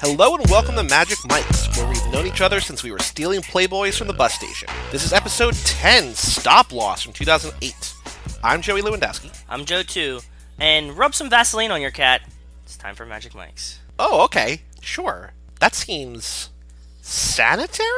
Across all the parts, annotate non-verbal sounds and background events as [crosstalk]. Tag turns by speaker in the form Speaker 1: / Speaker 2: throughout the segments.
Speaker 1: Hello and welcome to Magic Mike's, where we've known each other since we were stealing Playboys from the bus station. This is episode 10, Stop Loss from 2008. I'm Joey Lewandowski.
Speaker 2: I'm Joe too, and rub some Vaseline on your cat. It's time for Magic Mike's.
Speaker 1: Oh, okay, sure. That seems sanitary?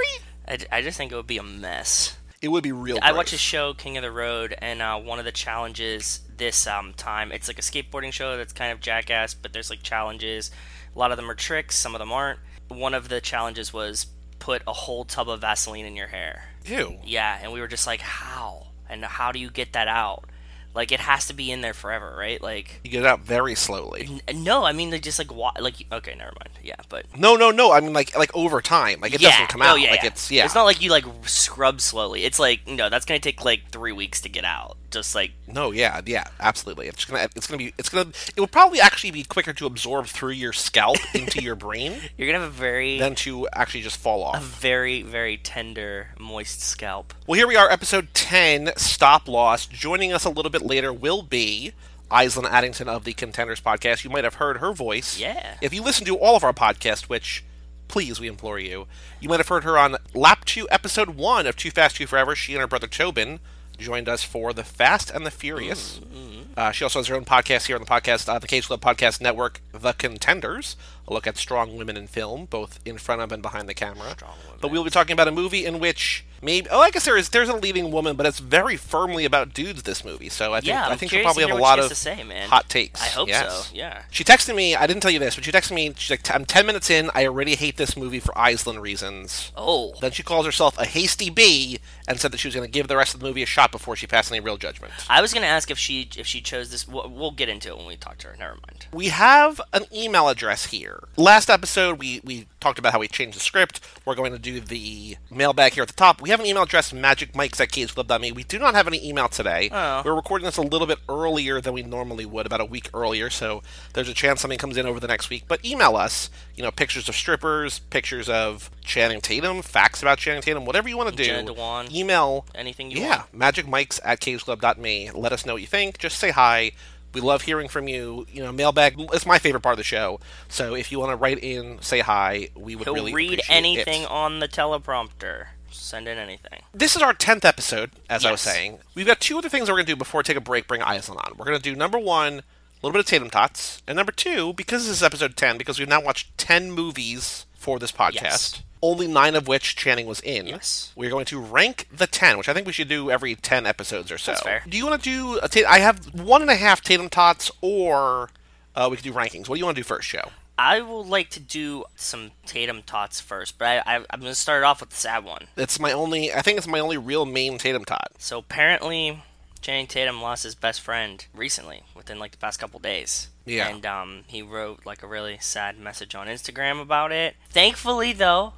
Speaker 2: I, d- I just think it would be a mess.
Speaker 1: It would be real.
Speaker 2: I watched a
Speaker 1: gross.
Speaker 2: show, King of the Road, and uh, one of the challenges this um, time, it's like a skateboarding show that's kind of jackass, but there's like challenges. A lot of them are tricks, some of them aren't. One of the challenges was put a whole tub of Vaseline in your hair.
Speaker 1: Ew.
Speaker 2: Yeah, and we were just like, how? And how do you get that out? Like, it has to be in there forever, right? Like,
Speaker 1: You get it out very slowly.
Speaker 2: n- no, I mean, they just like, wa- like, okay, never mind. Yeah, but
Speaker 1: No, no, no. I mean, like, like over time. Like, it doesn't come out. like, it's yeah.
Speaker 2: Oh, It's not like you like scrub slowly. It's like no, that's gonna take like three weeks to get out. Just like
Speaker 1: No, yeah, yeah, absolutely. It's gonna, it's gonna be, it's gonna, it would probably actually be quicker to absorb through your scalp into your brain
Speaker 2: [laughs] you're gonna have a very,
Speaker 1: than to actually just fall off.
Speaker 2: a very, very tender, moist scalp.
Speaker 1: Well, here we are, episode 10, Stop Loss. Joining us a little bit later will be Island Addington of the Contenders podcast. You might have heard her voice.
Speaker 2: Yeah.
Speaker 1: If you listen to all of our podcasts, which, please, we implore you, you might have heard her on Lap 2, Episode 1 of Too Fast, Too Forever. She and her brother Tobin joined us for The Fast and the Furious. Uh, she also has her own podcast here on the podcast, uh, the Cage Club Podcast Network, The Contenders. A look at strong women in film, both in front of and behind the camera. But we'll be talking about a movie in which maybe oh, I guess there is there's a leading woman, but it's very firmly about dudes. This movie, so I think
Speaker 2: Yeah,
Speaker 1: I
Speaker 2: I'm
Speaker 1: think she'll
Speaker 2: curious to
Speaker 1: probably have
Speaker 2: hear
Speaker 1: a
Speaker 2: what
Speaker 1: lot
Speaker 2: she has
Speaker 1: of
Speaker 2: to say, man.
Speaker 1: hot takes.
Speaker 2: I hope
Speaker 1: Yes.
Speaker 2: so. Yeah.
Speaker 1: She texted me. I didn't tell you this, but she texted me. She's like, "I'm 10 minutes in. I already hate this movie for Iceland reasons."
Speaker 2: Oh,
Speaker 1: Then she calls herself a hasty bee and said that she was going to give the rest of the movie a shot before she passed any real judgment.
Speaker 2: I was gonna ask if she if she chose this. We'll, we'll get into it when we talk to her. Never mind.
Speaker 1: We have an email address here. Last episode, we, we talked about how we changed the script. We're going to do the mailbag here at the top. We have an email address, magicmikes at cageclub.me. We do not have any email today.
Speaker 2: Oh.
Speaker 1: We're recording this a little bit earlier than we normally would, about a week earlier, so there's a chance something comes in over the next week. But email us, you know, pictures of strippers, pictures of Channing Tatum, facts about Channing Tatum, whatever you want to do.
Speaker 2: Jenna Dewan.
Speaker 1: Email
Speaker 2: Anything you
Speaker 1: yeah,
Speaker 2: want.
Speaker 1: magicmikes at cageclub.me. Let us know what you think. Just say hi. We love hearing from you. You know, mailbag is my favorite part of the show. So if you want to write in, say hi. We would
Speaker 2: He'll
Speaker 1: really
Speaker 2: read
Speaker 1: appreciate
Speaker 2: anything
Speaker 1: It.
Speaker 2: on the teleprompter. Send in anything.
Speaker 1: This is our tenth episode, as I was
Speaker 2: Yes.
Speaker 1: saying. We've got two other things we're going to do before we take a break. Bring Island on. We're going to do number one, a little bit of Tatum Tots, and number two, because this is episode ten, because we've now watched ten movies for this podcast.
Speaker 2: Yes.
Speaker 1: Only nine of which Channing was in.
Speaker 2: Yes.
Speaker 1: We're going to rank the 10, which I think we should do every 10 episodes or so.
Speaker 2: That's fair.
Speaker 1: Do you want to do. A ta- I have one and a half Tatum Tots, or uh, we could do rankings. What do you want to do first, Joe?
Speaker 2: I would like to do some Tatum tots first, but I, I, I'm gonna start off with the sad one.
Speaker 1: It's my only. I think it's my only real main Tatum Tot.
Speaker 2: So apparently, Channing Tatum lost his best friend recently, within like the past couple days.
Speaker 1: Yeah.
Speaker 2: And um, he wrote like a really sad message on Instagram about it. Thankfully, though,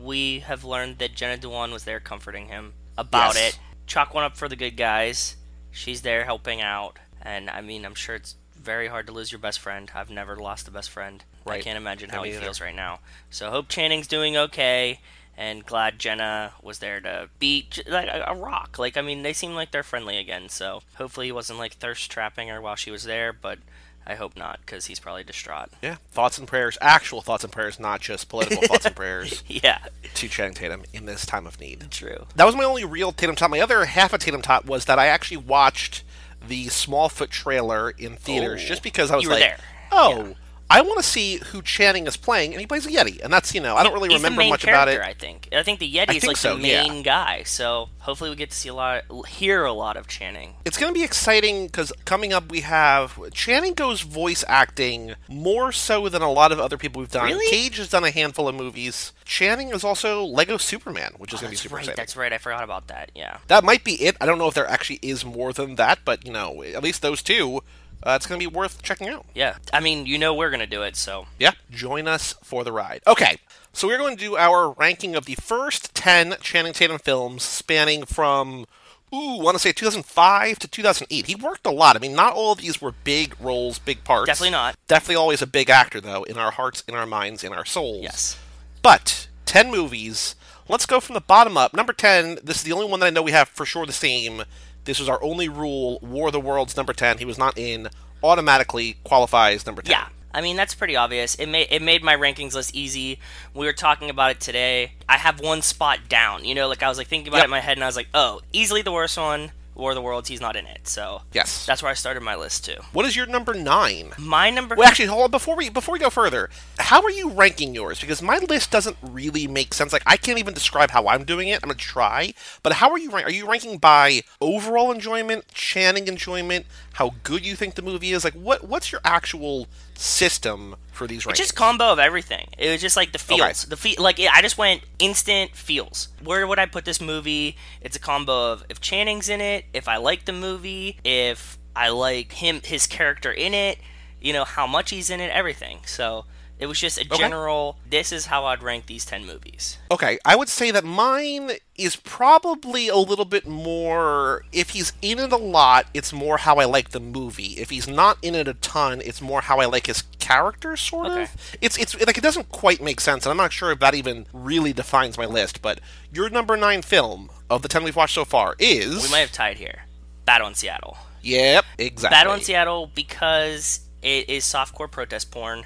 Speaker 2: we have learned that Jenna Dewan was there comforting him about
Speaker 1: Yes.
Speaker 2: it. Chalk one up for the good guys. She's there helping out, and I mean, I'm sure it's very hard to lose your best friend. I've never lost a best friend. I
Speaker 1: Right.
Speaker 2: can't imagine how
Speaker 1: Me
Speaker 2: he
Speaker 1: either.
Speaker 2: feels right now. So hope Channing's doing okay, and glad Jenna was there to beat j- like a, a rock. Like I mean, they seem like they're friendly again. So hopefully he wasn't like thirst trapping her while she was there, but I hope not because he's probably distraught. [laughs]
Speaker 1: Yeah. Thoughts and prayers, actual thoughts and prayers, not just political thoughts
Speaker 2: [laughs]
Speaker 1: and prayers
Speaker 2: Yeah,
Speaker 1: to Channing Tatum in this time of need.
Speaker 2: true.
Speaker 1: That was my only real Tatum Tot. My other half of Tatum Tot was that I actually watched the Smallfoot trailer in theaters
Speaker 2: Oh.
Speaker 1: just because I was
Speaker 2: You were
Speaker 1: like,
Speaker 2: there.
Speaker 1: oh, I want to see who Channing is playing, and he plays a Yeti, and that's you know I don't really
Speaker 2: He's
Speaker 1: remember
Speaker 2: the main
Speaker 1: much about
Speaker 2: character,
Speaker 1: it.
Speaker 2: I think. I think the Yeti's
Speaker 1: think
Speaker 2: like
Speaker 1: so,
Speaker 2: the
Speaker 1: yeah.
Speaker 2: main guy. So hopefully we get to see a lot, hear a lot of Channing.
Speaker 1: It's going to be exciting because coming up we have Channing goes voice acting more so than a lot of other people we've done.
Speaker 2: Really?
Speaker 1: Cage has done a handful of movies. Channing is also Lego Superman, which is going to be
Speaker 2: Oh, That's
Speaker 1: super
Speaker 2: right.
Speaker 1: exciting.
Speaker 2: That's right. I forgot about that. Yeah.
Speaker 1: that might be it. I don't know if there actually is more than that, but you know, at least those two, uh, it's going to be worth checking out.
Speaker 2: Yeah. I mean, you know we're gonna do it. So
Speaker 1: Yeah, join us for the ride. Okay, so we're going to do our ranking of the first 10 Channing Tatum films spanning from, ooh, want to say 2005 to 2008. He worked a lot. I mean, not all of these were big roles, big parts.
Speaker 2: Definitely not.
Speaker 1: Definitely always a big actor, though, in our hearts, in our minds, in our souls.
Speaker 2: yes.
Speaker 1: But 10 movies. Let's go from the bottom up. Number 10, this is the only one that I know we have for sure the same. This was our only rule. War of the Worlds, number 10. He was not in. Automatically qualifies number 10.
Speaker 2: Yeah. I mean, that's pretty obvious. It made it made my rankings list easy. We were talking about it today. I have one spot down. You know, like I was like thinking about
Speaker 1: Yep.
Speaker 2: it in my head, and I was like, oh, easily the worst one. War of the Worlds. He's not in it, so
Speaker 1: Yes.
Speaker 2: that's where I started my list too.
Speaker 1: What is your number nine?
Speaker 2: My number.
Speaker 1: Well, actually, hold on. Before we before we go further, how are you ranking yours? Because my list doesn't really make sense. Like, I can't even describe how I'm doing it. I'm gonna try, but how are you ranking? Are you ranking by overall enjoyment, Channing enjoyment, how good you think the movie is? Like, what what's your actual system for these rankings?
Speaker 2: It's just combo of everything. It was just like the feels, the fe- like I just went instant feels. Where would I put this movie? It's a combo of if Channing's in it, if I like the movie, if I like him, his character in it, you know how much he's in it, everything. So it was just a general. This is how I'd rank these ten movies.
Speaker 1: Okay, I would say that mine is probably a little bit more. If he's in it a lot, it's more how I like the movie. If he's not in it a ton, it's more how I like his character, sort
Speaker 2: Okay.
Speaker 1: of. It's it's like it doesn't quite make sense, and I'm not sure if that even really defines my list. But your number nine film of the ten we've watched so far is
Speaker 2: We might have tied here. Battle in Seattle.
Speaker 1: Yep, exactly.
Speaker 2: Battle in Seattle because it is softcore protest porn,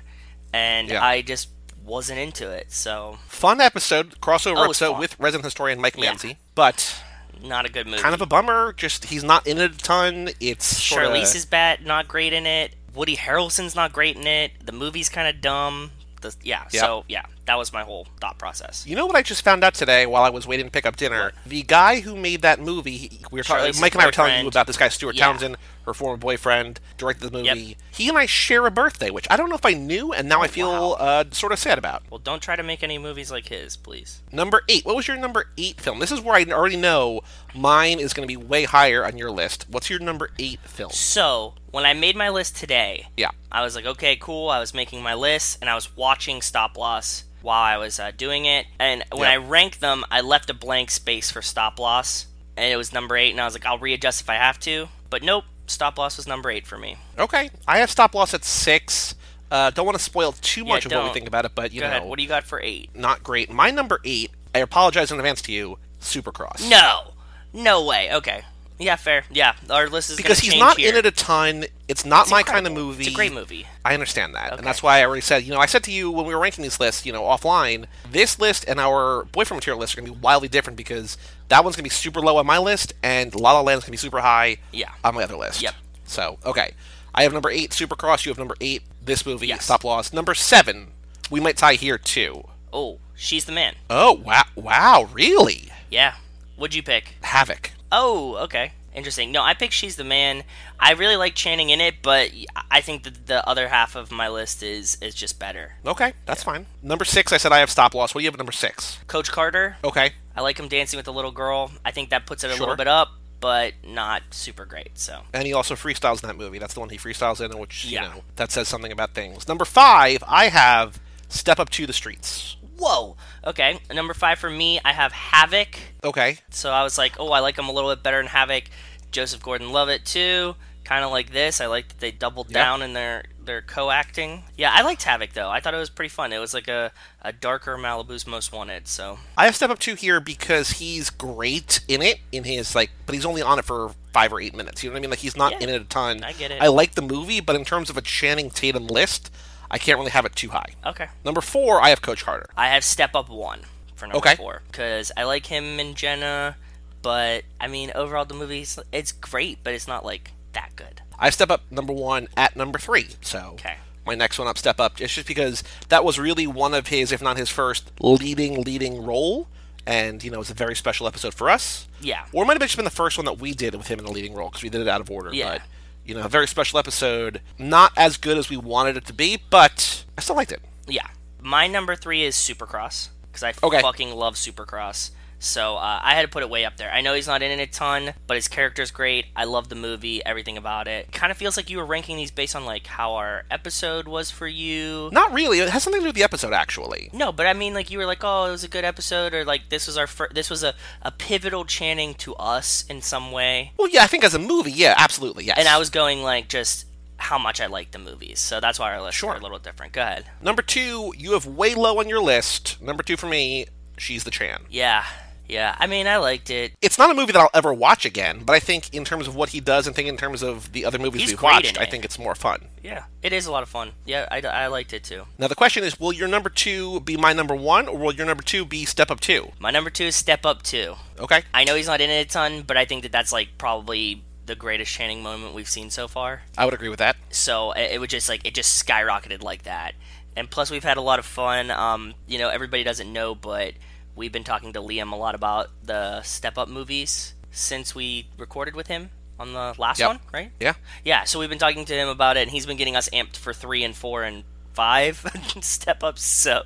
Speaker 2: and
Speaker 1: Yeah.
Speaker 2: I just wasn't into it. So
Speaker 1: Fun episode crossover
Speaker 2: Oh, it's
Speaker 1: episode
Speaker 2: fun.
Speaker 1: with resident historian Mike Manzi, but
Speaker 2: not a good movie.
Speaker 1: kind of a bummer. Just he's not in it a ton. It's sorta-
Speaker 2: Charlize is bad, not great in it. Woody Harrelson's not great in it. The movie's kind of dumb. The, yeah, so yeah, that was my whole thought process.
Speaker 1: You know what I just found out today while I was waiting to pick up dinner? The guy who made that movie, he- we were talking,
Speaker 2: Charlize's
Speaker 1: Mike and I were telling
Speaker 2: boyfriend.
Speaker 1: you about this guy, Stuart
Speaker 2: Yeah.
Speaker 1: Townsend, her former boyfriend, directed the movie. He and I share a birthday, which I don't know if I knew, and now
Speaker 2: Oh,
Speaker 1: I feel uh, sort of sad about.
Speaker 2: Well, don't try to make any movies like his, please.
Speaker 1: Number eight. What was your number eight film? This is where I already know mine is going to be way higher on your list. What's your number eight film?
Speaker 2: So, when I made my list today,
Speaker 1: Yeah.
Speaker 2: I was like, okay, cool. I was making my list and I was watching Stop Loss while I was uh, doing it. And when
Speaker 1: Yeah.
Speaker 2: I ranked them, I left a blank space for Stop Loss, and it was number eight. And I was like, I'll readjust if I have to. But nope, Stop Loss was number eight for me.
Speaker 1: Okay. I have Stop Loss at six. Uh, don't want to spoil too much of what we
Speaker 2: don't.
Speaker 1: think about it, but you
Speaker 2: Go
Speaker 1: know,
Speaker 2: ahead. What do you got for eight?
Speaker 1: not great. My number eight. I apologize in advance to you. Supercross.
Speaker 2: No, no way. Okay, yeah, fair. Yeah, our list is
Speaker 1: because
Speaker 2: gonna
Speaker 1: he's
Speaker 2: change
Speaker 1: not
Speaker 2: here.
Speaker 1: in it a ton. It's not my kind of
Speaker 2: Incredible.
Speaker 1: movie.
Speaker 2: It's a great movie.
Speaker 1: I understand that, and that's why I already said. You know, I said to you when we were ranking these lists, you know, offline, this list and our boyfriend material list are going to be wildly different because that one's going to be super low on my list, and La La Land's going to be super high.
Speaker 2: Yeah.
Speaker 1: On my other list.
Speaker 2: Yep.
Speaker 1: So okay, I have number eight Supercross. You have number eight this movie
Speaker 2: Yes.
Speaker 1: Stop Loss. Number seven, we might tie here too.
Speaker 2: Oh, she's the man.
Speaker 1: Oh wow! Wow, really?
Speaker 2: Yeah. What'd you pick?
Speaker 1: Havoc.
Speaker 2: Oh, okay. Interesting. No, I picked she's the man. I really like Channing in it, but I think that the other half of my list is is just better.
Speaker 1: Okay, that's fine. Number six, I said I have Stop Loss. What do you have at number six?
Speaker 2: Coach Carter.
Speaker 1: Okay.
Speaker 2: I like him dancing with the little girl. I think that puts it a
Speaker 1: Sure.
Speaker 2: little bit up, but not super great. So
Speaker 1: and he also freestyles in that movie. That's the one he freestyles in, which
Speaker 2: Yeah.
Speaker 1: you know that says something about things. Number five, I have Step Up to the Streets.
Speaker 2: whoa. Okay. Number five for me, I have Havoc.
Speaker 1: Okay,
Speaker 2: So I was like, oh, I like him a little bit better in Havoc. Joseph Gordon-Levitt too, kind of like this. I like that they doubled
Speaker 1: Yeah.
Speaker 2: down in their their co-acting. Yeah, I liked Havoc though. I thought it was pretty fun. It was like a a darker Malibu's Most Wanted. So
Speaker 1: I have Step Up to here because he's great in it, in his like, but he's only on it for five or eight minutes. You know what I mean? Like he's not
Speaker 2: Yeah,
Speaker 1: in it a ton.
Speaker 2: I get it.
Speaker 1: I like the movie, but in terms of a Channing Tatum list, I can't really have it too high.
Speaker 2: okay,
Speaker 1: Number four, I have Coach Carter.
Speaker 2: I have Step Up one for number
Speaker 1: Okay.
Speaker 2: four because I like him and Jenna, but I mean overall the movie is- it's great, but it's not like that good.
Speaker 1: I step up number one at number three. So
Speaker 2: Okay.
Speaker 1: my next one up, step up. It's just because that was really one of his, if not his first, leading leading role, and you know it's a very special episode for us.
Speaker 2: Yeah.
Speaker 1: Or it might have just been the first one that we did with him in a leading role because we did it out of order.
Speaker 2: Yeah.
Speaker 1: But you know, a very special episode. Not as good as we wanted it to be, but I still liked it.
Speaker 2: Yeah. My number three is Supercross because I
Speaker 1: Okay.
Speaker 2: fucking love Supercross. So uh, I had to put it way up there. I know he's not in it a ton, but his character's great. I love the movie, everything about it. Kind of feels like you were ranking these based on like how our episode was for you.
Speaker 1: Not really. It has something to do with the episode, actually.
Speaker 2: No, but I mean, like you were like, oh, it was a good episode, or like this was our fir- this was a, a pivotal Channing to us in some way.
Speaker 1: Well, yeah, I think as a movie, yeah, absolutely, yes.
Speaker 2: And I was going like just how much I like the movies, so that's why our lists are a little different. Go ahead.
Speaker 1: number two, you have way low on your list. Number two for me, she's the Chan.
Speaker 2: Yeah, Yeah, I mean, I liked it.
Speaker 1: It's not a movie that I'll ever watch again, but I think in terms of what he does and think in terms of the other movies
Speaker 2: He's
Speaker 1: we've
Speaker 2: great
Speaker 1: watched,
Speaker 2: in
Speaker 1: I
Speaker 2: it.
Speaker 1: think it's more fun.
Speaker 2: Yeah, it is a lot of fun. Yeah, I, I liked it too.
Speaker 1: Now the question is, will your number two be my number one, or will your number two be Step Up Two?
Speaker 2: My number two is Step Up 2.
Speaker 1: Okay.
Speaker 2: I know he's not in it a ton, but I think that that's like probably the greatest Channing moment we've seen so far.
Speaker 1: I would agree with that.
Speaker 2: So it, it was just like it just skyrocketed like that. And plus, we've had a lot of fun. Um, you know, everybody doesn't know, but we've been talking to Liam a lot about the Step Up movies since we recorded with him on the last
Speaker 1: Yep.
Speaker 2: one, right?
Speaker 1: Yeah.
Speaker 2: Yeah, so we've been talking to him about it, and he's been getting us amped for three and four and five [laughs] step ups. So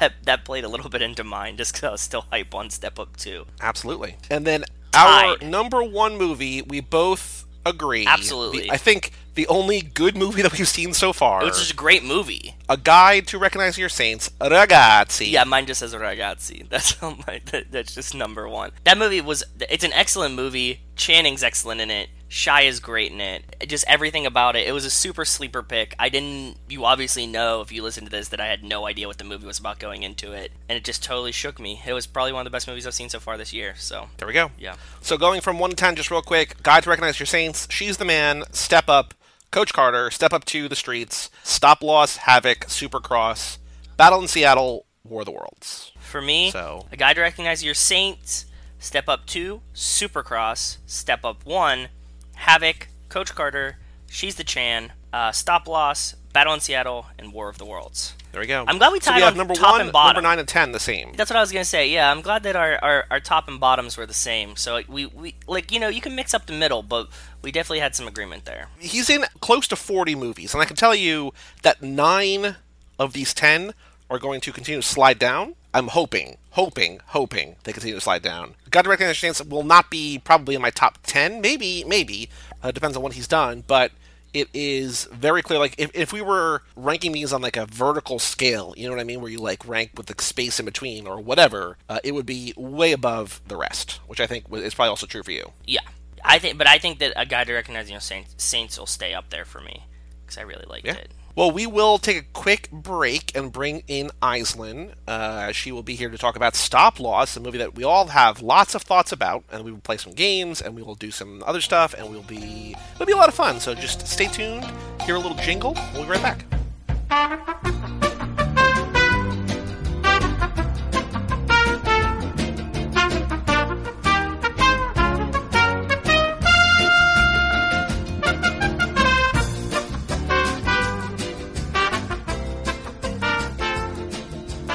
Speaker 2: that that played a little bit into mine, just because I was still hype on step up two.
Speaker 1: Absolutely. And then our
Speaker 2: Tied.
Speaker 1: number one movie, we both agree.
Speaker 2: Absolutely.
Speaker 1: The- I think the only good movie that we've seen so far,
Speaker 2: Which is a great movie.
Speaker 1: A Guide to Recognizing Your Saints, Ragazzi.
Speaker 2: Yeah, mine just says Ragazzi. [laughs] That's on my, that, that's just number one. That movie was it's an excellent movie. Channing's excellent in it. Shy is great in it. Just everything about it. It was a super sleeper pick. I didn't. You obviously know if you listen to this that I had no idea what the movie was about going into it, and it just totally shook me. It was probably one of the best movies I've seen so far this year. So
Speaker 1: There we go.
Speaker 2: yeah,
Speaker 1: So going from one to ten, just real quick, Guide to Recognize Your Saints, She's the Man, Step Up, Coach Carter, Step Up to the Streets, Stop Loss, Havoc, Supercross, Battle in Seattle, War of the Worlds.
Speaker 2: for me,
Speaker 1: So-
Speaker 2: a guide to recognize your saints. Step up two, Supercross. Step up one, Havoc, Coach Carter. She's the Chan. Uh, Stop loss, Battle in Seattle, and War of the Worlds.
Speaker 1: There we go.
Speaker 2: I'm glad we
Speaker 1: so
Speaker 2: tied
Speaker 1: we have
Speaker 2: on
Speaker 1: number
Speaker 2: top
Speaker 1: one,
Speaker 2: and bottom.
Speaker 1: number nine, and ten the same.
Speaker 2: That's what I was gonna say. Yeah, I'm glad that our, our, our top and bottoms were the same. So like, we, we like you know you can mix up the middle, but we definitely had some agreement there.
Speaker 1: He's in close to 40 movies, and I can tell you that nine of these ten are going to continue to slide down. I'm hoping, hoping, hoping they continue to slide down. Guide to Recognize Your Saints will not be probably in my top ten. Maybe, maybe uh, depends on what he's done, but it is very clear. Like if, if we were ranking these on like a vertical scale, you know what I mean, where you like rank with the space in between or whatever, uh, it would be way above the rest, which I think w- is probably also true for you.
Speaker 2: Yeah, I think, but I think that a guide to recognize you know Saints Saints will stay up there for me because I really liked it.
Speaker 1: Well, we will take a quick break and bring in Iceland. Uh, she will be here to talk about Stop Loss, a movie that we all have lots of thoughts about, and we will play some games, and we will do some other stuff, and we'll be it'll be a lot of fun. So just stay tuned, hear a little jingle. We'll be right back.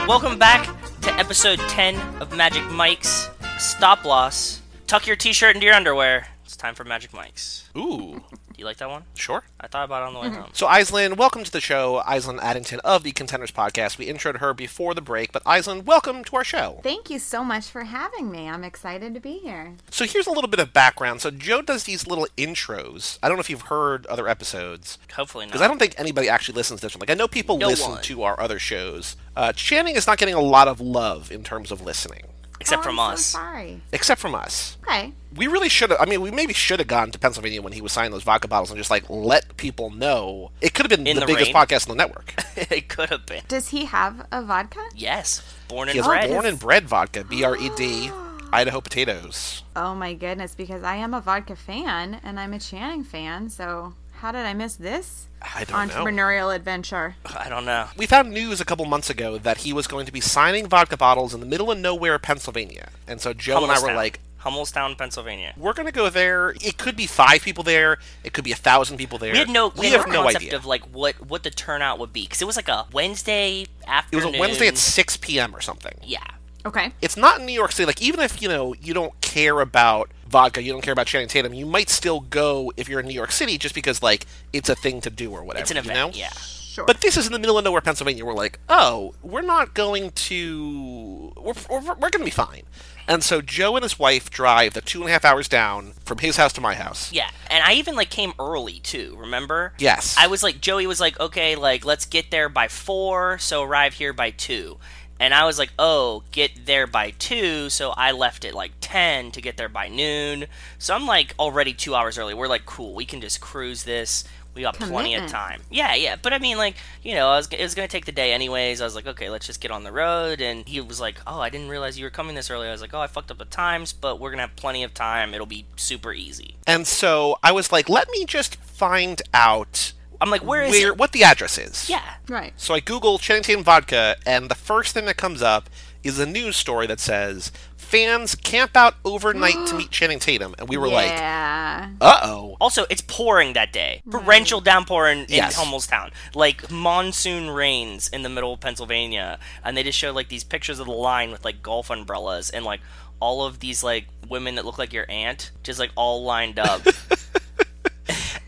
Speaker 2: Welcome back to episode 10 of Magic Mike's Stop Loss. Tuck your t-shirt into your underwear. It's time for Magic Mike's.
Speaker 1: Ooh,
Speaker 2: Do you like that one?
Speaker 1: sure.
Speaker 2: I thought about it on the way
Speaker 3: Mm-hmm.
Speaker 2: home.
Speaker 1: So, Iceland, welcome to the show. Iceland Addington of the Contenders Podcast. We introed her before the break, but Iceland, welcome to our show.
Speaker 3: Thank you so much for having me. I'm excited to be here.
Speaker 1: So here's a little bit of background. So Joe does these little intros. I don't know if you've heard other episodes.
Speaker 2: Hopefully
Speaker 1: because I
Speaker 2: not.
Speaker 1: don't think anybody actually listens to this one. Like I know people
Speaker 2: No
Speaker 1: listen
Speaker 2: one.
Speaker 1: to our other shows. Uh, Channing is not getting a lot of love in terms of listening,
Speaker 2: Except
Speaker 3: Oh,
Speaker 2: from
Speaker 3: I'm
Speaker 2: us.
Speaker 3: So sorry.
Speaker 1: except from us.
Speaker 3: Okay.
Speaker 1: We really should have. I mean, we maybe should have gone to Pennsylvania when he was signing those vodka bottles and just like let people know. It could have been
Speaker 2: In
Speaker 1: the,
Speaker 2: the
Speaker 1: biggest
Speaker 2: rain.
Speaker 1: podcast on the network.
Speaker 2: [laughs] it could have been.
Speaker 3: Does he have a vodka?
Speaker 2: Yes. Born
Speaker 1: He
Speaker 2: and
Speaker 1: has
Speaker 2: bred.
Speaker 1: born and bred vodka, B R E D, Idaho potatoes.
Speaker 3: Oh my goodness, because I am a vodka fan and I'm a Channing fan. So how did I miss this
Speaker 1: I don't know.
Speaker 3: entrepreneurial adventure?
Speaker 2: I don't know.
Speaker 1: We found news a couple months ago that he was going to be signing vodka bottles in the middle of nowhere, Pennsylvania. And so Joe and I were
Speaker 2: Hummelstown.
Speaker 1: like,
Speaker 2: Hummelstown, Pennsylvania.
Speaker 1: we're gonna go there. It could be five people there. It could be a thousand people there.
Speaker 2: We had no,
Speaker 1: We
Speaker 2: we had
Speaker 1: have
Speaker 2: no
Speaker 1: no
Speaker 2: concept
Speaker 1: idea.
Speaker 2: of like what, what the turnout would be because it was like a Wednesday
Speaker 1: it was
Speaker 2: afternoon.
Speaker 1: a Wednesday at six p.m. or something.
Speaker 2: yeah.
Speaker 3: Okay.
Speaker 1: It's not in New York City. Like even if you know you don't care about vodka, you don't care about Channing Tatum, you might still go if you're in New York City just because like it's a thing to do or whatever.
Speaker 2: It's an
Speaker 1: you
Speaker 2: event.
Speaker 1: know?
Speaker 2: Yeah.
Speaker 3: Sure.
Speaker 1: But this is in the middle of nowhere, Pennsylvania. We're like, oh, we're not going to. We're, we're, we're going to be fine. And so Joe and his wife drive the two and a half hours down from his house to my house.
Speaker 2: Yeah, and I even like came early too. Remember?
Speaker 1: Yes.
Speaker 2: I was like, Joey was like, okay, like let's get there by four, so arrive here by two. And I was like, oh, get there by two, so I left at like ten to get there by noon. So I'm like already two hours early. We're like, cool, we can just cruise this. we got plenty of
Speaker 3: Commitment.
Speaker 2: time. Yeah, yeah. But I mean, like, you know, I was, it was going to take the day anyways. I was like, okay, let's just get on the road. And he was like, oh, I didn't realize you were coming this early. I was like, oh, I fucked up the times, but we're going to have plenty of time. It'll be super easy.
Speaker 1: And so I was like, let me just find out
Speaker 2: I'm like, where is
Speaker 1: where
Speaker 2: it?
Speaker 1: what the address is.
Speaker 2: Yeah.
Speaker 3: Right.
Speaker 1: So I Google Channing Tatum vodka, and the first thing that comes up is a news story that says fans camp out overnight
Speaker 2: [gasps]
Speaker 1: to meet Channing Tatum, and we were like,
Speaker 3: yeah.
Speaker 1: uh oh.
Speaker 2: Also, it's pouring that day.
Speaker 3: Mm.
Speaker 2: Torrential downpour in, in
Speaker 1: Yes.
Speaker 2: Hummelstown. Like monsoon rains in the middle of Pennsylvania. And they just show like these pictures of the line with like golf umbrellas and like all of these like women that look like your aunt just like all lined
Speaker 3: [laughs]
Speaker 2: up.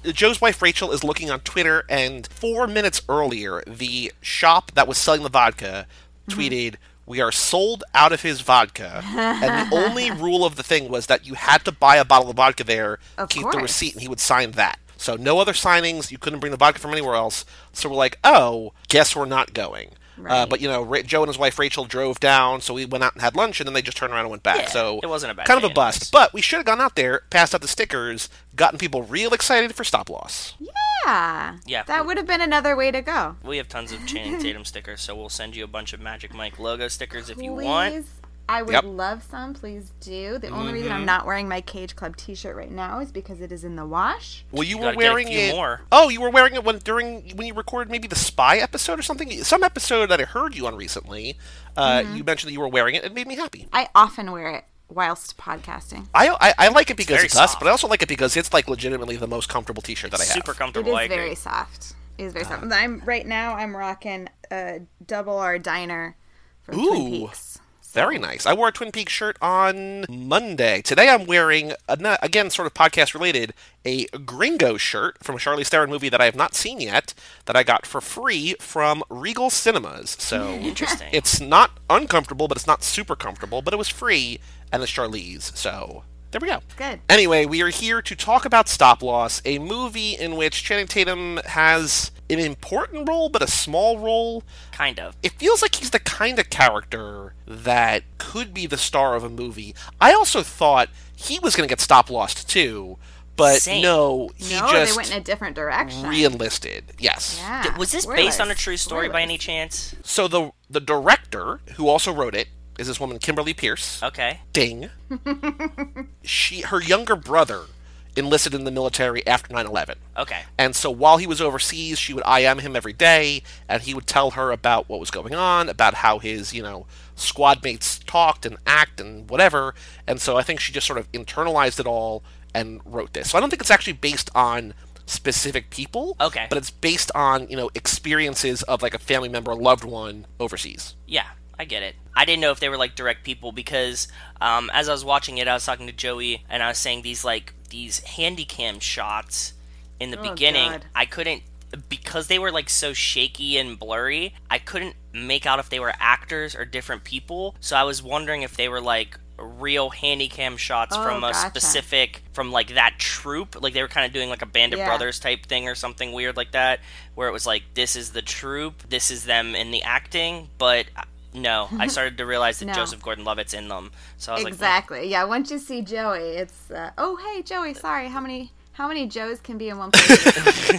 Speaker 1: Joe's wife Rachel is looking on Twitter, and four minutes earlier, the shop that was selling the vodka
Speaker 3: Mm-hmm.
Speaker 1: tweeted, We are sold out of his vodka. and the
Speaker 3: [laughs]
Speaker 1: only rule of the thing was that you had to buy a bottle of vodka there,
Speaker 3: Of
Speaker 1: keep the
Speaker 3: course.
Speaker 1: receipt, and he would sign that. So no other signings. You couldn't bring the vodka from anywhere else. So we're like, oh, guess we're not going. Uh,
Speaker 3: Right.
Speaker 1: but you know, Ra- Joe and his wife Rachel drove down, so we went out and had lunch, and then they just turned around and went back.
Speaker 2: Yeah,
Speaker 1: so
Speaker 2: it wasn't a bad
Speaker 1: kind of
Speaker 2: day
Speaker 1: a bust.
Speaker 2: anyways.
Speaker 1: But we should have gone out there, passed out the stickers, gotten people real excited for stop loss.
Speaker 3: Yeah.
Speaker 2: Yeah.
Speaker 3: That would have been another way to go.
Speaker 2: we have tons of
Speaker 3: [laughs]
Speaker 2: Channing Tatum stickers, so we'll send you a bunch of Magic Mike logo stickers if you want.
Speaker 3: Please, I would
Speaker 1: Yep. Mm-hmm.
Speaker 3: love some. Please do. The only reason I'm not wearing my Cage Club T-shirt right now is because it is in the wash.
Speaker 1: Well, you,
Speaker 2: You
Speaker 1: were
Speaker 2: gotta get a
Speaker 1: wearing
Speaker 2: few
Speaker 1: it.
Speaker 2: more.
Speaker 1: Oh, you were wearing it when during when you recorded maybe the spy episode or something. Some episode that I heard you on recently. Uh,
Speaker 2: Mm-hmm.
Speaker 1: You mentioned that you were wearing it. It made me happy.
Speaker 3: I often wear it whilst podcasting.
Speaker 1: I I, I like it because
Speaker 2: very
Speaker 1: it's, us,
Speaker 2: soft.
Speaker 1: but I also like it because it's like legitimately the most comfortable T-shirt that I have.
Speaker 2: Super
Speaker 3: It
Speaker 2: comfortable. I Ah.
Speaker 3: is
Speaker 2: agree.
Speaker 3: very soft. It is very soft. I'm right now. I'm rocking a double R diner from Twin
Speaker 1: Ooh.
Speaker 3: Peaks.
Speaker 1: Very nice. I wore a Twin Peaks shirt on Monday. Today I'm wearing, ano- again, sort of podcast related, a Gringo shirt from a Charlize Theron movie that I have not seen yet that I got for free from Regal Cinemas. So
Speaker 2: Interesting.
Speaker 3: [laughs]
Speaker 1: It's not uncomfortable, but it's not super comfortable, but it was free and it's Charlize. So there we go.
Speaker 3: Good.
Speaker 1: Anyway, we are here to talk about Stop Loss, a movie in which Channing Tatum has an important role, but a small role
Speaker 2: kind of.
Speaker 1: it feels like he's the kind of character that could be the star of a movie. I also thought he was going to get stop lost too, but
Speaker 2: Same.
Speaker 1: no, he
Speaker 3: No,
Speaker 1: just
Speaker 3: they went in a different direction.
Speaker 1: reenlisted. Yes.
Speaker 3: Yeah.
Speaker 2: Was this
Speaker 3: We're
Speaker 2: based on a
Speaker 3: like-
Speaker 2: true story
Speaker 3: we're
Speaker 2: by
Speaker 3: like-
Speaker 2: any chance?
Speaker 1: So the the director who also wrote it is this woman Kimberly Pierce.
Speaker 2: Okay.
Speaker 3: [laughs]
Speaker 1: Ding. she her younger brother enlisted in the military after 9/11.
Speaker 2: Okay.
Speaker 1: And so while he was overseas, she would IM him every day, and he would tell her about what was going on, about how his, you know, squad mates talked and act and whatever. And so I think she just sort of internalized it all and wrote this. So I don't think it's actually based on specific people.
Speaker 2: Okay.
Speaker 1: But it's based on, you know, experiences of like a family member, a loved one overseas.
Speaker 2: Yeah, I get it. I didn't know if they were like direct people because um, as I was watching it, I was talking to Joey and I was saying these like these handy cam shots in the
Speaker 3: Oh,
Speaker 2: beginning.
Speaker 3: God.
Speaker 2: I couldn't because they were like so shaky and blurry. I couldn't make out if they were actors or different people. So I was wondering if they were like real handy cam shots
Speaker 3: Oh,
Speaker 2: from a
Speaker 3: gotcha.
Speaker 2: specific from like that troop like they were kind of doing like a band of
Speaker 3: Yeah.
Speaker 2: brothers type thing or something weird like that where it was like this is the troop this is them in the acting but uh, no
Speaker 3: [laughs]
Speaker 2: i started to realize that
Speaker 3: No.
Speaker 2: joseph gordon-levitt's in them so i was like
Speaker 3: Exactly. yeah. Once you see Joey, it's uh, oh hey Joey. Sorry. How many how many Joes can be in
Speaker 2: [laughs]
Speaker 3: one place?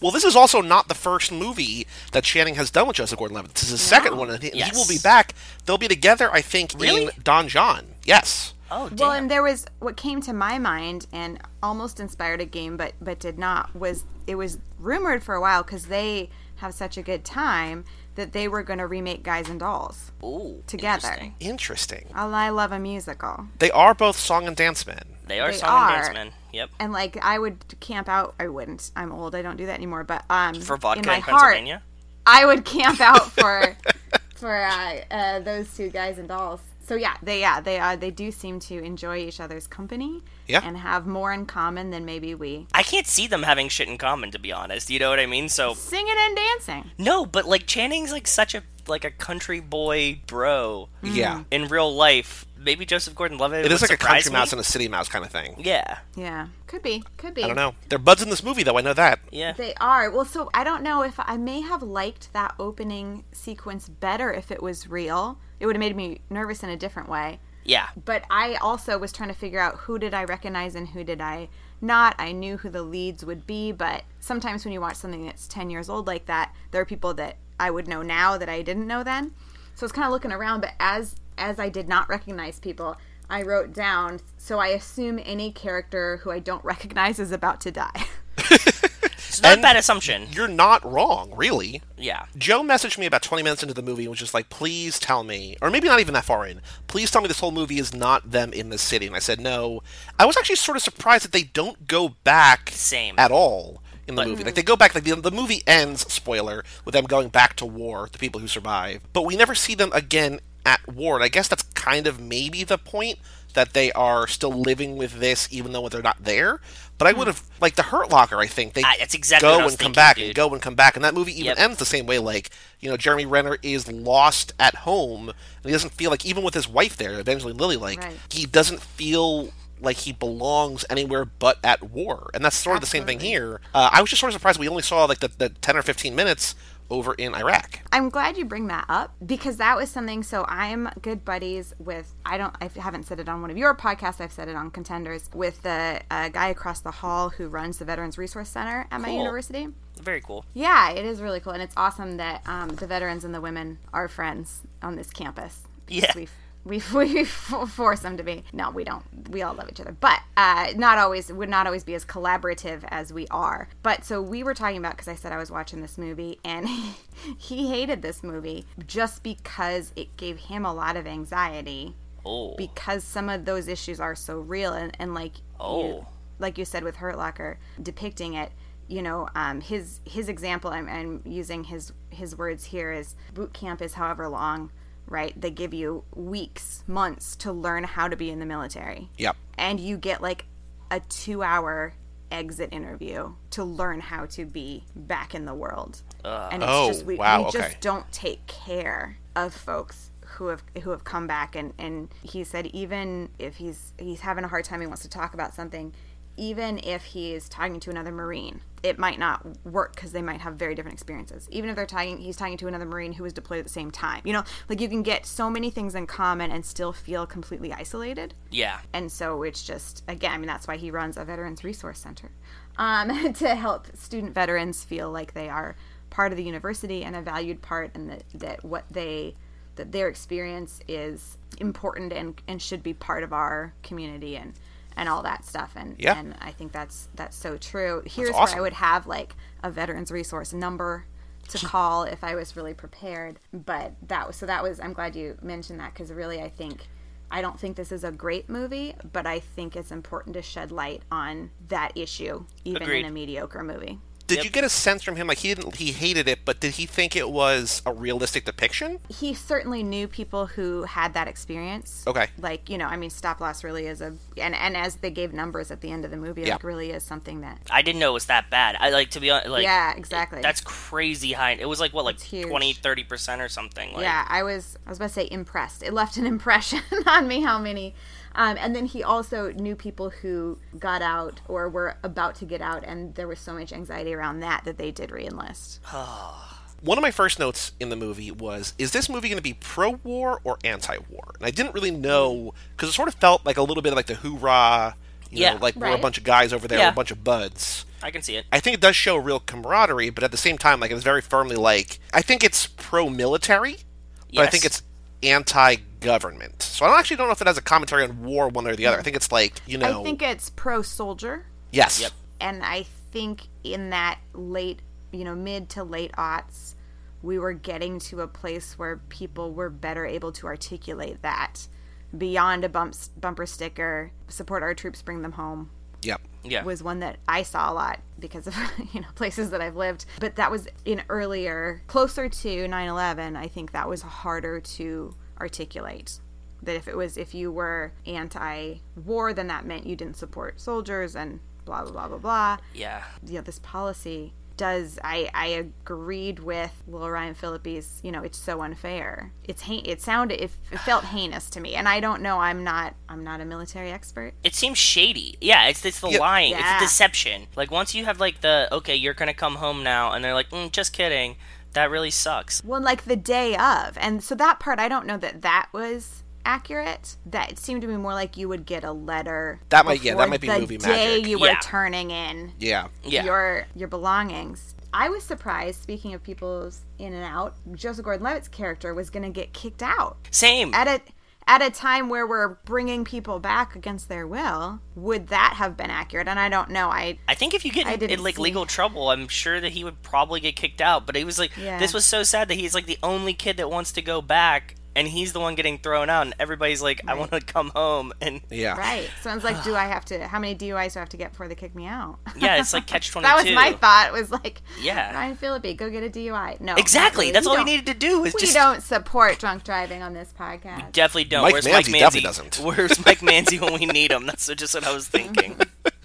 Speaker 1: Well, this is also not the first movie that Channing has done with Joseph Gordon-Levitt. This is his second one, and he, and he will be
Speaker 2: Yes.
Speaker 1: back. They'll be together, I think, in
Speaker 2: Really?
Speaker 1: Don John. Yes.
Speaker 2: oh damn
Speaker 3: well, and there was what came to my mind and almost inspired a game, but but did not. Was it was rumored for a while because they have such a good time that they were going to remake Guys and Dolls.
Speaker 2: Ooh,
Speaker 3: together.
Speaker 2: interesting.
Speaker 1: Interesting.
Speaker 3: Oh, I love a musical.
Speaker 1: They are both song and dance men.
Speaker 2: they are
Speaker 3: They
Speaker 2: song and dance
Speaker 3: are.
Speaker 2: men yep
Speaker 3: And like I would camp out. I wouldn't. I'm old. I don't do that anymore. But um,
Speaker 2: for vodka
Speaker 3: in
Speaker 2: in,
Speaker 3: my heart,
Speaker 2: pennsylvania
Speaker 3: I would camp out for for uh, uh, those two guys and dolls. So yeah, they yeah they uh, they do seem to enjoy each other's company.
Speaker 1: Yeah.
Speaker 3: And have more in common than maybe we.
Speaker 2: i can't see them having shit in common to be honest you know what i mean so
Speaker 3: Singing and dancing.
Speaker 2: no but like channing's like such a like a country boy bro
Speaker 1: Mm-hmm. Yeah.
Speaker 2: in real life maybe joseph gordon-levitt
Speaker 1: It is
Speaker 2: would
Speaker 1: like a country
Speaker 2: surprise me.
Speaker 1: mouse and a city mouse kind of thing.
Speaker 2: yeah
Speaker 3: Yeah, could be, could be.
Speaker 1: I don't know. They're buds in this movie, though. I know that.
Speaker 2: yeah
Speaker 3: They are. Well, so I don't know if I may have liked that opening sequence better if it was real. It would have made me nervous in a different way.
Speaker 2: yeah
Speaker 3: But I also was trying to figure out who did I recognize and who did I not. I knew who the leads would be, but sometimes when you watch something that's 10 years old like that, there are people that I would know now that I didn't know then. So I was kind of looking around, but as as I did not recognize people, I wrote down so I assume any character who I don't recognize is about to die. [laughs]
Speaker 2: It's not
Speaker 1: And-
Speaker 2: a bad assumption.
Speaker 1: You're not wrong, really.
Speaker 2: Yeah.
Speaker 1: Joe messaged me about 20 minutes into the movie and was just like, please tell me, or maybe not even that far in, please tell me this whole movie is not them in the city. And I said, no. I was actually sort of surprised that they don't go back
Speaker 2: Same.
Speaker 1: at all in the movie. Like, they go back, like, the, the movie ends, spoiler, with them going back to war, the people who survive. But we never see them again at war. And I guess that's kind of maybe the point that they are still living with this, even though they're not there. But I would have, like, the Hurt Locker, I think, they
Speaker 2: Ah, that's exactly
Speaker 1: go
Speaker 2: what Hmm. I was
Speaker 1: and come
Speaker 2: thinking,
Speaker 1: back and
Speaker 2: dude.
Speaker 1: go and come back. And that movie even
Speaker 2: Yep.
Speaker 1: ends the same way. Like, you know, Jeremy Renner is lost at home, and he doesn't feel like, even with his wife there, Evangeline Lilly, like,
Speaker 3: Right.
Speaker 1: he doesn't feel like he belongs anywhere but at war. And that's sort of the same thing here. Uh, I was just sort of surprised we only saw, like, the, the 10 or 15 minutes over in Iraq.
Speaker 3: I'm glad you bring that up because that was something. So I'm good buddies with I don't I haven't said it on one of your podcasts. I've said it on Contenders with the uh, guy across the hall who runs the Veterans Resource Center at my
Speaker 1: Cool.
Speaker 3: university.
Speaker 2: Very cool.
Speaker 3: Yeah, it is really cool, and it's awesome that um, the veterans and the women are friends on this campus.
Speaker 2: Yeah.
Speaker 3: We've [laughs] we we force them to be. No, we don't. We all love each other, but uh, not always would not always be as collaborative as we are. But so we were talking about because I said I was watching this movie, and [laughs] he, hated this movie just because it gave him a lot of anxiety
Speaker 2: Oh.
Speaker 3: because some of those issues are so real and, and like you,
Speaker 2: Oh.
Speaker 3: like you said with Hurt Locker depicting it you know um, his his example I'm, I'm using his his words here is boot camp is however long right they give you weeks months to learn how to be in the military
Speaker 1: Yep.
Speaker 3: and you get like a two hour exit interview to learn how to be back in the world and it's
Speaker 1: Oh,
Speaker 3: just we,
Speaker 1: wow,
Speaker 3: we just
Speaker 1: okay.
Speaker 3: don't take care of folks who have who have come back and and he said even if he's he's having a hard time he wants to talk about something even if he is talking to another marine it might not work because they might have very different experiences even if they're talking he's talking to another marine who was deployed at the same time you know like you can get so many things in common and still feel completely isolated
Speaker 2: Yeah.
Speaker 3: and so it's just again i mean that's why he runs a veterans resource center um, [laughs] to help student veterans feel like they are part of the university and a valued part and that, that what they that their experience is important and, and should be part of our community and and all that stuff and
Speaker 1: Yeah.
Speaker 3: and i think that's that's so true here's
Speaker 1: awesome.
Speaker 3: where i would have like a veterans resource number to call if i was really prepared but that was so that was i'm glad you mentioned that because really i think I don't think this is a great movie, but I think it's important to shed light on that issue, even
Speaker 2: Agreed.
Speaker 3: in a mediocre movie.
Speaker 1: Did you get a sense from him like he didn't he hated it, but did he think it was a realistic depiction?
Speaker 3: He certainly knew people who had that experience.
Speaker 1: Okay.
Speaker 3: Like, you know, I mean, stop loss really is a, and, and as they gave numbers at the end of the movie,
Speaker 1: Yeah.
Speaker 3: like, really is something that,
Speaker 2: I didn't know it was that bad. I like to be honest. Like,
Speaker 3: yeah, exactly.
Speaker 2: That's crazy high. It was like what, like
Speaker 3: It's huge.
Speaker 2: 20, 30 percent or something. Like,
Speaker 3: yeah i was i was about to say impressed it left an [laughs] impression on me how many um, and then he also knew people who got out or were about to get out and there was so much anxiety around that that they did re-enlist
Speaker 1: one of my first notes in the movie was is this movie going to be pro-war or anti-war and i didn't really know because it sort of felt like a little bit like the hoorah you
Speaker 2: Mm. Yeah.
Speaker 1: know like we're a
Speaker 3: Right.
Speaker 1: bunch of guys over there
Speaker 2: Yeah.
Speaker 1: we're a bunch of buds
Speaker 2: I can see it.
Speaker 1: i think it does show real camaraderie but at the same time like it's very firmly like i think it's pro-military but i
Speaker 2: Yes.
Speaker 1: think it's anti-government so i don't actually don't know if it has a commentary on war one way or the other i think it's like you know
Speaker 3: i think it's pro-soldier
Speaker 1: yes
Speaker 2: Yep.
Speaker 3: and i think in that late you know mid to late aughts we were getting to a place where people were better able to articulate that beyond a bump, bumper sticker support our troops bring them home
Speaker 1: yep
Speaker 2: Yeah.
Speaker 3: was one that I saw a lot because of [laughs] you know places that I've lived. But that was in earlier, closer to 9/11. I think that was harder to articulate. That if it was if you were anti-war, then that meant you didn't support soldiers and blah blah blah blah blah.
Speaker 2: yeah.
Speaker 3: You know this policy does I I agreed with Lil Ryan Phillippe's. You know it's so unfair. It's hein- it sounded it, it felt heinous to me, and I don't know. I'm not I'm not a military expert.
Speaker 2: It seems shady. Yeah, it's it's the lying,
Speaker 3: Yeah.
Speaker 2: it's the deception. Like once you have like the okay, you're gonna come home now, and they're like, mm, just kidding. That really sucks.
Speaker 3: Well, like the day of. And so that part, I don't know that that was accurate. That seemed to be more like you would get a letter.
Speaker 1: That might- yeah, that
Speaker 3: before
Speaker 1: might be
Speaker 3: the
Speaker 1: movie
Speaker 3: day
Speaker 1: magic.
Speaker 3: you were
Speaker 2: Yeah.
Speaker 3: turning in
Speaker 1: Yeah.
Speaker 2: Yeah.
Speaker 3: your your belongings. I was surprised. Speaking of people's in and out, Joseph Gordon-Levitt's character was going to get kicked out
Speaker 2: Same.
Speaker 3: at a at a time where we're bringing people back against their will. Would that have been accurate? And I don't know. I
Speaker 2: I think if you get
Speaker 3: I
Speaker 2: in
Speaker 3: didn't
Speaker 2: like
Speaker 3: see.
Speaker 2: legal trouble, I'm sure that he would probably get kicked out. But he was like,
Speaker 3: Yeah.
Speaker 2: this was so sad that he's like the only kid that wants to go back, and he's the one getting thrown out, and everybody's like, I want to come home, and
Speaker 1: Yeah.
Speaker 3: right. Sounds like do I have to? How many DUIs do I have to get before they kick me out? [laughs]
Speaker 2: yeah, it's like catch twenty two.
Speaker 3: that was my thought. Was like
Speaker 2: Yeah.
Speaker 3: Ryan Phillippe, go get a DUI. No, not
Speaker 2: Exactly.
Speaker 3: really.
Speaker 2: That's
Speaker 3: We
Speaker 2: all we
Speaker 3: don't-
Speaker 2: needed to do is
Speaker 3: We
Speaker 2: just
Speaker 3: don't support drunk driving on this podcast.
Speaker 2: definitely don't.
Speaker 1: Mike
Speaker 2: Where's
Speaker 1: Manzi
Speaker 2: Mike Manzi?
Speaker 1: definitely doesn't.
Speaker 2: Where's
Speaker 1: [laughs]
Speaker 2: Mike Manzi when we need him? That's just what I was
Speaker 3: [laughs]
Speaker 2: thinking.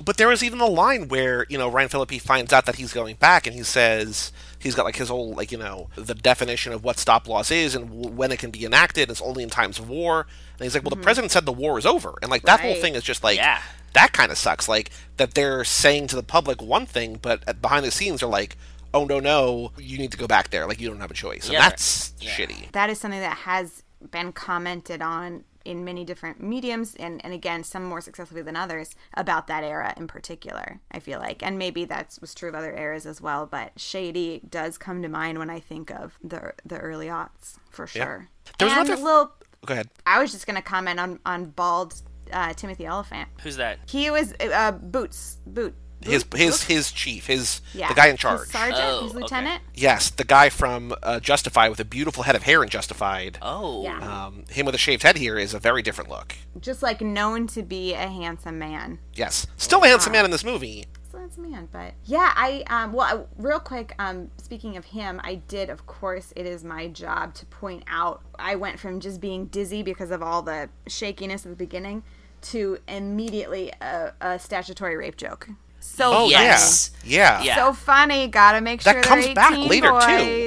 Speaker 1: But there was even a line where you know Ryan Phillippe finds out that he's going back, and he says he's got like his whole like you know the definition of what stop loss is and w- when it can be enacted. It's only in times of war, and he's like, well, the president said the war is over, and like that whole
Speaker 3: Right.
Speaker 1: thing is just like
Speaker 2: Mm-hmm. Yeah.
Speaker 1: that kind of sucks. Like that they're saying to the public one thing, but at, behind the scenes they're like, oh no no, you need to go back there. Like you don't have a choice, and
Speaker 2: Yeah, they're-
Speaker 1: that's
Speaker 2: yeah.
Speaker 1: shitty.
Speaker 3: That is something that has been commented on in many different mediums and, and again some more successfully than others about that era in particular i feel like and maybe that was true of other eras as well but shady does come to mind when i think of the the early aughts for sure
Speaker 1: There was
Speaker 3: and
Speaker 1: another-
Speaker 3: little
Speaker 1: Go ahead.
Speaker 3: i was just going to comment on on bald uh, timothy elephant
Speaker 2: Who's that?
Speaker 3: He was uh, Boots. Boot.
Speaker 1: His
Speaker 3: Boot-
Speaker 1: his
Speaker 3: Boot-
Speaker 1: his chief, his
Speaker 3: yeah.
Speaker 1: the guy in
Speaker 3: His
Speaker 1: charge.
Speaker 3: sergeant.
Speaker 2: Oh,
Speaker 3: his
Speaker 2: okay.
Speaker 3: lieutenant.
Speaker 1: Yes, the guy from uh, Justified with a beautiful head of hair in Justified.
Speaker 2: Oh,
Speaker 3: Yeah.
Speaker 1: Um, him with a shaved head here is a very different look.
Speaker 3: Just like known to be a handsome man.
Speaker 1: Yes, still a handsome man in this movie.
Speaker 3: So that's a man, but yeah, I um well I, real quick um speaking of him, I did of course it is my job to point out I went from just being dizzy because of all the shakiness at the beginning to immediately a, a statutory rape joke. So
Speaker 1: Oh
Speaker 2: yes.
Speaker 1: yeah, yeah.
Speaker 2: Yeah.
Speaker 3: so funny. Gotta make
Speaker 1: That
Speaker 3: sure
Speaker 1: comes
Speaker 3: they're
Speaker 1: back
Speaker 3: 18
Speaker 1: later, too.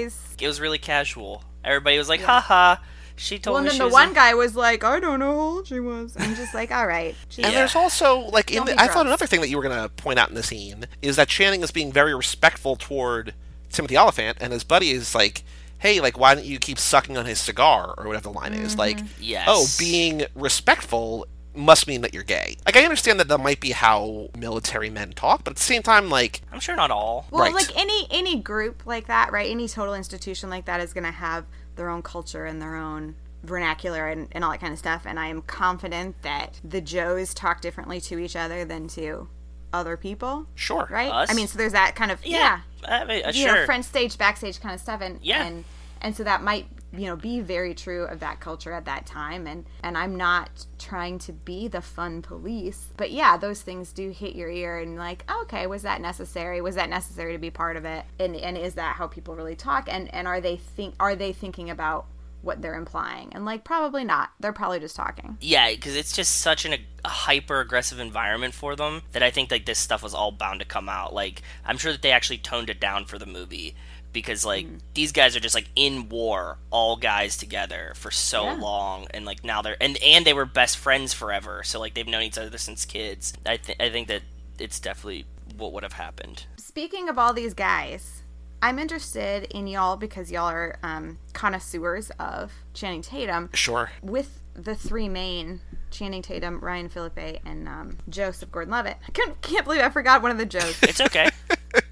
Speaker 3: boys.
Speaker 2: it was really casual. Everybody was like, "Ha ha." She told
Speaker 3: Well, and
Speaker 2: me
Speaker 3: then
Speaker 2: she
Speaker 3: the
Speaker 2: was
Speaker 3: one
Speaker 2: in-
Speaker 3: guy was like, I don't know how old she was. I'm just like, all right. She's
Speaker 1: And
Speaker 2: Yeah.
Speaker 1: there's also like in
Speaker 3: Don't
Speaker 1: the,
Speaker 3: be
Speaker 1: I thought
Speaker 3: gross.
Speaker 1: another thing that you were gonna point out in the scene is that Channing is being very respectful toward Timothy Oliphant, and his buddy is like, "Hey, like, why don't you keep sucking on his cigar or whatever the line is?" Like,
Speaker 3: Mm-hmm.
Speaker 2: Yes.
Speaker 1: oh, being respectful must mean that you're gay. Like, I understand that that might be how military men talk, but at the same time, like,
Speaker 2: I'm sure not all.
Speaker 3: Well,
Speaker 1: Right.
Speaker 3: like any any group like that, right? Any total institution like that is going to have their own culture and their own vernacular and, and all that kind of stuff. And I am confident that the Joes talk differently to each other than to other people,
Speaker 1: sure,
Speaker 3: right?
Speaker 2: Us?
Speaker 3: I mean, so there's that kind of yeah,
Speaker 2: I mean, uh,
Speaker 3: you
Speaker 2: sure.
Speaker 3: know, front stage, backstage kind of stuff, and
Speaker 2: Yeah.
Speaker 3: and and so that might you know be very true of that culture at that time, and and I'm not trying to be the fun police, but yeah, those things do hit your ear, and like, okay, was that necessary? Was that necessary to be part of it? And and is that how people really talk? And and are they think are they thinking about what they're implying? And like, probably not. They're probably just talking.
Speaker 2: Yeah, because it's just such an, a hyper aggressive environment for them that I think like this stuff was all bound to come out. Like I'm sure that they actually toned it down for the movie because like these guys are just like in war, all guys together for so long, and like now they're and and they were best friends forever. So like they've known each other since kids. I th- I think that it's definitely what would have happened.
Speaker 3: Speaking of all these guys, I'm interested in y'all because y'all are um, connoisseurs of Channing Tatum.
Speaker 1: sure.
Speaker 3: with the three main Channing Tatum, Ryan Philippe, and um, Joseph Gordon-Levitt. I can't, can't believe I forgot one of
Speaker 2: [laughs]
Speaker 3: the Joes.
Speaker 2: It's okay.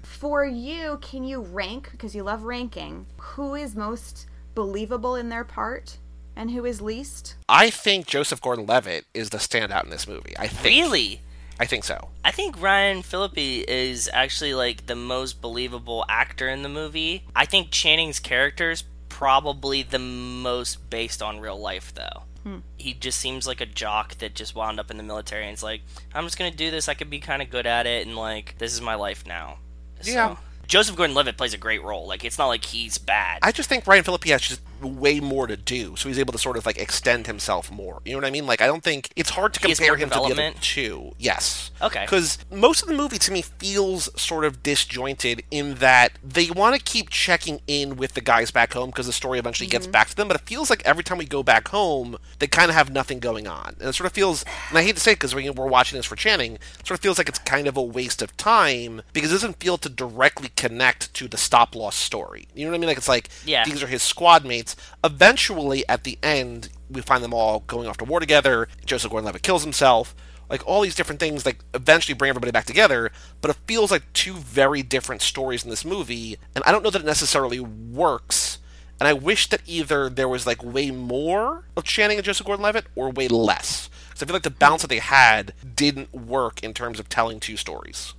Speaker 3: For you, can you rank because you love ranking? Who is most believable in their part, and who is least?
Speaker 1: I think Joseph Gordon-Levitt is the standout in this movie. I think.
Speaker 2: really.
Speaker 1: I think so.
Speaker 2: I think Ryan Phillippe is actually like the most believable actor in the movie. I think Channing's character is probably the most based on real life, though. He just seems like a jock that just wound up in the military and is like, I'm just gonna do this. I could be kind of good at it, and like this is my life now.
Speaker 1: Yeah.
Speaker 2: So. Joseph Gordon-Levitt plays a great role. Like it's not like he's bad.
Speaker 1: I just think Ryan Phillippe has just way more to do, so he's able to sort of like extend himself more. You know what I mean? Like I don't think it's hard to
Speaker 2: has
Speaker 1: compare
Speaker 2: more
Speaker 1: him to the other
Speaker 2: development?
Speaker 1: two. Yes.
Speaker 2: Okay.
Speaker 1: Because most of the movie to me feels sort of disjointed in that they want to keep checking in with the guys back home because the story eventually gets back to them, but it feels like every time we go back home, they kind of have nothing going on, and it sort of feels. And I hate to say it because we're watching this for Channing, it sort of feels like it's kind of a waste of time because it doesn't feel to directly connect to the stop loss story. You know what I mean? Like it's like
Speaker 2: Yeah.
Speaker 1: these are his squad mates. Eventually, at the end, we find them all going off to war together. Joseph Gordon-Levitt kills himself. Like all these different things, like eventually bring everybody back together. But it feels like two very different stories in this movie, and I don't know that it necessarily works. And I wish that either there was like way more of Channing and Joseph Gordon-Levitt, or way less. Because I feel like the balance that they had didn't work in terms of telling two stories.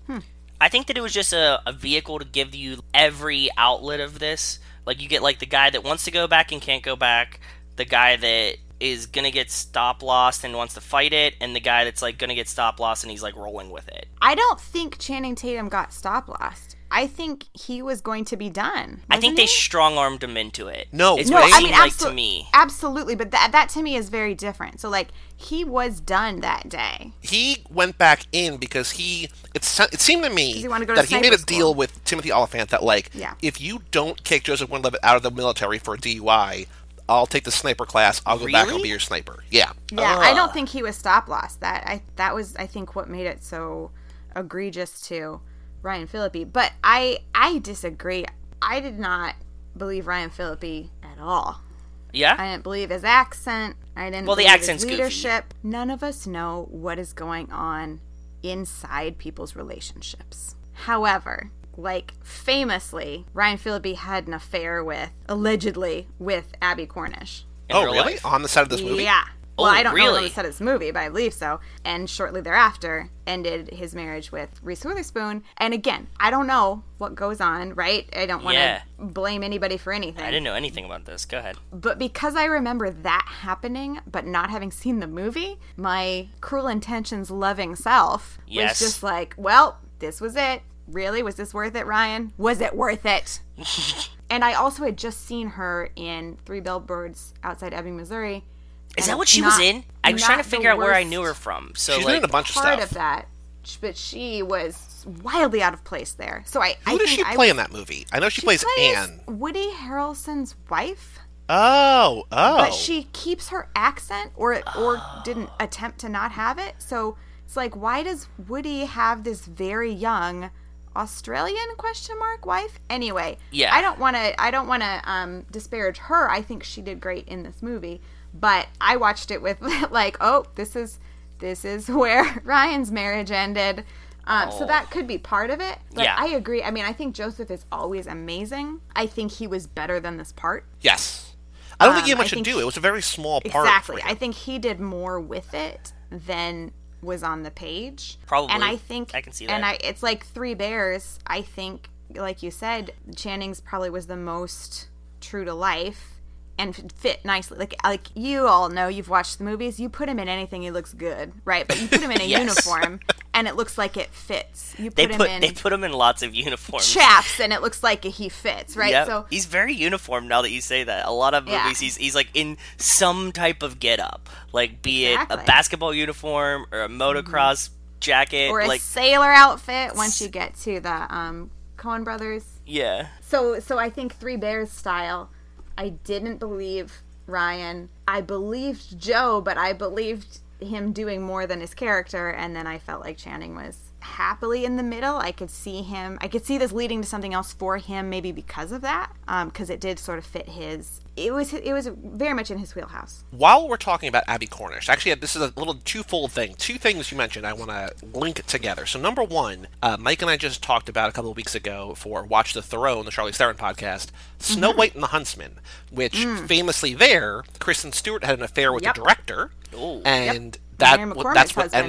Speaker 2: I think that it was just a, a vehicle to give you every outlet of this. Like you get like the guy that wants to go back and can't go back, the guy that is gonna get stop lost and wants to fight it, and the guy that's like gonna get stop lost and he's like rolling with it.
Speaker 3: I don't think Channing Tatum got stop lost. I think he was going to be done.
Speaker 2: I think
Speaker 3: wasn't
Speaker 2: they
Speaker 3: he?
Speaker 2: strong armed him into it.
Speaker 1: No,
Speaker 2: it's
Speaker 1: No,
Speaker 2: what it
Speaker 1: I
Speaker 2: seemed
Speaker 1: mean,
Speaker 2: like
Speaker 3: absolu-
Speaker 2: to me.
Speaker 3: Absolutely, but that that to me is very different. So like he was done that day.
Speaker 1: he went back in because he it, se- it seemed to me
Speaker 3: he wanted to go to
Speaker 1: that he made a
Speaker 3: sniper
Speaker 1: deal
Speaker 3: school.
Speaker 1: with Timothy Oliphant that like
Speaker 3: Yeah.
Speaker 1: if you don't kick Joseph Gordon-Levitt out of the military for a DUI, I'll take the sniper class. I'll go back. I'll
Speaker 2: Really?
Speaker 1: be your sniper. Yeah.
Speaker 3: Yeah, I don't think he was stop lost. That I that was I think what made it so egregious to Ryan Philippi. But I I disagree. I did not believe Ryan Philippi at all.
Speaker 2: Yeah,
Speaker 3: I didn't believe his accent. I didn't.
Speaker 2: Well, the
Speaker 3: believe
Speaker 2: accent's
Speaker 3: his
Speaker 2: goofy.
Speaker 3: leadership. None of us know what is going on inside people's relationships. However, like famously, Ryan Phillippe had an affair with allegedly with Abby Cornish.
Speaker 2: in
Speaker 1: oh
Speaker 2: real
Speaker 1: really?
Speaker 2: life.
Speaker 1: On the side of this movie?
Speaker 3: Yeah. Well,
Speaker 2: Oh,
Speaker 3: I don't know
Speaker 2: really?
Speaker 3: if it said this movie, but I believe so. And shortly thereafter, ended his marriage with Reese Witherspoon. And again, I don't know what goes on, right? I don't want to
Speaker 2: Yeah.
Speaker 3: blame anybody for anything
Speaker 2: I didn't know anything about this. Go ahead.
Speaker 3: but because I remember that happening, but not having seen the movie, my cruel intentions loving self
Speaker 2: Yes.
Speaker 3: was just like, well, this was it. Really? Was this worth it, Ryan? Was it
Speaker 2: [laughs]
Speaker 3: worth it? and I also had just seen her in Three Billboards Outside Ebbing, Missouri.
Speaker 2: Is
Speaker 3: and
Speaker 2: that what she was
Speaker 3: not-
Speaker 2: in? I was
Speaker 3: not
Speaker 2: trying to
Speaker 3: the
Speaker 2: figure out where I knew
Speaker 3: worst
Speaker 2: her from. So
Speaker 1: She's been
Speaker 2: like,
Speaker 1: in a bunch of
Speaker 3: Part
Speaker 1: stuff.
Speaker 3: of that, but she was wildly out of place there. So I, I
Speaker 1: Who does she
Speaker 3: think I-
Speaker 1: play in that movie? I know she, plays,
Speaker 3: plays
Speaker 1: Anne.
Speaker 3: Woody Harrelson's wife.
Speaker 1: Oh, oh.
Speaker 3: but she keeps her accent or or didn't
Speaker 2: [gasps]
Speaker 3: attempt to not have it so it's like why does woody have this very young australian question mark wife anyway
Speaker 2: Yeah.
Speaker 3: i don't want to i don't want to um, disparage her i think she did great in this movie but i watched it with [laughs] like oh this is this is [laughs] where ryan's marriage ended um,
Speaker 2: Oh.
Speaker 3: so that could be part of it but
Speaker 2: Yeah.
Speaker 3: i agree i mean i think joseph is always amazing i think he was better than this part
Speaker 1: yes. I don't think he had
Speaker 3: um, I
Speaker 1: much to
Speaker 3: think
Speaker 1: do.
Speaker 3: he-
Speaker 1: It was a very small part. for
Speaker 3: Exactly.
Speaker 1: him.
Speaker 3: I think he did more with it than was on the page.
Speaker 2: Probably.
Speaker 3: And I think
Speaker 2: I can see
Speaker 3: And
Speaker 2: that.
Speaker 3: I it's like Three Bears, I think like you said, Channing's probably was the most true to life and f- fit nicely. Like like you all know you've watched the movies, you put him in anything he looks good, right? But you put
Speaker 2: [laughs]
Speaker 3: him in a
Speaker 2: Yes.
Speaker 3: uniform and it looks like it fits. You put
Speaker 2: they
Speaker 3: him
Speaker 2: put
Speaker 3: in
Speaker 2: they put him in lots of uniforms.
Speaker 3: chaps and it looks like he fits, right?
Speaker 2: Yep.
Speaker 3: So
Speaker 2: he's very uniform now that you say that. A lot of movies,
Speaker 3: Yeah.
Speaker 2: he's he's like in some type of getup, like be it a
Speaker 3: Exactly.
Speaker 2: basketball uniform or a motocross jacket,
Speaker 3: or a
Speaker 2: like
Speaker 3: sailor outfit once you get to the um Coen brothers
Speaker 2: yeah,
Speaker 3: So so I think Three Bears style. I didn't believe Ryan. I believed Joe, but I believed him doing more than his character and then I felt like Channing was happily in the middle. I could see him. I could see this leading to something else for him maybe because of that um cuz it did sort of fit his it was it was very much in his wheelhouse.
Speaker 1: while we're talking about Abby Cornish, actually, this is a little twofold thing. Two things you mentioned I want to link it together. So, number one, uh, Mike and I just talked about a couple of weeks ago for Watch the Throne, the Charlie Theron podcast, Snow White and the Huntsman, which famously there, Kristen Stewart had an affair with
Speaker 3: Yep.
Speaker 1: the director, and that
Speaker 3: Mary
Speaker 1: w- that's
Speaker 3: McCormick's
Speaker 1: what
Speaker 3: husband.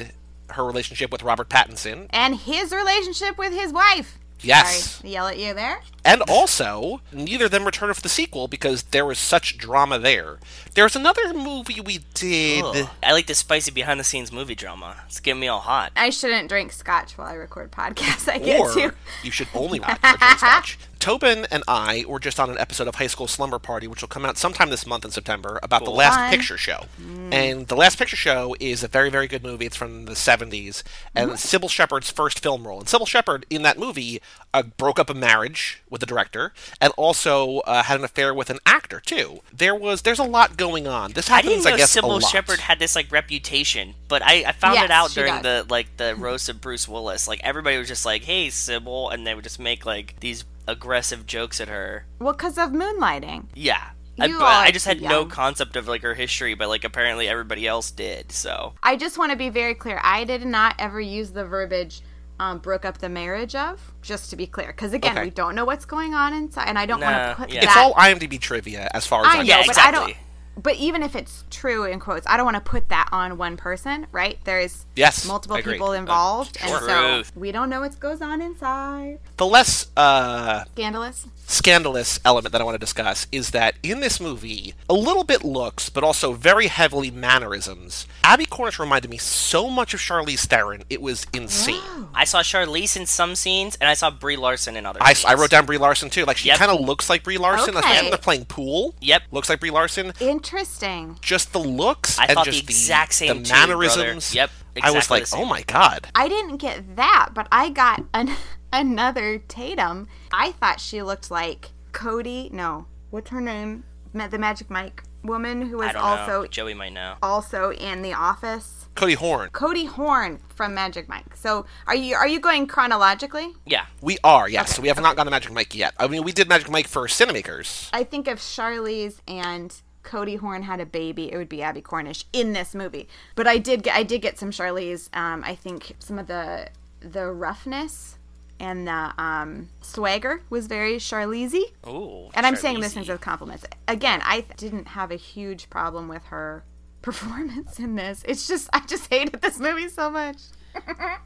Speaker 1: ended her relationship with Robert Pattinson.
Speaker 3: And his relationship with his wife.
Speaker 1: Yes.
Speaker 3: Sorry, to yell at you there.
Speaker 1: And also, neither of them returned for the sequel because there was such drama there. There's another movie we did.
Speaker 2: Ugh. I like the spicy behind the scenes movie drama. It's getting me all hot.
Speaker 3: I shouldn't drink scotch while I record podcasts. I get
Speaker 1: or
Speaker 3: to.
Speaker 1: you should only watch the
Speaker 2: [laughs]
Speaker 1: Drink Scotch. Tobin and I were just on an episode of High School Slumber Party, which will come out sometime this month in September, about the Last
Speaker 3: Fun.
Speaker 1: Picture Show.
Speaker 2: Mm.
Speaker 1: And the Last Picture Show is a very, very good movie. It's from the '70s,
Speaker 2: Mm-hmm.
Speaker 1: and Sybil Shepherd's first film role. And Sybil Shepherd in that movie uh, broke up a marriage with the director, and also uh, had an affair with an actor too. There was there's a lot going on. This
Speaker 2: I
Speaker 1: happens, I,
Speaker 2: didn't know
Speaker 1: guess, a
Speaker 2: Sybil
Speaker 1: lot.
Speaker 2: Shepherd had this like reputation, but I, I found
Speaker 3: Yes,
Speaker 2: it out
Speaker 3: she
Speaker 2: during
Speaker 3: does.
Speaker 2: the like the roast of Bruce Willis. Like everybody was just like, "Hey, Sybil," and they would just make like these aggressive jokes at her.
Speaker 3: Well, because of moonlighting.
Speaker 2: Yeah, I,
Speaker 3: You
Speaker 2: but I
Speaker 3: are
Speaker 2: just had
Speaker 3: too
Speaker 2: no
Speaker 3: young.
Speaker 2: concept of like her history, but like apparently everybody else did. So
Speaker 3: I just want to be very clear. I did not ever use the verbiage um, broke up the marriage of, just to be clear. Because again,
Speaker 1: Okay.
Speaker 3: we don't know what's going on inside, and I don't
Speaker 2: Nah,
Speaker 3: want to put
Speaker 2: yeah.
Speaker 3: that.
Speaker 2: It's
Speaker 1: It's all IMDb trivia as far as I,
Speaker 3: I know,
Speaker 2: Yeah,
Speaker 3: but I
Speaker 2: exactly.
Speaker 3: don't. But even if it's true in quotes, I don't want to put that on one person, right? There's
Speaker 1: Yes,
Speaker 3: multiple
Speaker 1: I agree.
Speaker 3: people involved, and so
Speaker 2: Truth.
Speaker 3: we don't know what goes on inside.
Speaker 1: The less uh,
Speaker 3: Scandalous.
Speaker 1: scandalous element that I want to discuss is that in this movie, a little bit looks, but also very heavily mannerisms. Abby Cornish reminded me so much of Charlize Theron; it was insane.
Speaker 3: Oh.
Speaker 2: I saw Charlize in some scenes, and I saw Brie Larson in other.
Speaker 1: I,
Speaker 2: scenes.
Speaker 1: I wrote down Brie Larson too. Like she
Speaker 2: Yep.
Speaker 1: kind of looks like Brie Larson. That's why
Speaker 3: Okay.
Speaker 1: they're playing pool.
Speaker 2: Yep.
Speaker 1: looks like Brie Larson.
Speaker 3: Interesting.
Speaker 1: Just the looks
Speaker 2: I
Speaker 1: and
Speaker 2: thought the
Speaker 1: just
Speaker 2: exact same
Speaker 1: the
Speaker 2: too, brother.
Speaker 1: mannerisms.
Speaker 2: Yep,
Speaker 1: I was
Speaker 2: exactly
Speaker 1: like,
Speaker 2: the
Speaker 1: oh
Speaker 2: same.
Speaker 1: my god.
Speaker 3: I didn't get that, but I got an, [laughs] another Tatum. I thought she looked like Cody. No, what's her name? Ma- the Magic Mike woman who
Speaker 2: I
Speaker 3: was
Speaker 2: don't
Speaker 3: also
Speaker 2: know. Joey might know.
Speaker 3: also in The Office.
Speaker 1: Cody Horn.
Speaker 3: Cody Horn from Magic Mike. So are you are you going chronologically?
Speaker 2: Yeah,
Speaker 1: We are yes. we have not gone to Magic Mike yet. I mean, we did Magic Mike for Cinemakers.
Speaker 3: I think if Charlize and Cody Horn had a baby, it would be Abby Cornish in this movie. But I did get I did get some Charlize. Um, I think some of the the roughness and the um, swagger was very Charlize.
Speaker 2: Ooh.
Speaker 3: And I'm saying this
Speaker 2: Charlize.
Speaker 3: as compliments. Again, I th- didn't have a huge problem with her [laughs] performance in this. It's just I just hated this movie so much.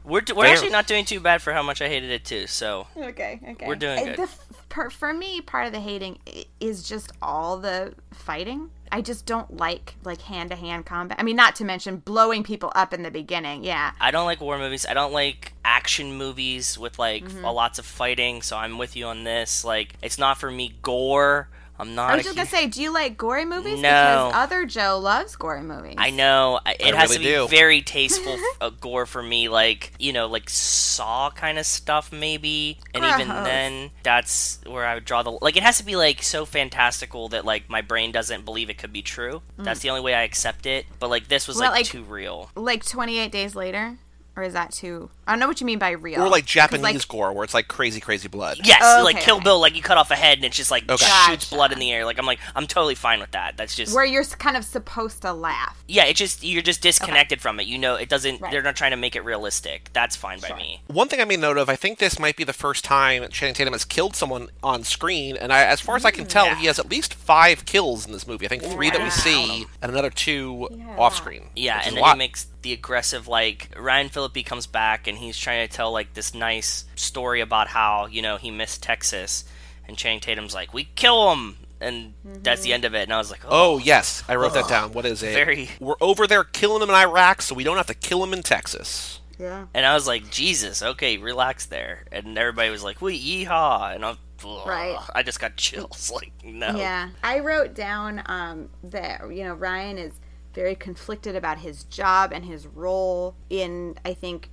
Speaker 2: We're, we're
Speaker 1: Fair.
Speaker 2: actually not doing too bad for how much I hated it too. So
Speaker 3: Okay, okay.
Speaker 2: We're doing
Speaker 3: Uh,
Speaker 2: good.
Speaker 3: The, f- per, for me, part of the hating i- is just all the fighting. I just don't like like hand to hand combat. I mean, not to mention blowing people up in the beginning. Yeah,
Speaker 2: I don't like war movies. I don't like action movies with like
Speaker 3: Mm-hmm.
Speaker 2: a lots of fighting. So I'm with you on this. Like it's not for me gore. I'm not.
Speaker 3: I
Speaker 2: a
Speaker 3: was just gonna
Speaker 2: huge-
Speaker 3: say, do you like gory movies?
Speaker 2: No.
Speaker 3: Because other Joe loves gory movies.
Speaker 2: I know I- it
Speaker 1: I
Speaker 2: has
Speaker 1: really
Speaker 2: to be
Speaker 1: do. [laughs]
Speaker 2: very tasteful f- uh, gore for me, like you know, like Saw kind of stuff maybe, and even
Speaker 3: Gross.
Speaker 2: then, that's where I would draw the like. It has to be like so fantastical that like my brain doesn't believe it could be true. That's the only way I accept it. But like this was
Speaker 3: Mm. Well,
Speaker 2: like,
Speaker 3: like-
Speaker 2: too real.
Speaker 3: Like Twenty Eight Days Later, or is that too? I don't know what you mean by real.
Speaker 2: Oh,
Speaker 1: Or like
Speaker 3: 'Cause,
Speaker 1: Japanese gore, where it's like crazy, crazy blood.
Speaker 2: Yes,
Speaker 3: Oh,
Speaker 2: like
Speaker 3: okay,
Speaker 2: Kill
Speaker 3: okay.
Speaker 2: Bill, like you cut off a head and it's just like
Speaker 1: Okay.
Speaker 2: shoots
Speaker 3: Gotcha.
Speaker 2: blood in the air. Like I'm like I'm totally fine with that. That's just
Speaker 3: where you're s- kind of supposed to laugh.
Speaker 2: yeah. It just you're just disconnected from it. You know, it doesn't.
Speaker 3: Right.
Speaker 2: They're not trying to make it realistic. That's fine by me.
Speaker 1: One thing I made note of, I think this might be the first time Channing Tatum has killed someone on screen, and I, as far as I can tell,
Speaker 2: Yeah.
Speaker 1: he has at least five kills in this movie. I think three that we
Speaker 3: Wow.
Speaker 1: see, and another two
Speaker 3: Yeah.
Speaker 1: off screen.
Speaker 2: Yeah,
Speaker 1: which is
Speaker 2: and
Speaker 1: a
Speaker 2: then
Speaker 1: lot.
Speaker 2: he makes the aggressive like Ryan Phillippe comes back and he's trying to tell like this nice story about how you know he missed Texas, and Channing Tatum's like we kill him, and that's
Speaker 3: Mm-hmm.
Speaker 2: the end of it. And I was like, oh,
Speaker 1: Oh yes, I wrote that down. What is it?
Speaker 2: Very-
Speaker 1: We're over there killing him in Iraq, so we don't have to kill him in Texas.
Speaker 3: Yeah.
Speaker 2: and I was like, Jesus, okay, relax there. And everybody was like, we yeehaw, and I'm. ugh,
Speaker 3: Right.
Speaker 2: I just got [laughs] chills. Like no.
Speaker 3: Yeah, I wrote down um, that you know Ryan is very conflicted about his job and his role in I think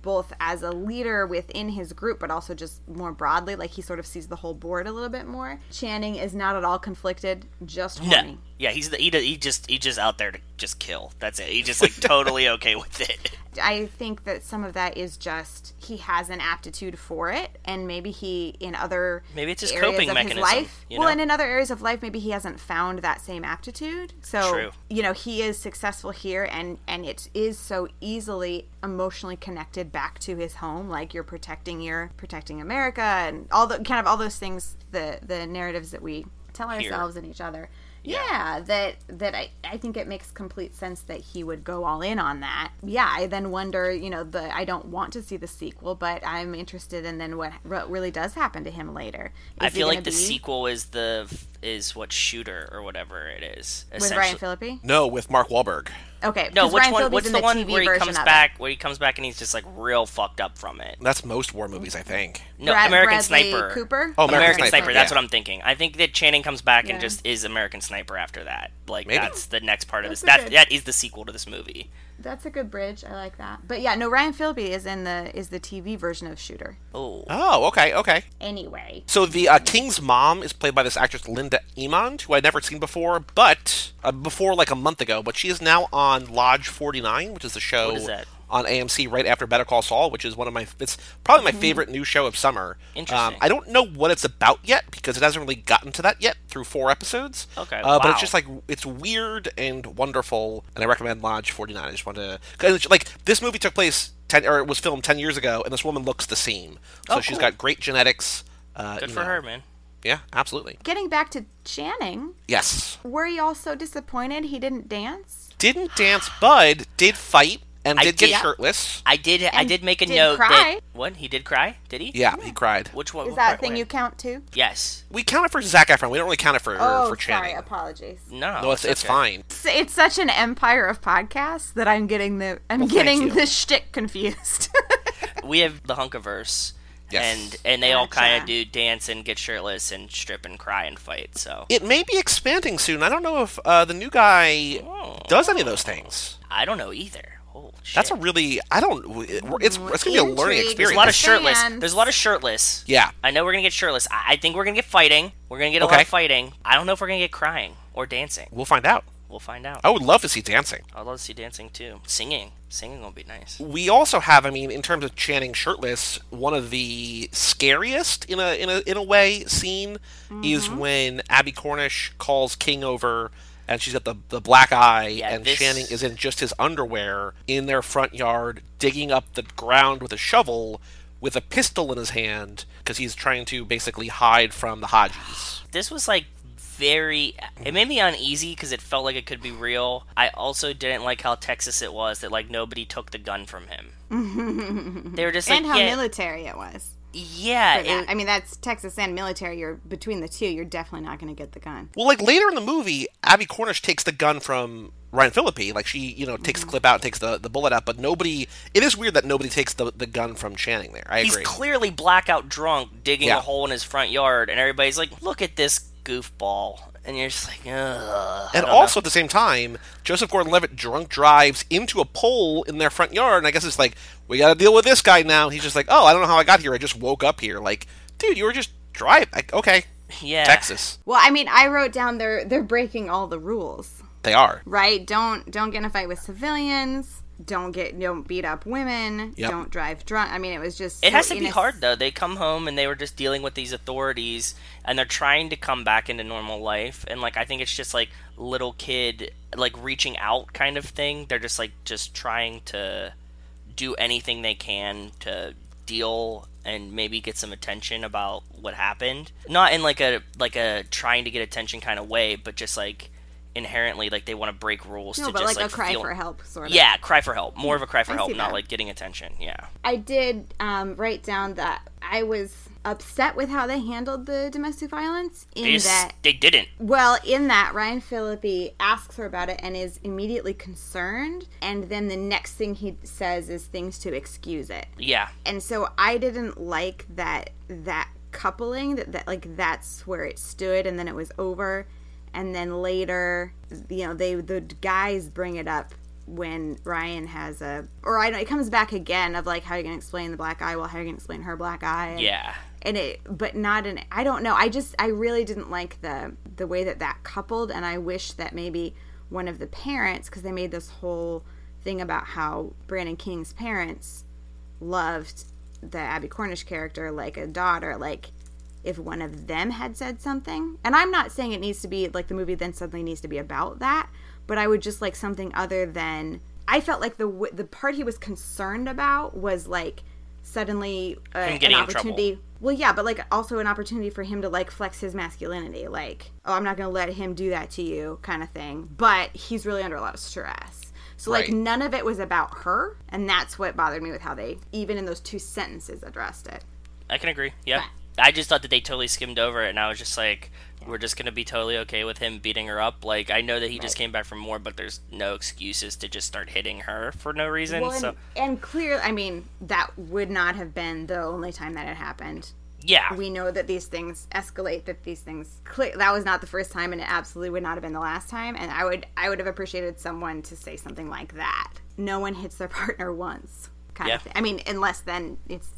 Speaker 3: both as a leader within his group but also just more broadly like he sort of sees the whole board a little bit more. Channing is not at all conflicted, just
Speaker 2: No.
Speaker 3: horny.
Speaker 2: Yeah, he's the, he do- he just he just out there to just kill. That's it. He's
Speaker 1: [laughs]
Speaker 2: just like totally okay with it.
Speaker 3: I think that some of that is just he has an aptitude for it, and maybe he in other
Speaker 2: Maybe it's his
Speaker 3: areas
Speaker 2: coping
Speaker 3: of
Speaker 2: mechanism,
Speaker 3: His life,
Speaker 2: you
Speaker 3: well,
Speaker 2: know?
Speaker 3: and in other areas of life, maybe he hasn't found that same aptitude. So
Speaker 2: True.
Speaker 3: you know he is successful here, and and it is so easily emotionally connected back to his home. Like you're protecting your protecting America, and all the kind of all those things the the narratives that we tell ourselves and each other. Yeah, that that I, I think it makes complete sense that he would go all in on that. Yeah, I then wonder, you know, the I don't want to see the sequel, but I'm interested in then what, what really does happen to him later.
Speaker 2: I
Speaker 3: Is he
Speaker 2: feel like
Speaker 3: gonna
Speaker 2: the
Speaker 3: be
Speaker 2: sequel is the is what shooter or whatever it is.
Speaker 3: with Ryan Phillippe.
Speaker 1: No, with Mark Wahlberg.
Speaker 3: Okay,
Speaker 2: No,
Speaker 3: 'cause
Speaker 2: which
Speaker 3: Ryan
Speaker 2: one?
Speaker 3: Philippe's
Speaker 2: What's
Speaker 3: in
Speaker 2: the, one
Speaker 3: TV
Speaker 2: where he
Speaker 3: version
Speaker 2: comes
Speaker 3: of it.
Speaker 2: back? Where he comes back and he's just like real fucked up from it.
Speaker 1: That's most war movies, I think.
Speaker 2: No,
Speaker 3: Brad-
Speaker 2: American
Speaker 3: Bradley
Speaker 2: Sniper.
Speaker 3: Cooper.
Speaker 1: Oh,
Speaker 2: American,
Speaker 1: American
Speaker 2: Sniper.
Speaker 1: Sniper,
Speaker 2: That's
Speaker 1: yeah.
Speaker 2: what I'm thinking. I think that Channing comes back and
Speaker 3: Yeah.
Speaker 2: just is American Sniper after that. Like
Speaker 1: Maybe.
Speaker 2: that's the next part of
Speaker 3: That's
Speaker 2: this.
Speaker 3: a
Speaker 2: That
Speaker 3: good-
Speaker 2: that is the sequel to this movie.
Speaker 3: that's a good bridge. I like that. But yeah, no, Ryan Philby is in the is the TV version of Shooter.
Speaker 2: Oh,
Speaker 1: Oh, okay, okay.
Speaker 3: Anyway,
Speaker 1: So the uh, king's mom is played by this actress Linda Emond, who I'd never seen before, but uh, before like a month ago. But she is now on Lodge 49, which is the show
Speaker 2: is that?
Speaker 1: on AMC right after Better Call Saul, which is one of my it's probably my favorite new show of summer. Um,
Speaker 2: Mm-hmm. Interesting.
Speaker 1: I don't know what it's about yet because it hasn't really gotten to that yet through four episodes.
Speaker 2: Okay,
Speaker 1: uh, but
Speaker 2: wow.
Speaker 1: it's just like it's weird and wonderful, and I recommend Lodge 49. I just want to 'cause, like this movie took place. Ten, or it was filmed 10 years ago, and this woman looks the same. So
Speaker 2: Oh,
Speaker 1: she's
Speaker 2: cool.
Speaker 1: got great genetics. Uh,
Speaker 2: good
Speaker 1: you
Speaker 2: for
Speaker 1: know.
Speaker 2: her, man.
Speaker 1: Yeah, absolutely.
Speaker 3: getting back to Channing,
Speaker 1: Yes.
Speaker 3: were you all so disappointed he didn't dance?
Speaker 1: Didn't dance, Bud did fight and
Speaker 2: I
Speaker 1: did, get
Speaker 2: did-
Speaker 1: shirtless.
Speaker 2: I did. I
Speaker 3: And
Speaker 2: did make a
Speaker 3: did
Speaker 2: note.
Speaker 3: cry.
Speaker 2: That, what he did cry? Did he?
Speaker 1: Yeah, he cried.
Speaker 2: Which one?
Speaker 3: Is
Speaker 2: what
Speaker 3: that a
Speaker 2: part-
Speaker 3: thing
Speaker 2: where?
Speaker 3: you count too?
Speaker 2: Yes.
Speaker 1: We counted for Zac Efron. We don't really count it for for
Speaker 3: Oh, sorry,
Speaker 1: Channing.
Speaker 3: apologies.
Speaker 2: No.
Speaker 1: no, it's, it's
Speaker 2: Oh, okay.
Speaker 1: fine.
Speaker 3: It's, it's such an empire of podcasts that I'm getting the I'm getting
Speaker 1: you.
Speaker 3: the shtick confused. [laughs]
Speaker 2: We have the Hunkaverse.
Speaker 1: Yes.
Speaker 2: And and they all kind
Speaker 3: Gotcha.
Speaker 2: of do dance and get shirtless and strip and cry and fight. So
Speaker 1: It may be expanding soon. I don't know if uh, the new guy
Speaker 2: Oh.
Speaker 1: does any of those things.
Speaker 2: I don't know either. Oh, shit.
Speaker 1: That's a really I don't. It's it's gonna be a learning experience.
Speaker 3: Intrigue.
Speaker 2: There's a lot of shirtless.
Speaker 3: Fans.
Speaker 2: There's a lot of shirtless.
Speaker 1: Yeah.
Speaker 2: I know we're gonna get shirtless. I, I think we're gonna get fighting. We're gonna get a lot
Speaker 1: Okay.
Speaker 2: of fighting. I don't know if we're gonna get crying or dancing.
Speaker 1: We'll find out.
Speaker 2: We'll find out.
Speaker 1: I would love to see dancing.
Speaker 2: I'd love to see dancing too. Singing. Singing will be nice.
Speaker 1: we also have, I mean, in terms of Channing shirtless, one of the scariest in a in a in a way scene is
Speaker 2: Mm-hmm.
Speaker 1: when Abby Cornish calls King over and she's got the the black eye
Speaker 2: Yeah,
Speaker 1: and
Speaker 2: this-
Speaker 1: Channing is in just his underwear in their front yard digging up the ground with a shovel with a pistol in his hand because he's trying to basically hide from the Hodges.
Speaker 2: This was like very it made me uneasy because it felt like it could be real i also didn't like how texas it was that like nobody took the gun from him
Speaker 3: [laughs]
Speaker 2: they were just like
Speaker 3: and how
Speaker 2: yeah,
Speaker 3: military it was.
Speaker 2: yeah
Speaker 3: for
Speaker 2: it-
Speaker 3: that. I mean, that's Texas and military. You're between the two. You're definitely not going to get the gun.
Speaker 1: Well, like later in the movie, Abby Cornish takes the gun from Ryan Philippi. Like she, you know,
Speaker 3: Mm-hmm.
Speaker 1: takes the clip out and takes the, the bullet out, but nobody. It is weird that nobody takes the, the gun from Channing there. I
Speaker 2: He's
Speaker 1: agree.
Speaker 2: clearly blackout drunk, digging
Speaker 1: Yeah.
Speaker 2: a hole in his front yard, and everybody's like, "Look at this goofball," and you're just like, "Ugh." I
Speaker 1: and
Speaker 2: don't
Speaker 1: also at the same time, Joseph Gordon Levitt drunk drives into a pole in their front yard, and I guess it's like, we got to deal with this guy now. He's just like, oh, I don't know how I got here. I just woke up here. Like, dude, you were just drive. Like,
Speaker 3: [laughs]
Speaker 1: okay,
Speaker 2: know. yeah,
Speaker 1: Texas.
Speaker 3: Well, I mean, I wrote down they're they're breaking all the rules,
Speaker 1: They are.
Speaker 3: right? Don't don't get in a fight with civilians. Don't get don't beat up women.
Speaker 1: Yep.
Speaker 3: Don't drive drunk. I mean, it was just
Speaker 2: It has
Speaker 3: so
Speaker 2: to be
Speaker 3: innoc-
Speaker 2: hard though. They come home and they were just dealing with these authorities, and they're trying to come back into normal life. And like, I think it's just like little kid, like reaching out kind of thing. They're just like just trying to do anything they can to deal and maybe get some attention about what happened. Not in like a like a trying to get attention kind of way, but just like inherently like they want to break rules
Speaker 3: No,
Speaker 2: to
Speaker 3: but
Speaker 2: just
Speaker 3: like, a cry
Speaker 2: feel-
Speaker 3: for help sort of.
Speaker 2: Yeah, cry for help. More of a cry for
Speaker 3: I
Speaker 2: help,
Speaker 3: see
Speaker 2: not
Speaker 3: that.
Speaker 2: like getting attention. Yeah.
Speaker 3: I did um, write down that I was upset with how they handled the domestic violence in
Speaker 2: They, just-
Speaker 3: that
Speaker 2: they didn't.
Speaker 3: Well, in that, Ryan Philippi asks her about it and is immediately concerned. And then the next thing he says is things to excuse it.
Speaker 2: Yeah.
Speaker 3: And so I didn't like that that coupling that, that like that's where it stood and then it was over. And then later, you know, they the guys bring it up when Ryan has a or I don't it comes back again of like how are you gonna explain the black eye, well how are you gonna explain her black eye? And-
Speaker 2: Yeah.
Speaker 3: and it but not an i don't know i just i really didn't like the the way that that coupled and i wish that maybe one of the parents because they made this whole thing about how brandon king's parents loved the abby cornish character like a daughter like if one of them had said something and i'm not saying it needs to be like the movie then suddenly needs to be about that but i would just like something other than i felt like the w- the part he was concerned about was like suddenly uh, an
Speaker 2: getting in trouble.
Speaker 3: opportunity well, yeah, but like also an opportunity for him to like flex his masculinity, like, oh, I'm not going to let him do that to you kind of thing. But he's really under a lot of stress. So like
Speaker 1: Right.
Speaker 3: none of it was about her, and that's what bothered me with how they even in those two sentences addressed it.
Speaker 2: I can agree. Yeah. I just thought that they totally skimmed over it, and I was just like, we're just going to be totally okay with him beating her up. Like, I know that he just came back from war, but there's no excuses to just start hitting her for no reason.
Speaker 3: Well, and,
Speaker 2: so,
Speaker 3: and clear, I mean, that would not have been the only time that it happened.
Speaker 2: Yeah.
Speaker 3: we know that these things escalate that these things click that was not the first time and it absolutely would not have been the last time and i would i would have appreciated someone to say something like that no one hits their [laughs] partner once kind
Speaker 2: Yeah.
Speaker 3: of thing i mean unless then it's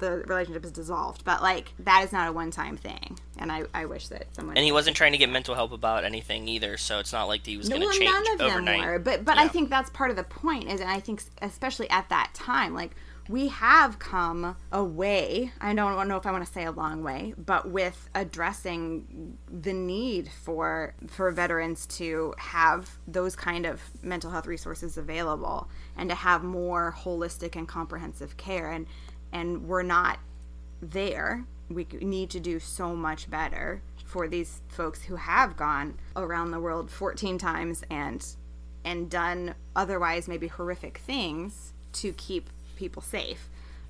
Speaker 3: the relationship is dissolved but like that is not a one-time thing and i i wish that someone
Speaker 2: and he wasn't trying to get mental help about anything either, so it's not like he was going to
Speaker 3: well,
Speaker 2: change
Speaker 3: none of
Speaker 2: overnight.
Speaker 3: them were, but but I think that's part of the point. Is and I think s- especially at that time, like we have come a way. I don't know if I want to say a long way, but with addressing the need for for veterans to have those kind of mental health resources available and to have more holistic and comprehensive care, and and we're not there. We c- need to do so much better for these folks who have gone around the world 14 times and and done otherwise maybe horrific things to keep people safe.